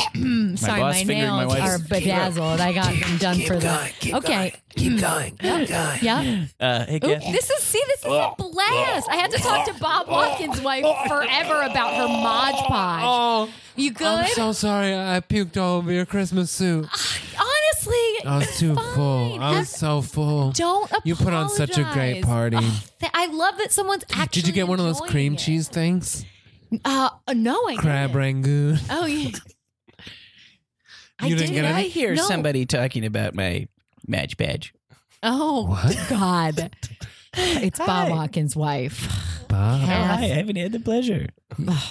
Speaker 5: Sorry,
Speaker 3: boss
Speaker 5: my
Speaker 3: fingered my
Speaker 5: nails are
Speaker 3: wife's-
Speaker 5: bedazzled. I got them done for the. Okay.
Speaker 8: Keep going. Keep going.
Speaker 5: Yeah.
Speaker 3: Uh, hey,
Speaker 5: Oop,
Speaker 3: Kathy.
Speaker 5: this is see, this is a blast. I had to talk to Bob Watkins' wife forever about her Mod Podge.
Speaker 4: Oh,
Speaker 5: You good?
Speaker 4: I'm so sorry. I puked all over your Christmas suit.
Speaker 5: Honestly,
Speaker 4: I was
Speaker 5: it's
Speaker 4: too
Speaker 5: fine.
Speaker 4: full. I was
Speaker 5: Have-
Speaker 4: so full.
Speaker 5: don't apologize.
Speaker 4: You put on such a great party.
Speaker 5: Oh, th- I love that someone's actually.
Speaker 4: Did you get one of those
Speaker 5: enjoying
Speaker 4: cream
Speaker 5: it.
Speaker 4: cheese things?
Speaker 5: Uh, uh, no, I
Speaker 4: Crab
Speaker 5: didn't.
Speaker 4: rangoon.
Speaker 5: Oh yeah. I
Speaker 4: You didn't get
Speaker 3: I
Speaker 4: any?
Speaker 3: hear
Speaker 5: No.
Speaker 3: somebody talking about my match badge.
Speaker 5: Oh
Speaker 4: What?
Speaker 5: God! It's Bob Watkins' wife.
Speaker 4: Bob.
Speaker 5: Kath.
Speaker 3: Hi, I haven't had the pleasure.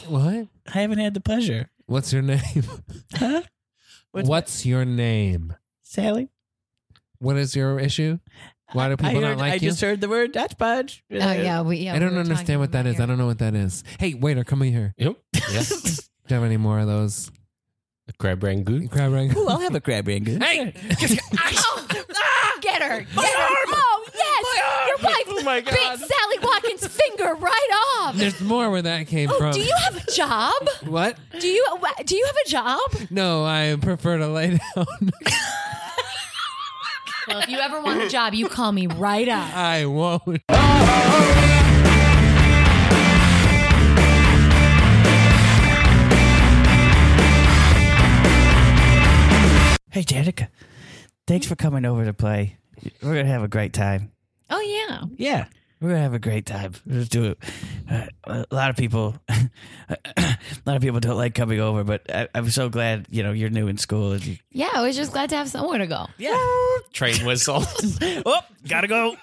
Speaker 4: What?
Speaker 3: I haven't had the pleasure.
Speaker 4: What's your name?
Speaker 3: Huh?
Speaker 4: What's, your name?
Speaker 3: Sally?
Speaker 9: What is your issue? Why do people
Speaker 10: I, heard,
Speaker 9: not like
Speaker 10: I
Speaker 9: you?
Speaker 10: just heard the word Dutch Budge.
Speaker 5: Oh yeah, we. Yeah,
Speaker 9: I don't understand what that is. I don't know what that is. Hey, waiter, come here.
Speaker 6: Yep. Yes.
Speaker 9: Do you have any more of those
Speaker 6: Crab rangoon.
Speaker 9: crab rangoon?
Speaker 10: Ooh, I'll have a crab rangoon.
Speaker 6: Hey!
Speaker 5: Get her! Get her! Oh yes, your wife
Speaker 6: Oh, my God.
Speaker 5: bit Sally Watkins' finger right off.
Speaker 9: There's more where that came
Speaker 5: Oh,
Speaker 9: from.
Speaker 5: do you have a job?
Speaker 9: what?
Speaker 5: Do you do you have a job?
Speaker 9: No, I prefer to lay down.
Speaker 5: Well, if you ever want a job, you call me right up.
Speaker 9: I won't.
Speaker 3: Hey, Danica. Thanks for coming over to play. We're going to have a great time.
Speaker 5: Oh yeah.
Speaker 3: Yeah. We're gonna have a great time. Let's do it. Uh, a lot of people, a lot of people don't like coming over, but I, I'm so glad you know you're new in school. And you,
Speaker 5: Yeah, I was just glad to have somewhere to go.
Speaker 3: yeah.
Speaker 6: Train whistle.
Speaker 3: Oh, gotta go.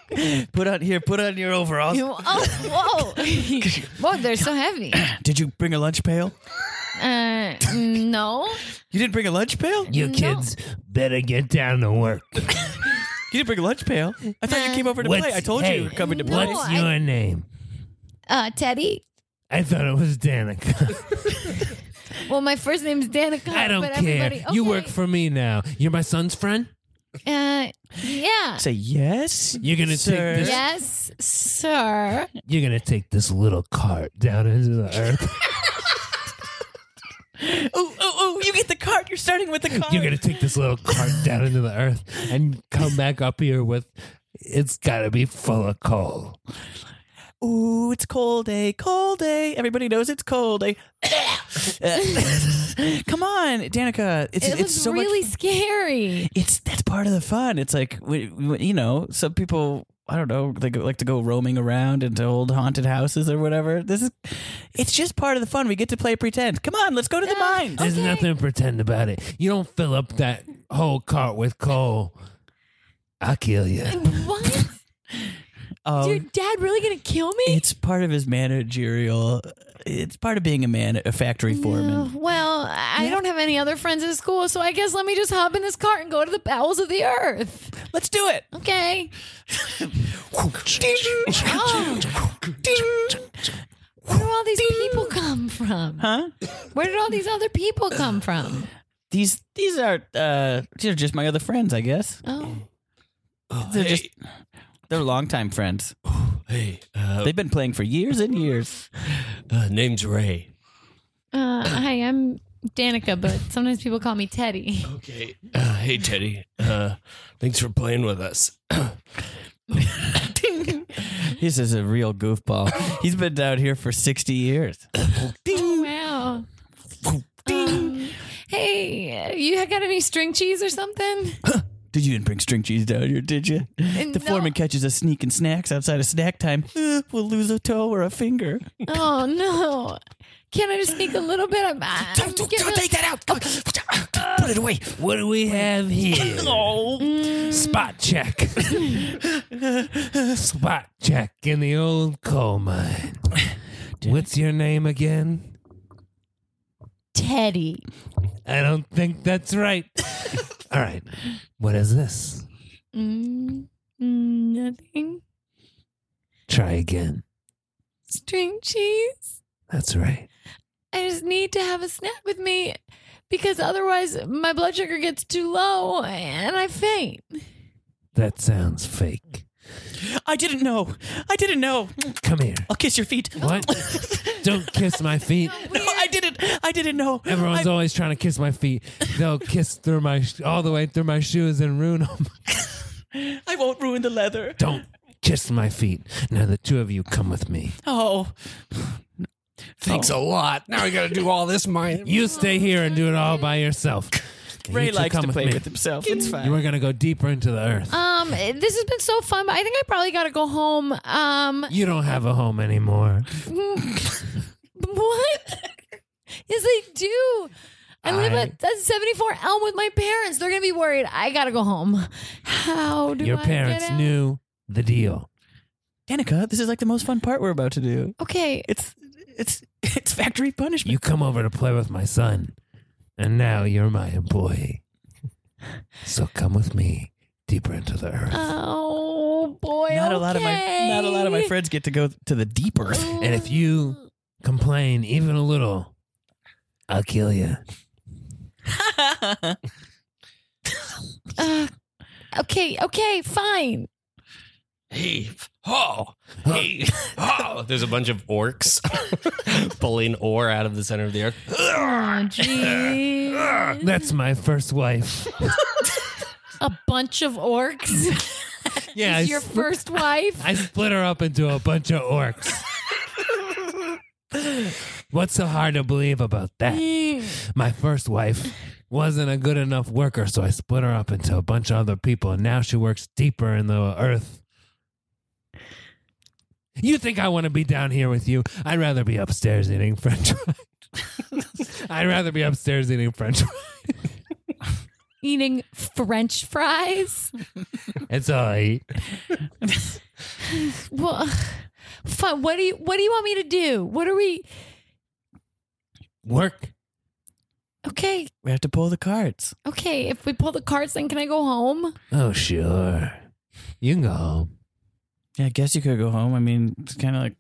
Speaker 3: Put on here. Put on your overalls.
Speaker 5: You- oh, whoa. whoa, they're so heavy.
Speaker 3: Did you bring a lunch pail?
Speaker 5: Uh, no.
Speaker 3: You didn't bring a lunch pail. You
Speaker 5: You kids
Speaker 4: Better get down to work.
Speaker 3: didn't bring a lunch pail. I thought you came over to play.
Speaker 4: What's-
Speaker 3: I told
Speaker 4: hey,
Speaker 3: you you were coming to play.
Speaker 4: What's
Speaker 5: I-
Speaker 4: your name?
Speaker 5: Uh, Teddy.
Speaker 4: I thought it was Danica.
Speaker 5: Well, my first name's Danica.
Speaker 9: I don't
Speaker 5: but
Speaker 9: care.
Speaker 5: everybody-
Speaker 9: You
Speaker 5: okay.
Speaker 9: work for me now. You're my son's friend.
Speaker 5: Uh, yeah.
Speaker 3: Say yes.
Speaker 4: You're gonna
Speaker 3: Sir.
Speaker 4: take this.
Speaker 5: Yes, sir.
Speaker 4: You're gonna take this little cart down into the earth.
Speaker 3: Oh, oh, oh! You get the cart. You're starting with the cart.
Speaker 4: You're gonna take this little cart down into the earth and come back up here with. It's gotta be full of coal.
Speaker 3: Ooh, it's cold day, cold day. Everybody knows it's cold day. Come on, Danica. It's
Speaker 5: It
Speaker 3: it's
Speaker 5: looks
Speaker 3: so
Speaker 5: really
Speaker 3: much.
Speaker 5: scary.
Speaker 3: It's that's part of the fun. It's like we, we- you know, some people I don't know they go, like to go roaming around into old haunted houses or whatever. This is it's just part of the fun. We get to play pretend. Come on, let's go to the mines.
Speaker 4: There's nothing to pretend about it. You don't fill up that whole cart with coal. I'll kill you.
Speaker 5: What?
Speaker 3: Oh,
Speaker 5: Your dad really gonna kill me?
Speaker 3: it's part of his managerial. It's part of being a man, a factory foreman.
Speaker 5: Uh, well, I don't have any other friends at school, so I guess let me just hop in this cart and go to the bowels of the earth.
Speaker 3: Let's do it.
Speaker 5: Okay. Oh. Where do all these people come from?
Speaker 3: Huh?
Speaker 5: Where did all these other people come from?
Speaker 3: These these are uh these are just my other friends, I guess.
Speaker 5: Oh,
Speaker 3: They're just they're longtime friends.
Speaker 6: Oh, Hey, uh,
Speaker 3: They've been playing for years and years.
Speaker 6: uh, name's Ray.
Speaker 5: uh, hi, I'm Danica, but sometimes people call me Teddy.
Speaker 6: Okay. Uh, hey, Teddy. Uh, thanks for playing with us.
Speaker 3: This is a real goofball. He's been down here for sixty years.
Speaker 5: Wow. Um, hey, you got any string cheese or something?
Speaker 3: Did you didn't bring string cheese down here, did you?
Speaker 5: And
Speaker 3: The
Speaker 5: no-
Speaker 3: foreman catches us sneaking snacks outside of snack time. Uh, we'll lose a toe or a finger.
Speaker 5: Oh no! Can I just sneak a little bit? I'm, I'm gonna-
Speaker 3: that out. Put it away.
Speaker 4: What do we have here? Spot check. Spot check in the old coal mine. What's your name again?
Speaker 5: Teddy.
Speaker 4: I don't think that's right. All right. What is this?
Speaker 5: Mm, mm, nothing.
Speaker 4: Try again.
Speaker 5: String cheese.
Speaker 4: That's right.
Speaker 5: I just need to have a snack with me because otherwise my blood sugar gets too low and I faint.
Speaker 4: That sounds fake.
Speaker 3: I didn't know. I didn't know.
Speaker 4: Come here.
Speaker 3: I'll kiss your feet.
Speaker 4: What? don't kiss my feet.
Speaker 3: No, I didn't. I didn't know.
Speaker 4: Everyone's
Speaker 3: I-
Speaker 4: always trying to kiss my feet. They'll kiss through my all the way through my shoes and ruin them.
Speaker 3: I won't ruin the leather.
Speaker 4: Don't kiss my feet. Now the two of you come with me.
Speaker 3: Oh,
Speaker 6: Thanks a lot. Now we got to do all this mine.
Speaker 4: You stay here and do it all by yourself. You
Speaker 3: Ray
Speaker 4: two
Speaker 3: likes
Speaker 4: come
Speaker 3: to play
Speaker 4: me.
Speaker 3: with himself. It's
Speaker 4: You
Speaker 3: fine.
Speaker 4: are gonna go deeper into the earth.
Speaker 5: Um, this has been so fun, but I think I probably got to go home. Um,
Speaker 4: You don't have a home anymore.
Speaker 5: what? Yes, I do. I live
Speaker 4: I-
Speaker 5: at, at 74 Elm with my parents. They're gonna be worried. I gotta go home. How do
Speaker 4: Your
Speaker 5: I
Speaker 4: parents
Speaker 5: get out?
Speaker 4: knew the deal.
Speaker 3: Danica, this is like the most fun part we're about to do.
Speaker 5: Okay,
Speaker 3: It's it's it's factory punishment.
Speaker 4: You come over to play with my son, and now you're my employee. So come with me deeper into the earth.
Speaker 5: Oh boy.
Speaker 3: Not a lot of my not a lot of my friends get to go to the deep earth.
Speaker 4: and if you complain even a little, I'll kill you.
Speaker 5: Uh, okay, okay, fine.
Speaker 6: Hey, oh, hey, oh. There's a bunch of orcs pulling ore out of the center of the earth.
Speaker 5: Oh, gee.
Speaker 4: That's my first wife.
Speaker 5: a bunch of orcs.
Speaker 4: Yeah, I,
Speaker 5: Is your
Speaker 4: sp-
Speaker 5: first wife?
Speaker 4: I split her up into a bunch of orcs. What's so hard to believe about that? My first wife wasn't a good enough worker, so I split her up into a bunch of other people, and now she works deeper in the earth. You think I want to be down here with you? I'd rather be upstairs eating french fries. I'd rather be upstairs eating french fries.
Speaker 5: Eating French fries?
Speaker 4: That's all I eat.
Speaker 5: Well, fine. What do you What do you want me to do? What are we?
Speaker 4: Work.
Speaker 5: Okay,
Speaker 3: We have to pull the cards.
Speaker 5: okay. If we pull the cards, then can I go home?
Speaker 4: Oh, sure. You can go home.
Speaker 3: Yeah, I guess you could go home. I mean, it's kind of like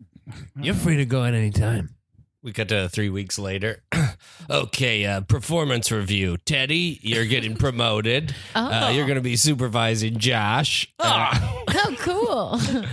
Speaker 4: You're free to go at any time.
Speaker 6: We cut to three weeks later. okay, uh, performance review. Teddy, you're getting promoted.
Speaker 5: Oh,
Speaker 4: Oh.
Speaker 6: Uh, you're going to be supervising Josh.
Speaker 4: Ah.
Speaker 6: Uh,
Speaker 5: Oh, cool.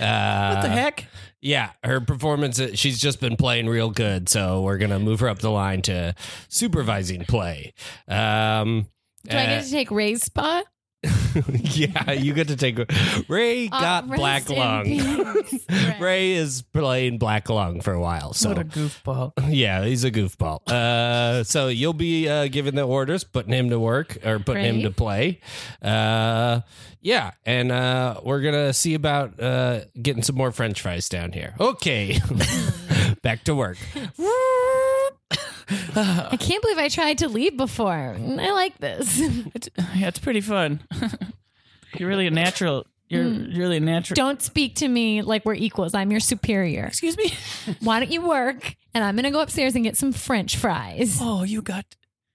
Speaker 6: uh,
Speaker 3: what the heck?
Speaker 6: Yeah, her performance, uh, she's just been playing real good. So we're going to move her up the line to supervising play. Um,
Speaker 5: do I
Speaker 3: uh,
Speaker 5: get to take Ray's spot?
Speaker 6: yeah, you get to take Ray got
Speaker 5: Uh, rest
Speaker 6: black
Speaker 5: in
Speaker 6: lung.
Speaker 5: peace, Ray.
Speaker 6: Ray is playing black lung for a while. So
Speaker 3: What a goofball.
Speaker 6: yeah, he's a goofball. Uh, so you'll be uh, giving the orders, putting him to work or putting him
Speaker 5: Right.
Speaker 6: to play. Uh, yeah, and uh, we're gonna see about uh, getting some more French fries down here. Okay, back to work.
Speaker 5: I can't believe I tried to leave before. I like this.
Speaker 3: It's, yeah, it's pretty fun. you're really a natural. You're, you're really a natural.
Speaker 5: Don't speak to me like we're equals. I'm your superior.
Speaker 3: Excuse me.
Speaker 5: Why don't you work? And I'm going to go upstairs and get some french fries.
Speaker 3: Oh, you got.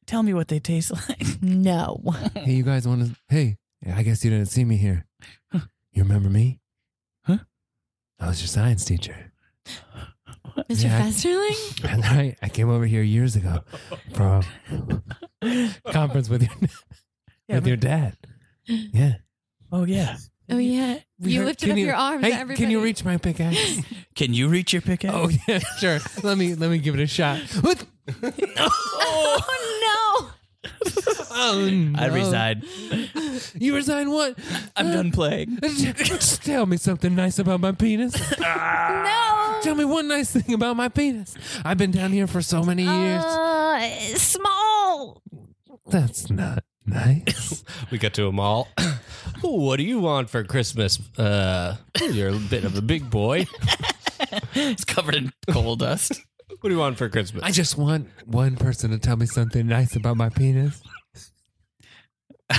Speaker 3: Tell me what they taste like.
Speaker 5: No.
Speaker 4: Hey, you guys want to? Hey, I guess you didn't see me here. You remember me?
Speaker 3: Huh?
Speaker 4: I was your science teacher.
Speaker 5: Mr.
Speaker 4: Yeah.
Speaker 5: Festerling?
Speaker 4: And I, I came over here years ago for a conference with your with your dad. Yeah.
Speaker 3: Oh yeah.
Speaker 5: Oh, yeah.
Speaker 4: We
Speaker 5: you
Speaker 4: heard-
Speaker 5: lifted
Speaker 4: can
Speaker 5: up your arms.
Speaker 4: Hey,
Speaker 5: at everybody.
Speaker 4: can you reach my pickaxe?
Speaker 3: Can you reach your pickaxe?
Speaker 4: oh yeah, sure. Let me let me give it a shot. What?
Speaker 5: Oh,
Speaker 4: Oh, no.
Speaker 3: I reside.
Speaker 4: You resign what?
Speaker 3: I'm done playing.
Speaker 4: Just Tell me something nice about my penis. Ah.
Speaker 5: no. No.
Speaker 4: Tell me one nice thing about my penis. I've been down here for so many years.
Speaker 5: Uh, small.
Speaker 4: That's not nice.
Speaker 6: We got to a mall. what do you want for Christmas? Uh, you're a bit of a big boy.
Speaker 3: It's covered in coal dust.
Speaker 6: What do you want for Christmas?
Speaker 4: I just want one person to tell me something nice about my penis.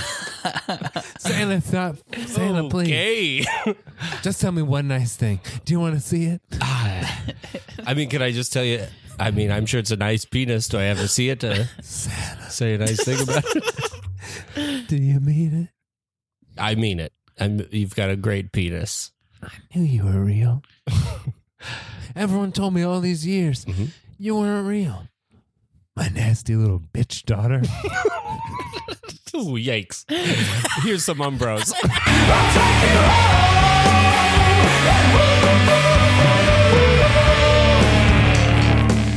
Speaker 4: Sailor, stop. Sailor,
Speaker 6: Oh,
Speaker 4: please.
Speaker 6: Okay.
Speaker 4: Just tell me one nice thing. Do you want to see it?
Speaker 6: Ah. I mean, can I just tell you? I mean, I'm sure it's a nice penis. Do I have to see it to say a nice thing about it?
Speaker 4: Do you mean
Speaker 6: I mean it. I'm, you've got a great penis.
Speaker 4: it? Knew you were real. Everyone told me all these years you weren't real. My nasty little bitch daughter.
Speaker 6: Ooh, yikes. Here's some Umbros.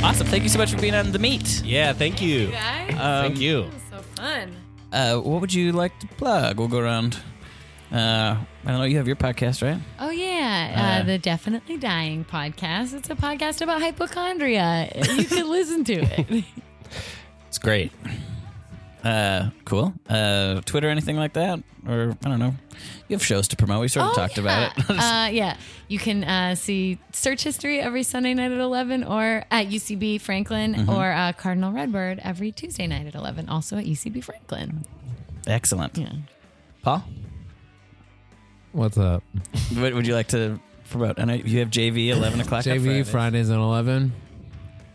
Speaker 3: Awesome. Thank you so much for being on the meet.
Speaker 6: Yeah, thank you. thank you.
Speaker 5: So fun.
Speaker 3: Uh, what would you like to plug? We'll go around. Uh, I don't know. You have your podcast, right?
Speaker 5: Oh yeah, uh, the Definitely Dying podcast. It's a podcast about hypochondria. You can listen to it.
Speaker 6: It's great.
Speaker 3: Uh, cool. Uh, Twitter, anything like that, or I don't know. You have shows to promote. We sort of talked about it.
Speaker 5: uh, Oh, yeah, you can uh, see search history every Sunday night at eleven, or at UCB Franklin, or uh, Cardinal Redbird every Tuesday night at eleven, also at UCB Franklin.
Speaker 3: Excellent.
Speaker 5: Yeah.
Speaker 3: Paul,
Speaker 11: What's up?
Speaker 3: what would you like to promote? I know you have JV eleven o'clock. on
Speaker 11: JV
Speaker 3: Fridays.
Speaker 11: Fridays at 11.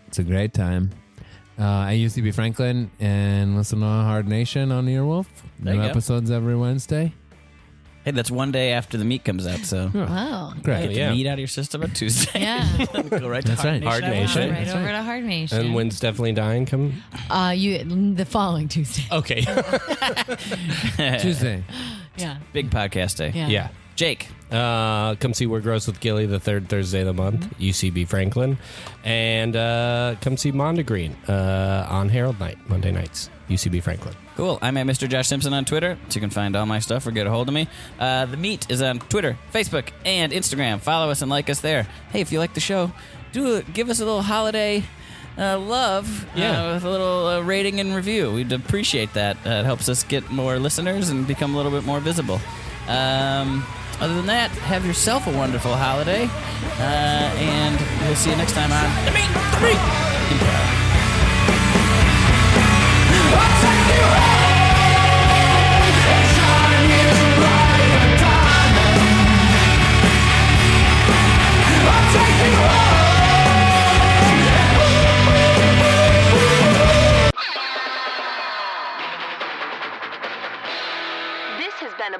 Speaker 11: It's a great time.
Speaker 4: Uh, I used to be Franklin and listen to Hard Nation on Earwolf.
Speaker 3: There
Speaker 4: New
Speaker 3: you go.
Speaker 4: episodes every Wednesday.
Speaker 3: Hey, that's one day after the meat comes out, so
Speaker 4: Oh,
Speaker 5: Wow.
Speaker 4: Great.
Speaker 3: get
Speaker 6: yeah.
Speaker 3: the meat out of your system on Tuesday.
Speaker 5: Yeah.
Speaker 3: Go right to
Speaker 4: That's right.
Speaker 6: Hard Nation.
Speaker 5: Right
Speaker 4: That's
Speaker 5: over
Speaker 4: right.
Speaker 5: to Hard Nation.
Speaker 6: And when's Definitely Dying come?
Speaker 5: uh, you the following Tuesday.
Speaker 6: Okay.
Speaker 4: Tuesday.
Speaker 5: Yeah.
Speaker 3: Big podcast day.
Speaker 5: Yeah.
Speaker 6: yeah.
Speaker 3: Jake,
Speaker 6: Uh, come see We're Gross with Gilly the third Thursday of the month, UCB Franklin. And uh, come see Mondegreen uh, on Herald Night, Monday nights, UCB Franklin.
Speaker 3: cool. I'm at Mr. Josh Simpson on Twitter, so you can find all my stuff or get a hold of me. Uh, the meat is on Twitter, Facebook, and Instagram. Follow us and like us there. Hey, if you like the show, do give us a little holiday. Uh, love,
Speaker 6: Yeah.
Speaker 3: uh, with a little uh, rating and review. We'd appreciate that. Uh, it helps us get more listeners and become a little bit more visible. Um, other than that, have yourself a wonderful holiday, uh, and we'll see you next time on The Meat. The Meat.
Speaker 1: This has been a